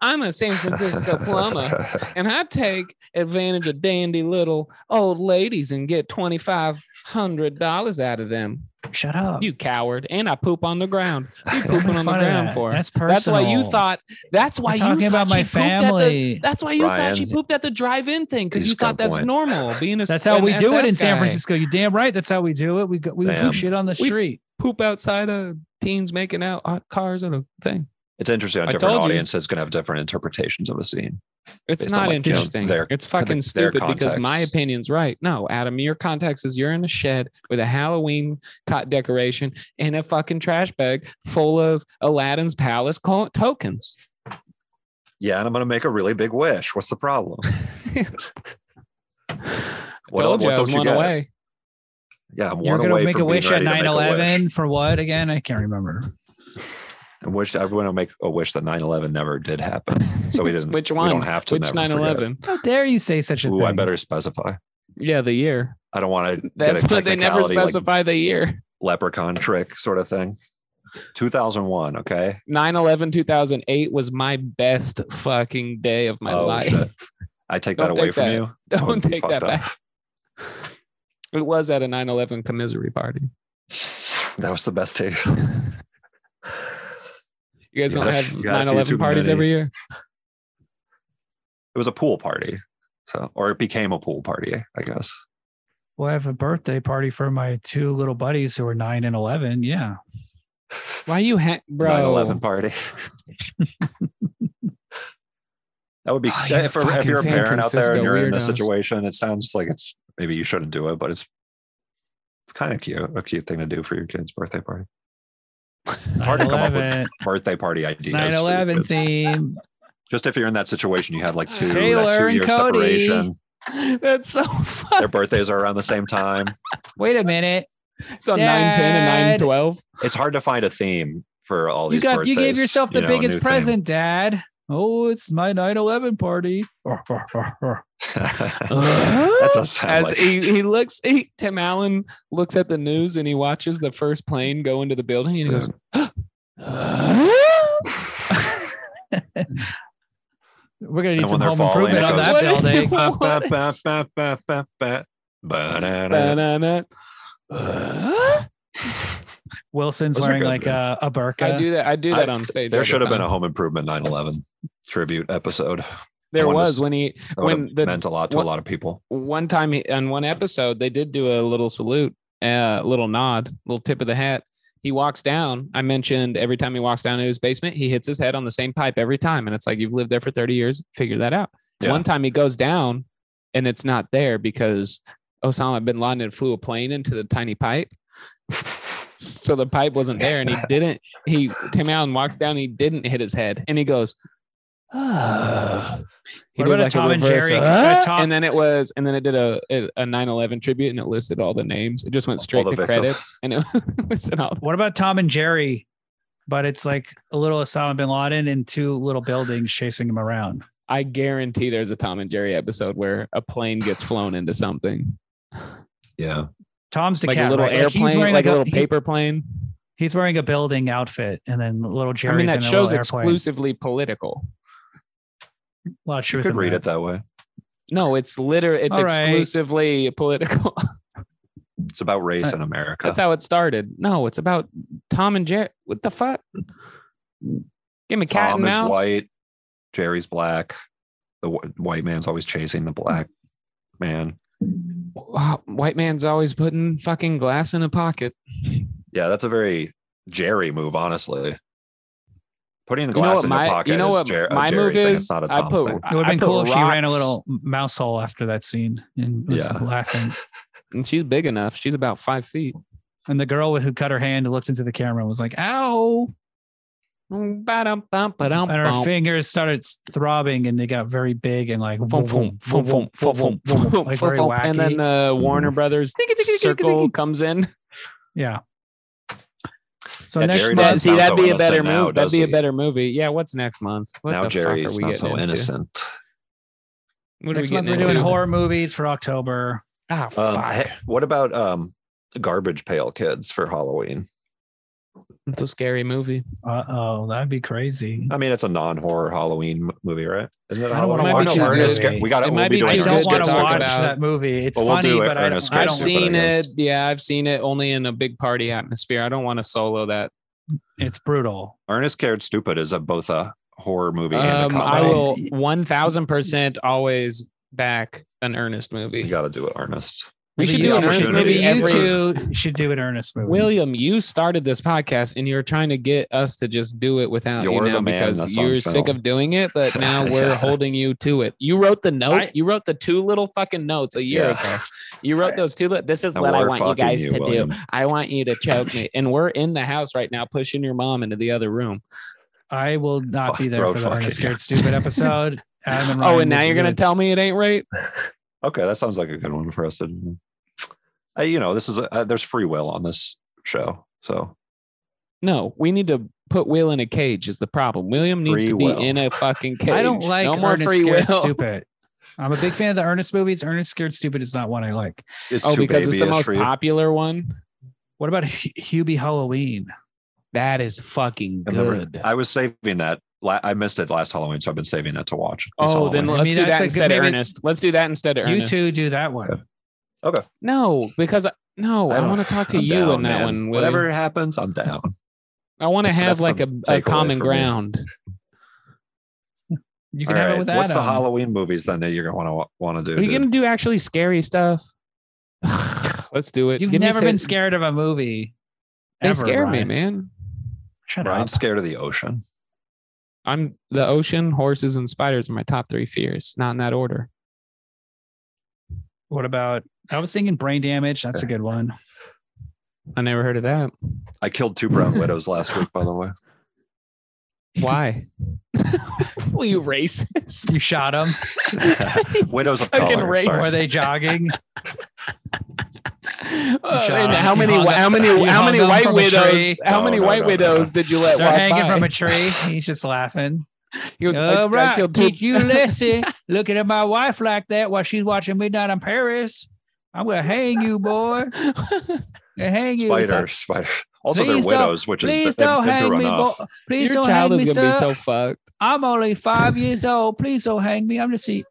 I'm a San
[laughs]
and I take advantage of dandy little old ladies and get twenty five hundred dollars out of them.
Shut up.
You coward! And I poop on the ground. You
Don't
pooping
make
on the
fun of
ground
that.
for?
That's personal.
That's why you thought. That's why
I'm
you
talking
thought
about my
she pooped at the-
family.
That's why you thought she
Brian,
pooped at the drive-in thing because
he's
you
got a
thought that's
point.
normal. Being a
That's how
an
we do it
SF
in San
guy.
Francisco. You damn right. That's how we do it. We go, we, we
Damn.
shit on the
We-
street.
Poop outside of teens making out hot cars and a thing.
It's interesting. how
I
different
told you.
audiences can have different interpretations of a scene.
It's
Based on,
not
like, you know,
interesting.
their-
it's fucking
their
stupid because
context.
my opinion's right. No, Adam, your context is you're in a shed with a Halloween cot decoration and a fucking trash bag full of Aladdin's palace co- tokens. [laughs]
Yeah, and I'm going to make a really big wish. What's the problem? What, uh,
Told you I
what
was
don't you
one
get?
away.
Yeah, I'm
You're
one
gonna
away
make
from
a
being
wish at
ready to make
9
a wish.
11 for what again? I can't remember.
I wish I want to make a wish that 9/11 never did happen. So we didn't.
[laughs] Which
We
one?
don't have to.
Which
never
9
forget.
11?
How dare you say such a
Ooh,
thing?
I better specify.
Yeah, the year.
I don't want to get a
That's what they never
technicality like
specify the year.
leprechaun [laughs] trick sort of thing. 2001. Okay.
9 11 2008 was my best fucking day of my
Oh,
life. [laughs]
shit. I take that
Don't
away
take
from
that.
you. That
[laughs] Don't
would be
take
fucked
that
up.
back. It was at a 9 11 commisery party.
[laughs] That was the best take.
You guys
You
don't
got a
have
few- [laughs] you got a few
9 11
too
parties
many.
every year?
it was a pool party. So, or it became a pool party, I guess.
Well, I have a birthday party for my two little buddies who are nine and 11. Yeah.
Why you, ha- bro?
9/11 party. [laughs] that would be
Oh,
yeah,
you
if, a- if
fucking
you're a
San
parent out there
Francisco
and you're in this
weirdos.
situation, it sounds like it's maybe you shouldn't do it, but it's it's kind of cute, a cute thing to do for your kid's birthday party. Hard to come up with
9/11,
Birthday party ideas. for your
9/11
kids.
theme.
Just if you're in that situation, you had like two,
Taylor
that
and
two year
Cody.
separation.
[laughs] That's so fun.
[laughs]
Their birthdays are around the same time.
Wait a minute.
It's on 9 10 and 9 [laughs] 12.
It's hard to find a theme for all
you
these
got you gave
birthdays,
yourself the
you know, a
biggest
new theme. [laughs]
present, Dad. Oh, it's my 9/11 party. [laughs]
that does sound
As E-
like [laughs]
he, he looks, he, Tim Allen looks at the news and he watches the first plane go into the building and he goes,
[laughs] We're gonna
And
need
when
some
they're
home
falling,
improvement
it
on
goes-
that
What?
building.
Ba-
What
ba-
is-
ba- ba- ba- ba- ba- ba-da-da.
"Ba-na-na."
Wilson's
Those are
wearing
good,
like
man.
a, a burqa.
I do that. I do that
I-
on stage. all
There
the
should have been
time.
a Home Improvement 9/11 tribute episode.
There
one
was
just-
when he
That would
When
have
the-
meant a lot to
what-
a lot of people.
one time he, on one episode they did do a little salute, a little nod, little tip of the hat. He walks down. I mentioned every time he walks down into his basement, he hits his head on the same pipe every time, and it's like you've lived there for thirty years. Figure that out.
Yeah.
One time he goes down, and it's not there because Osama bin Laden flew a plane into the tiny pipe. [laughs] So the pipe wasn't there, and he didn't. He Tim Allen walks down. He didn't hit his head, and he goes. "Ah." He did
What about a
like
Tom and
reverse,
Jerry?
"Ah,"
A Tom-
and then it was, and then it did a a- a 9/11 tribute, and it listed all the names. It just went
All
straight
the
to
victims.
credits, and it [laughs] listed all.
[sighs] What about Tom and Jerry? But it's like a little Osama bin Laden and two little buildings chasing him around.
I guarantee there's a Tom and Jerry episode where a plane gets flown into something,
Yeah.
Tom's the
like
cat,
a little
right? he's
airplane,
wearing
like, a little
he's-
paper plane.
He's wearing a building outfit, and then little Jerry's
I mean,
in
that
a
show's
little airplane.
exclusively political.
A lot of
You
truth
could
in
read
that.
it that way.
No, it's literally it's
All right.
exclusively political. [laughs]
It's about race
Uh,
in America.
That's how it started. No, it's about Tom and Jerry. What the fuck? Give me cat
Tom
and
is
mouse.
white. Jerry's black. The wh- white man's always chasing the black man.
Wow, white man's always putting fucking glass in a pocket.
Yeah, that's a very Jerry move, honestly. Putting the
You know
glass
what
in
my-
your
you
pocket
know
is
what
Jer- a
my
Jerry
move
thing.
is?
It's not a
I
Tom
put-
thing.
It would
I
have been
put
cool if she ran a
rocks.
little mouse hole after that scene and was
Yeah.
laughing.
And she's big enough. She's about five feet.
And the girl who cut her hand looked into the camera and was like, "Ow!" and her fingers started throbbing and they got very big and like
Fum, fum, fum, fum, fum, fum, fum, fum,
like
fum,
very
fum. and then
wacky.
uh, Warner Brothers circle comes in.
yeah. So
Yeah,
next
That-
Jerry
month,
does.
see,
sound
that'd
so
be a
innocent
better
now,
movie. That'd
does
be a
he?
better movie. Yeah, what's next month? What the
now
fuck are
Jerry's
we
not
getting
so
into?
innocent.
What are we
next month
getting
we're doing
into?
horror movies for October.
Ah,
Um,
fuck.
he- what about um, Garbage Pail Kids for Halloween?
It's a scary movie.
Uh oh, that'd be crazy.
I mean, it's a non-horror Halloween m- movie, right? Isn't it
I don't wanna
Halloween?
watch
no,
that
Ernest
movie.
Sca- we got
It
it. We'll
might
be
be
doing
I
too
don't
good
Ernest
want
Scares
to
talk
watch
Stupid.
about.
that movie. It's
But we'll
funny,
do it,
but I
Ernest
don't. I
Scared
I've
don't.
Stupid.
seen
I
it.
guess.
Yeah, I've seen it only in a big party atmosphere. I don't want to solo that.
It's brutal.
Ernest Scared Stupid is a, both a horror movie and
Um,
a
I
comedy.
will 1000% always back an earnest
You
movie.
got to do it, Ernest.
We
Maybe
should
you
do an
two-
Ernest
Maybe
movie
you
every
two should do an earnest movie.
William, you started this podcast and you're trying to get us to just do it without you
You're
now
the man, that
because
song's
you're sick
fell.
of doing it, but now we're
Yeah.
holding you to it. You wrote the note.
I-
you wrote the two little fucking notes a year
Yeah.
ago. You wrote those two. Li- this is
And
what I
we're
want you
fucking
guys
you,
to
William.
do. I want you to choke me. And we're in the house right now pushing your mom into the other room.
I will not
Oh,
be there
throat
for the
fucking-
Ernest Scared Stupid
[laughs]
episode. Adam and
Oh,
Ryan
and now
will
you're
do
gonna
it.
tell me it ain't right?
Okay, that sounds like a good one for us. to- Uh, you know, this is a, uh, there's free will on this show, so
No, we need to put Will in a cage. Is the problem? William needs
Free
to be
will.
in a fucking cage.
[laughs] I don't like
no more
Ernest
free
Scared
will.
Stupid. I'm a big fan of the Ernest movies. Ernest Scared Stupid is not one I like.
it's
Oh,
too
because it's the
babyish
most
for you.
popular one.
What about H- Hubie Halloween?
That is fucking
I've never-
good.
I was saving that. La- I missed it last Halloween, so I've been saving that to watch. this
Oh,
Halloween.
then
I
let's
mean,
do
that's a
that
good-
instead of
maybe-
Ernest. Let's do that instead of
You
Ernest.
two do that one.
Okay.
No, because I, no, I,
don't-
want to talk to
I'm
you
down,
in that
man.
one. William.
Whatever happens,
[laughs]
I'm down.
I want to
That's-
have
that's
like
the
a, a
takeaway
common
for me.
ground.
You
All
can have
right.
it with Adam.
What's the Halloween movies then that you're gonna want to want to do?
Are you
dude?
gonna do actually scary stuff? [sighs] let's do it.
You've
Give me
never
sa-
been scared of a movie.
They
ever,
scare me,
Ryan.
man.
Shut
Brian's
up.
scared of the ocean.
I'm the ocean, horses, and spiders are my top three fears. Not in that order.
What about? I was thinking brain damage. That's a good one.
I never heard of that.
I killed two brown widows last week, by the
[laughs]
way. [laughs]
Why? Will you [laughs] racist?
You shot
[laughs]
them.
widows of
Fucking
color.
racist.
Were
Sorry.
they
[laughs]
jogging?
Uh,
Shut up.
how
You
many?
hung
How
up-
many?
you
How
hung
many
them
white
from a tree.
widows? How
No,
many
no,
white
no, no,
widows did you let
They're
walk
hanging
by?
from a tree. He's just laughing.
He was like,
All
"I
right,
killed two-
did
[laughs]
you listen? Looking at my wife like that while she's watching Midnight in Paris. I'm gonna hang
[laughs]
you, boy. Gonna hang you. It's
Spider,
like,
spider. Also, they're
Please don't-
widows, which is
Please
the,
don't hang me, boy.
enough.
Please
Your
don't
child
hang me,
is gonna
sir.
be so fucked."
I'm only five years old. Please don't hang me. I'm just. a-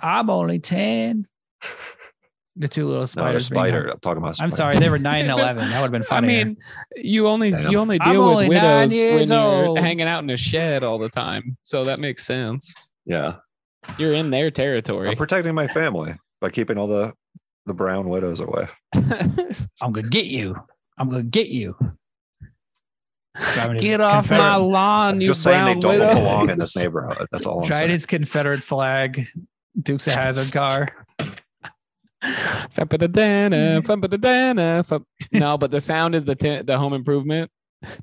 I'm only ten. The two little
No, they're
spiders. being
spider. I'm talking about.
hung. I'm
spider.
sorry, they were nine and eleven. That would have
[laughs]
been
I
funny.
mean, you only
Damn.
you only
I'm
deal with
only nine
widows when
years
you're
old.
hanging out in a shed all the time, so that makes sense.
Yeah,
You're in their territory.
I'm protecting my family by keeping all the the brown widows away.
I'm gonna get you. I'm gonna get you. Driving
[laughs]
his
Get off
Confederate-
my lawn, you
Just saying they
brown
don't
widow.
[laughs]
belong in this neighborhood. That's all I'm
Tried
saying.
his Confederate flag,
[laughs]
Dukes of Hazard car.
Fa-pa-da-dana, fa-pa-da-dana, fa- no, but the sound is the ten- the home improvement.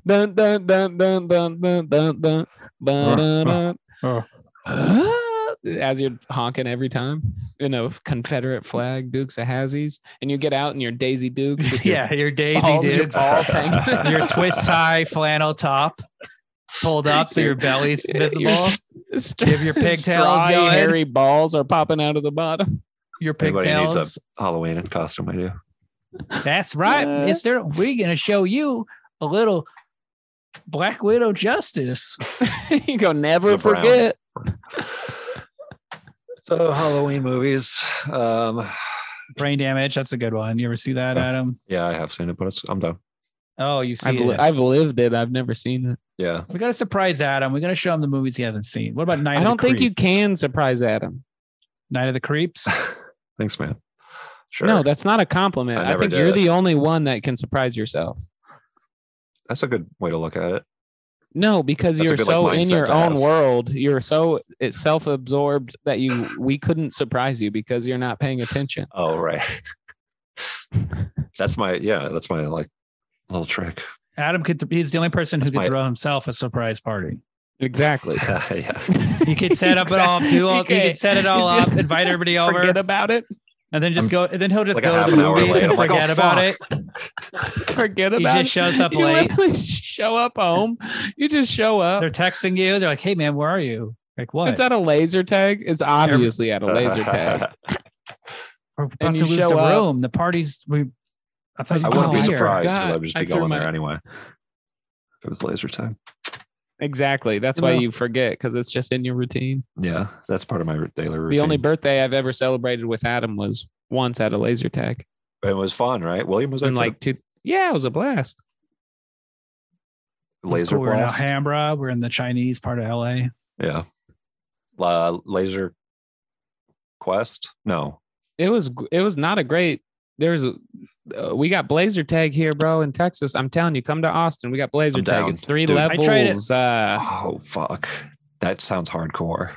Dun dun dun dun dun dun dun dun ba-da-dun.
uh.
As you're honking every time in a Confederate flag, Dukes of Hazies, and you get out and you're Daisy Dukes. With
[laughs] yeah, your
your
Daisy
balls, your
Dukes,
balls [laughs] hanging.
[laughs] your twist tie flannel top pulled up so your belly's
[laughs]
visible.
Stra-
You have your pigtails
strawy,
going.
hairy balls are popping out of the bottom. [laughs]
Your
Anybody needs
pigtails.
a Halloween costume, I do.
That's right,
Uh.
Mister. We're gonna show you a little Black Widow justice.
you go never
The brown.
forget.
So Halloween movies. Um,
Brain damage. That's a good one. You ever see that, Adam?
yeah, I have seen it, but it's, I'm done.
Oh, you see
I've, li-
it.
I've lived it. I've never seen it.
Yeah,
we gotta surprise Adam. We gotta show him the movies he hasn't seen. What about Night?
I
of
don't
the
think you
Creeps?
can surprise Adam.
Night of the Creeps.
thanks, man. Sure,
No, that's not a compliment.
I
I,
never
think you're
did.
the only one that can surprise yourself.
that's a good way to look at it.
No, because
That's
you're
a good, like,
so in
mindset
your
to
own
have.
world. You're so it's self-absorbed that you we couldn't surprise you because you're not paying attention.
[laughs] Oh, right. that's my yeah. That's my like little trick. [laughs]
Adam could. He's the only person who
That's
could
my-
throw himself a surprise party.
[laughs] Exactly.
yeah.
He
[laughs]
could set up it all, do all, he could set it all up, invite everybody over,
Forget about
[laughs]
it.
and then just
I'm-
go. And then he'll just
like a
go
half
to the
an hour
movies
late.
and
I'm like, oh,
forget about
fuck.
it.
Forget
He
about
just
it.
shows
[laughs]
up
You
late.
literally show up home. You just show up.
They're texting you. They're like, "Hey, man, where are you? Like, what?
It's at a laser tag. It's obviously
[laughs]
at a laser
[laughs]
tag.
We're about
and
to
you
lose
show
the
up.
room. The party's we. I thought you
I wouldn't
Oh,
be
I
surprised.
forgot.
but I would just
I
be
threw
going
my-
there anyway. It was laser time.
Exactly. That's why
No.
you forget because it's just in your routine.
Yeah, that's part of my daily routine.
The only birthday I've ever celebrated with Adam was once at a laser tag.
it was fun, right? William was
And
there too.
like two yeah, it was a blast.
It was
laser
cool. We're in
blast.
Alhambra. We're in the Chinese part of LA.
Yeah. La laser quest? No.
It was it was not a great there's a, uh, we got blazer tag here, bro, in Texas. I'm telling you, come to Austin. We got blazer
I'm
tag.
down,
It's three
dude. I
levels.
tried it.
Uh,
Oh fuck. That sounds hardcore.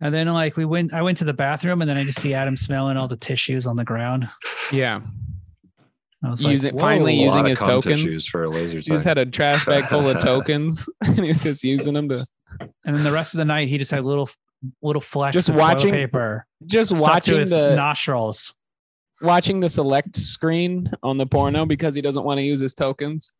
And then like we went, I went to the bathroom, and then I just see Adam smelling all the tissues on the ground.
yeah,
I was
Using-
like,
finally
"Whoa."
using
A lot of
his
cum
tokens.
tissues for a laser
he just
tag.
had a trash bag full
[laughs]
of tokens, [laughs] and he's just using them to
And then the rest of the night, he just had little little flecks
Just
of toilet
watching-
paper
just
stuck to
watching
his
the
nostrils.
watching the select screen on the porno because he doesn't want to use his tokens.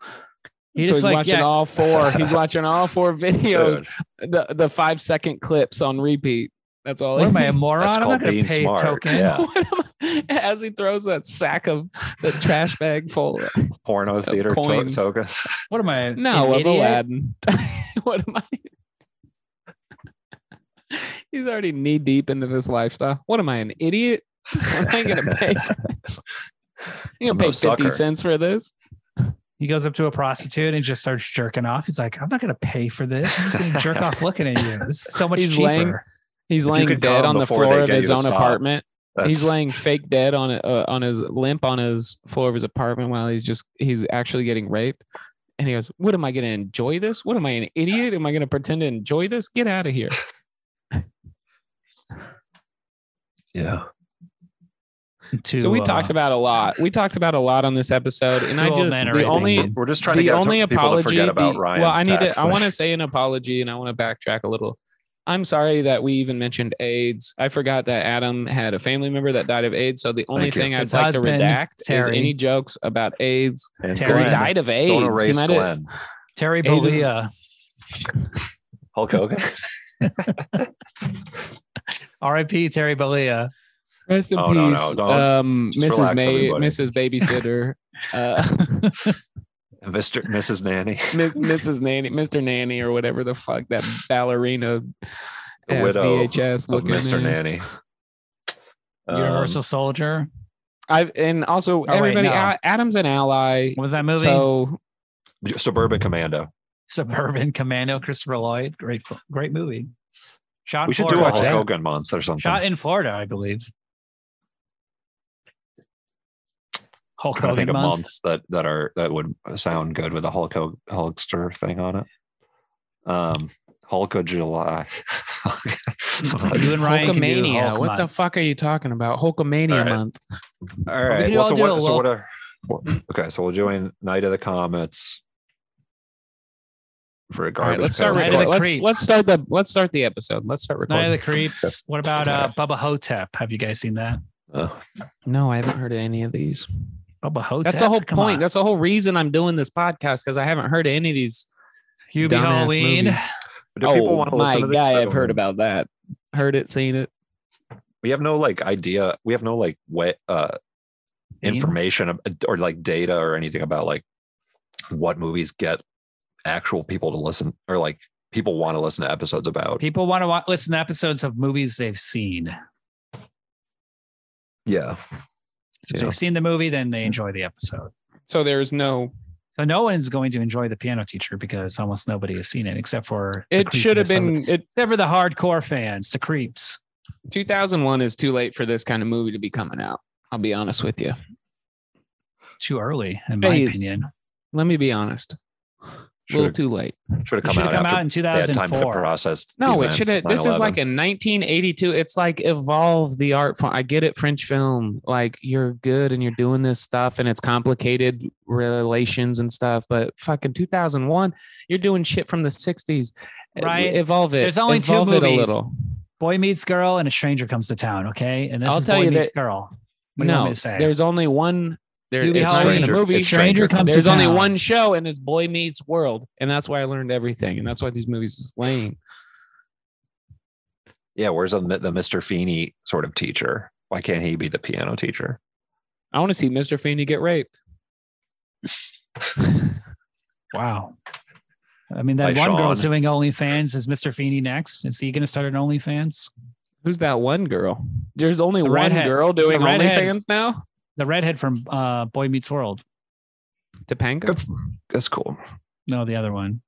He
so
just
he's
like,
watching
yeah.
all four.
[laughs]
He's watching all four videos,
Dude,
the the five second clips on repeat. [laughs] That's all.
What
he-
am I a moron?
that's
I'm
called
not going
being
to pay
smart.
token.
Yeah.
What am I- As he throws that sack of the trash bag full.
[laughs] Porno theater to-
coins. [laughs]
tokens.
What am I?
No,
an
of
idiot?
Aladdin. [laughs] what am I? [laughs] He's already knee deep into this lifestyle. What am I, an idiot? Am I gonna pay for
[laughs]
this? You
I'm
gonna
no
pay fifty
sucker.
cents for this?
He goes up to a prostitute and just starts jerking off. He's like, I'm not going to pay for this. I'm just going to
[laughs]
jerk
[laughs]
off looking at you. This is so much
He's
cheaper.
laying- He's
If you
laying
could
dead
come
on the
before they
floor of
get
his
you to
own
stop,
apartment.
That's-
He's laying fake dead on uh, on his limp on his floor of his apartment while he's just he's actually getting raped. And he goes, "What am I going to enjoy this? What am I an idiot? Am I going to pretend to enjoy this? Get out of here!"
Yeah.
to,
so we
uh,
talked about a lot. We talked about a lot on this episode, and
Two
I
old
just
men are
the
raping.
only
We're just trying to
the
get
only
to, people to
apology.
forget about
the-
Ryan.
well, I need to. I want to say an apology, and I want to backtrack a little. I'm sorry that we even mentioned AIDS. I forgot that Adam had a family member that died of AIDS. So the only
Thank you.
thing I'd
His
like to
husband,
redact is
Terry.
any jokes about AIDS.
[laughs] And
Terry
Because he
Glenn,
died of AIDS.
Don't
He
erase
might have-
Glenn.
Terry
Hey, this-
Bollea,
Hulk Hogan.
R.I.P. Terry Bollea.
Rest in
Oh,
peace,
no, no, don't.
um,
Just
Mrs.
relax,
May,
everybody.
Mrs.
[laughs]
Babysitter, uh,
Mr. Mrs.
[laughs]
Nanny.
Miss, Mrs. Nanny, Mr. Nanny, or whatever the fuck that ballerina
The
has
widow
VHS
Of
looking
Mr.
is.
Nanny. Um,
Universal Soldier.
I and also
wait,
everybody.
no.
Al- Adam's an ally.
What was that movie?
So
Suburban Commando.
Suburban Commando. Christopher Lloyd. Great, fo- great movie. Shot
We
in
should do a
Florida.
Hulk
that.
Hogan month or something.
Shot in Florida, I believe. Hulk
I think
Hogan
of
month.
months that that are that would sound good with a Hulk Ho- Hulkster thing on it. Um, Hulk of July. [laughs]
[laughs] Oh, You and Ryan can do
Hulkamania.
Hulk
What the
month.
fuck are you talking about? Hulkamania
All right.
month.
All
We
right.
could
Well,
all
so,
do a
what, so
Walt-
what are what- okay? So we'll join Night of the Comets for
All
a
right,
garbage.
let's start.
Night
Pail
of
recording.
the
Let's,
Creeps.
let's start the. Let's start the episode. Let's start
Night of
recording.
the Creeps. What about uh, Bubba Hotep? Have you guys seen that?
Uh,
No, I haven't heard of any of these.
Bubba Hotep.
That's the whole
Come
point.
on.
That's the whole reason I'm doing this podcast because I haven't heard of any of these.
Hubie
dumbass
Halloween.
movies.
do people
Oh
want to
Oh my
listen to this? Oh,
guy,
I
I've
don't
heard
know.
about that. Heard it, seen it.
We have no like idea. We have no like what uh,
Theme?
information ab- or like data or anything about like what movies get actual people to listen or like people want to listen to episodes about.
People want to wa- listen to episodes of movies they've seen.
Yeah.
So if
Yeah.
they've seen the movie, then they enjoy the episode.
So there's no.
So no one is going to enjoy the piano teacher because almost nobody has seen it except for the
It should have
creepiness of it.
been. It
except for the hardcore fans, the creeps.
2001 is too late for this kind of movie to be coming out. I'll be honest with you.
Too early, in my
Hey.
opinion.
Let me be honest. a little
Should
too late.
have should have
It
come
should have
out
come
after
out in
they had time to
2004.
process.
No,
the
it
events
should
of
have. This is like
9/11.
in 1982. It's like evolve the art form. I get it, French film. Like you're good and you're doing this stuff and it's complicated relations and stuff. But fucking 2001, you're doing shit from the 60s. E-
Right.
Evolve it.
There's only two
Evolve it a
movies.
little.
Boy Meets Girl and A Stranger Comes to Town. Okay, and this
I'll
is
tell
Boy
you
Meets
that-
Girl. What do you want
No,
me to say?
there's only one. There,
Doogie
it's not
Howser.
even a
Stranger-
movie.
it's Stranger
Stranger Comes to
There's only
Town.
one show, and it's Boy Meets World, and that's why I learned everything, and that's why these movies is lame.
yeah, where's the, the Mr. Feeney sort of teacher? Why can't he be the piano teacher?
I want to see Mr. Feeney get raped.
Wow. I mean, that
By
one
Sean.
girl's doing OnlyFans. Is Mr. Feeney next? Is he going to start an OnlyFans?
Who's that one girl? There's only
The
one
redhead.
girl doing
The redhead.
OnlyFans now.
The redhead from uh, Boy Meets World.
Topanga.
That's that's cool.
No, the other one.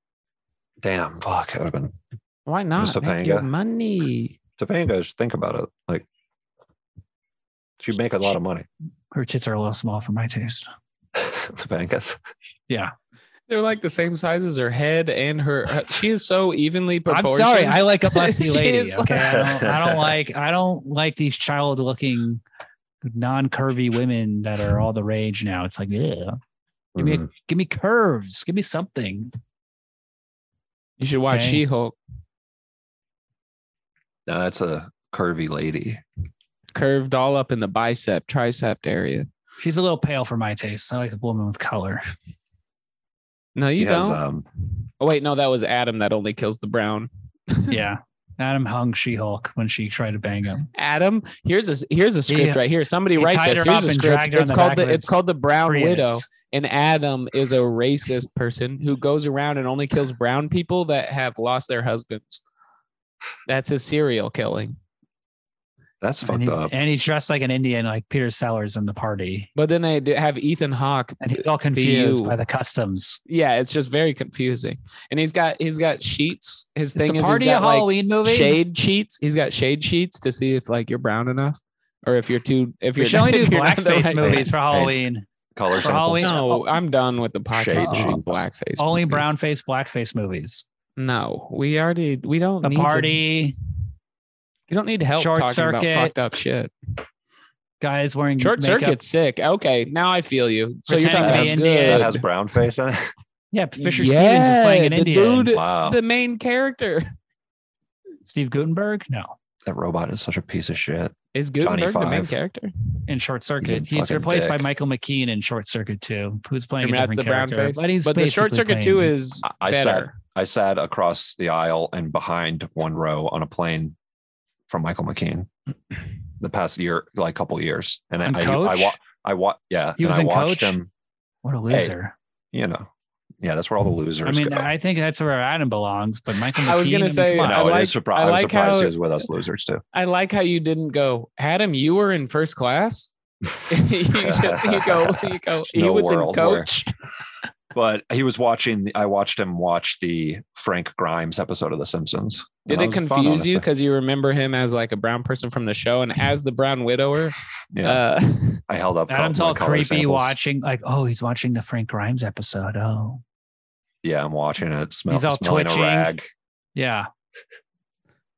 Damn, fuck, it would have been
Why not?
Miss
Make your
Topanga.
money.
Topanga. Should think about it. Like, she'd make a lot of money.
Her tits are a little small for my taste.
[laughs] Topanga's.
Yeah.
They're like the same size as her head and her. her- She is so evenly
I'm
proportioned.
sorry. I like a busty
[laughs] She
lady.
is
Okay. I don't,
[laughs]
I don't like I don't like these child looking non curvy women that are all the rage now. It's like, yeah. Give me
Mhm.
give me curves. Give me something.
you should watch
Okay.
She-Hulk.
No, that's a curvy lady.
Curved all up in the bicep, tricep area.
She's a little pale for my taste. I like a woman with color.
No, you
She has,
don't.
um,
oh, wait, no, that was Adam that only kills the brown.
Yeah. Adam hung She Hulk when she tried to bang him.
Adam, here's a here's a script
He-
right here. Somebody
he
write
tied
this.
her
Here's
up
a
and
script.
dragged her on
It's
the
called
back
the
with
it's called the Brown
Prius.
Widow. and Adam is a racist person who goes around and only kills brown people that have lost their husbands. That's his serial killing.
that's
and,
fucked
he's,
up.
and he's dressed like an Indian, like Peter Sellers in the party.
But then they do have Ethan Hawke.
And he's all confused
you.
by the customs.
Yeah, it's just very confusing. And he's got he's got sheets. His
Is
thing
the
is
party
he's
a
got like
Halloween movie?
shade sheets. He's got shade sheets to see if like you're brown enough or if you're too if
we
you're [laughs]
should only do
if you're not the
blackface
right-
movies for
Hey, it's-
Halloween.
Color samples.
Halloween-
No, I'm done with the podcast.
Shade
about
sheets.
Blackface.
oh. Only
movies.
brown face, blackface movies.
No, we already we don't
The
need to-
party,
You don't need help
Short
talking
circuit.
about fucked up shit.
guys wearing
Short
makeup.
circuit's sick. Okay, now I feel you. So you're
Pretending
talking
to
about
be
Indian.
That
good.
has brown face in it.
Yeah, Fisher
Yeah,
Stevens is playing an
[laughs] the
Indian.
dude-
Wow,
the main character [laughs]
Steve Gutenberg? No.
that robot is such a piece of shit.
is
Johnny
Gutenberg the main
Five.
character.
In Short
a
Circuit. He's,
fucking
replaced by
dick.
Michael McKean in Short Circuit 2, who's
I
playing
mean,
a
that's
different
the brown
character.
face.
But, he's
But the short
basically
circuit two
playing-
is
I- I sat
better.
I sat across the aisle and behind one row on a plane from Michael McKean
[clears throat]
the past year, like couple years. And
On
I, I,
Coach?
I, wa- I wa- yeah,
He
and
was
I
in
watched
Coach?
him,
What a loser.
you know, yeah, that's where all the losers
I mean,
go.
I think that's where Adam belongs, but Michael McKean.
I was gonna
mean,
say,
come on.
I
no, it
like-
is surpri-
I
I was
like
surprised
how-
he was with us losers too.
I like how you didn't go, Adam. You were in first class. [laughs]
[laughs]
you, just- you go. You go. He
No
was in
world where-
coach.
But he was watching. I watched him watch the Frank Grimes episode of The Simpsons.
Did
And
it
that was
confuse
fun,
you
honestly.
because you remember him as like a brown person from the show and as the brown widower?
[laughs] Yeah,
Uh, [laughs]
I held up.
Adam's
my
all
color
creepy
samples.
watching, like, oh, he's watching the Frank Grimes episode. Oh,
Yeah, I'm watching it. Smell,
He's all
smelling
twitching.
a rag.
yeah.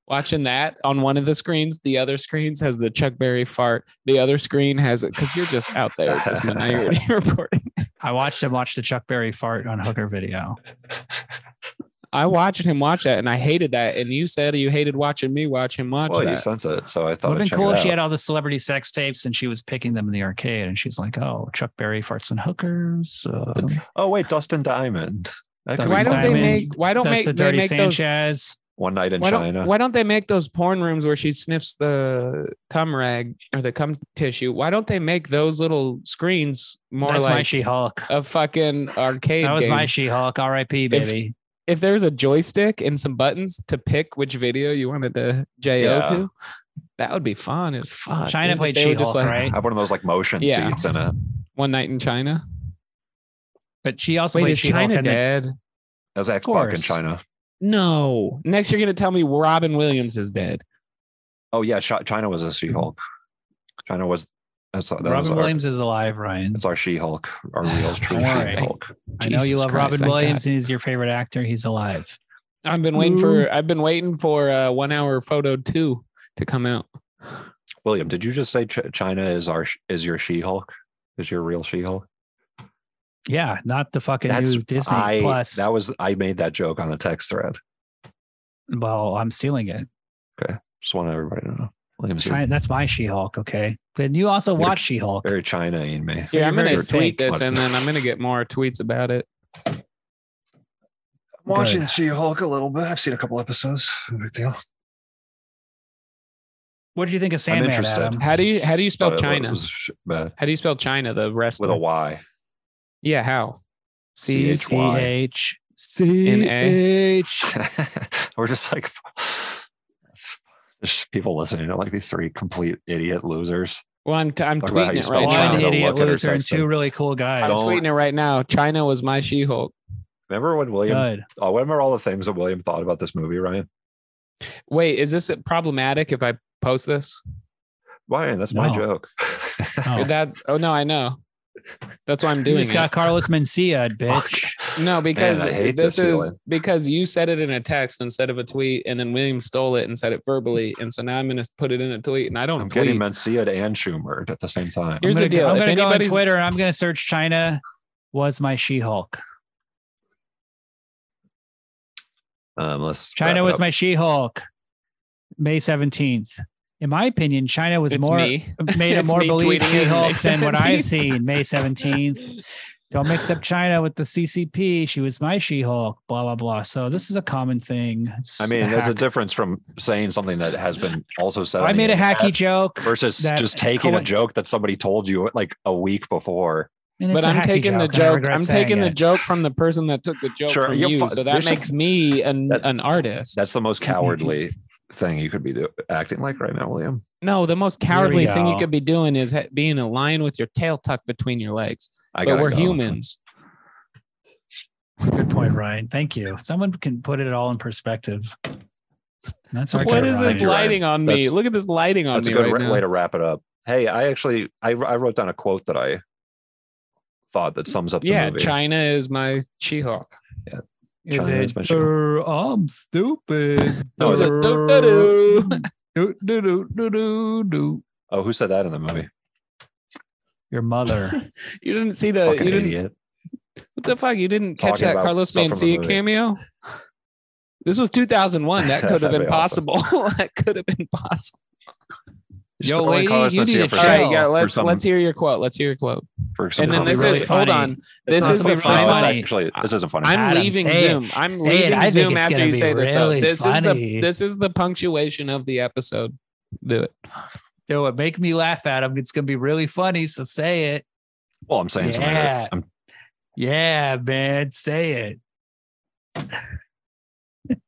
watching that on one of the screens. The other screens has the Chuck Berry fart. The other screen has it because you're just out there. Just now you're already [laughs] reporting.
I watched him watch the Chuck Berry fart on Hooker video.
I watched him watch that and I hated that. And you said you hated watching me watch him watch
Well, you
that.
sense it, so I
Would
thought.
have
I'd
been
check
cool
it
if she
out.
had all the celebrity sex tapes and she was picking them in the arcade and she's like, oh, Chuck Berry farts on hookers. Uh,
Oh wait, Dustin Diamond. That could
Dustin
Why
be
don't they
fun.
Diamond,
make? Why don't
does
make?
the
They
Dirty
make those.
Sanchez.
One Night in
Why
China?
don't, why don't they make those porn rooms where she sniffs the cum rag or the cum tissue? Why don't they make those little screens more
That's my
like
She Hulk.
a fucking arcade?
[laughs] That was
game?
my She Hulk. R.I.P. baby.
if there's a joystick and some buttons to pick which video you wanted to JO
Yeah.
to, that would be fun as fuck. dude,
China
if
played
they were
She Hulk,
like
right?
Have one of those like motion
Yeah.
seats in it.
One night in China.
But she also
Wait,
played
is
She Hulk
China
in the
dead?
That's Xbox in
course.
China.
No. Next, you're gonna tell me Robin Williams is dead.
Oh yeah, Chi- China was a She-Hulk. China was That's that was
Robin
our,
Williams is alive, Ryan.
That's our She-Hulk.
[sighs]
Our real true
All right.
She-Hulk.
I know you
Jesus
love
Christ,
Robin
thank
Williams and he's your favorite actor. He's alive.
God. I've been waiting for I've been waiting for uh, one hour photo two to come out.
William, did you just say Ch- China is our is your She-Hulk? Is your real She-Hulk?
Yeah, not the fucking new Disney
I,
Plus.
That was I made that joke on the text thread.
well, I'm stealing it.
Just want everybody to know. William's
Try- that's my She-Hulk. Okay, but you also
You're-
watch She-Hulk.
very China in me.
So
Yeah,
you're
I'm gonna
very
tweet
fake.
this and then I'm
[laughs]
gonna get more tweets about it.
I'm watching
Good.
She-Hulk a little bit. I've seen a couple episodes. No big deal.
What do you think of Sandman,
interested.
Adam?
How do you how do you spell
But it
China?
was sh- bad.
How do you spell China? The rest
With a Y. [laughs]
yeah, how?
C C
C-H-Y.
H C H.
We're just like [laughs] there's people listening to like these three complete idiot losers.
Well, I'm, t- I'm
Talk about how
tweeting
you
it
spell
right now.
China. trying
One
to
idiot
look at her
loser and
sex
two really cool
I'm
guys.
Don't-
tweeting it right now. China was my She-Hulk.
Remember when William
Good.
oh, remember all the things that William thought about this movie, Ryan?
Wait, is this problematic if I post this?
Ryan, that's my
No.
joke. [laughs]
[laughs]
Oh.
That oh no, I know. That's why I'm doing
He's
it.
got Carlos Mencia, bitch.
no, because
Man, I hate
this,
this
is
feeling.
because you said it in a text instead of a tweet, and then William stole it and said it verbally, and so now I'm gonna put it in a tweet, and I don't
I'm
tweet.
getting Mencia and Schumer at the same time.
Here's
I'm
the
gonna
deal.
Go, I'm
If
going to go on
anybody's-
Twitter and I'm going to search China was my She-Hulk.
Um, let's
China
wrap it
was
Uh,
up.
my She-Hulk. May 17th. In my opinion, China was
it's
more
me.
made a
[laughs] It's
more
me
believed
tweeting it
She-Hulk
May
than what I've
[laughs] 17th.
seen May 17th. Don't mix up China with the CCP. She was my She-Hulk, blah, blah, blah. So this is a common thing. It's
I mean, there's a
hack.
difference from saying something that has been also said. on
I
the
made a hacky
internet
joke.
versus
that-
just taking a
Cohen-
joke that somebody told you like a week before.
and it's
But
a
I'm
hacky
taking the
and I
joke.
regret
I'm
saying
taking the
it.
joke from the person that took the joke
Sure,
from
you're
you.
fu-
so that
there's some-
makes me an
That-
an artist.
That's the
Mm-hmm,
most cowardly thing you could be do- acting like right now, William.
No, the most
we
cowardly thing you
go.
could be doing is ha- being a lion with your tail tucked between your legs.
I
but
gotta
we're
go.
humans.
Good point, Ryan. Thank you. Someone can put it all in perspective. That's our
what
good
is
Ryan.
this
You're right.
lighting on me?
That's-
Look at this lighting on
That's a
me
good
right
ra-
now.
way to wrap it up. Hey, I actually I, I wrote down a quote that I thought that sums up the
yeah,
movie.
China is my She-Hulk.
Is
China
it,
is my shoe.
"Brr, I'm stupid.
No, is it-
Do-do-do.
Do, do, do, do, do, do.
Oh, who said that in the movie?
[laughs]
Your mother.
You didn't see the
Fucking
Uh, you didn't
idiot.
what the fuck? You didn't catch
Talking
that
about
Carlos
stuff from the
Mencia
movie.
cameo? This was 2001.
[laughs]
That could have
That'd
been
be awesome.
possible. [laughs] that could have been possible.
Just
Yo,
throwing
lady,
Carlos
you
Mencia
need to
for
All
chill.
some-
right, yeah.
for
Let's
some-
let's hear your quote. Let's hear your quote.
for some
And then
Something
this
really
is
funny.
hold on.
It's
This
not
is
something
the
funny. No, it's
funny-
actually this isn't funny.
I'm
Adam,
leaving
say it.
Zoom. I'm
Say it.
leaving
I think
Zoom
it's
after
gonna
you
be
say this.
really
though. This is the
funny.
this is the punctuation of the episode. Do it.
Do it. Make me laugh at him. It's gonna be really funny. So say it.
well, I'm saying something.
Yeah.
I'm
Yeah, man. Say it.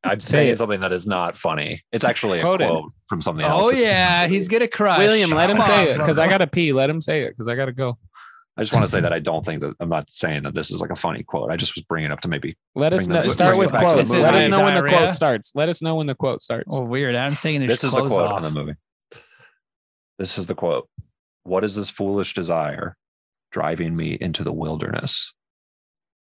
I'm
Say
saying
it.
something that is not funny. It's actually a
Quote it.
quote from something else.
Oh
It's-
yeah, he's gonna crush.
William, let him
Come
say it
on,
because I
brother.
gotta pee. Let him say it because I gotta go.
I just want to say that I don't think that I'm not saying that this is like a funny quote. I just was bringing it up to maybe
Let us
Bring
know.
the-
Start
bring
with
it back to the
quotes.
movie.
Let us know when the
Diarrhea.
quote starts. Let us know when the quote starts.
Oh, weird. Adam's taking his
this is the
clothes
quote
off.
on the movie. This is the quote. What is this foolish desire driving me into the wilderness?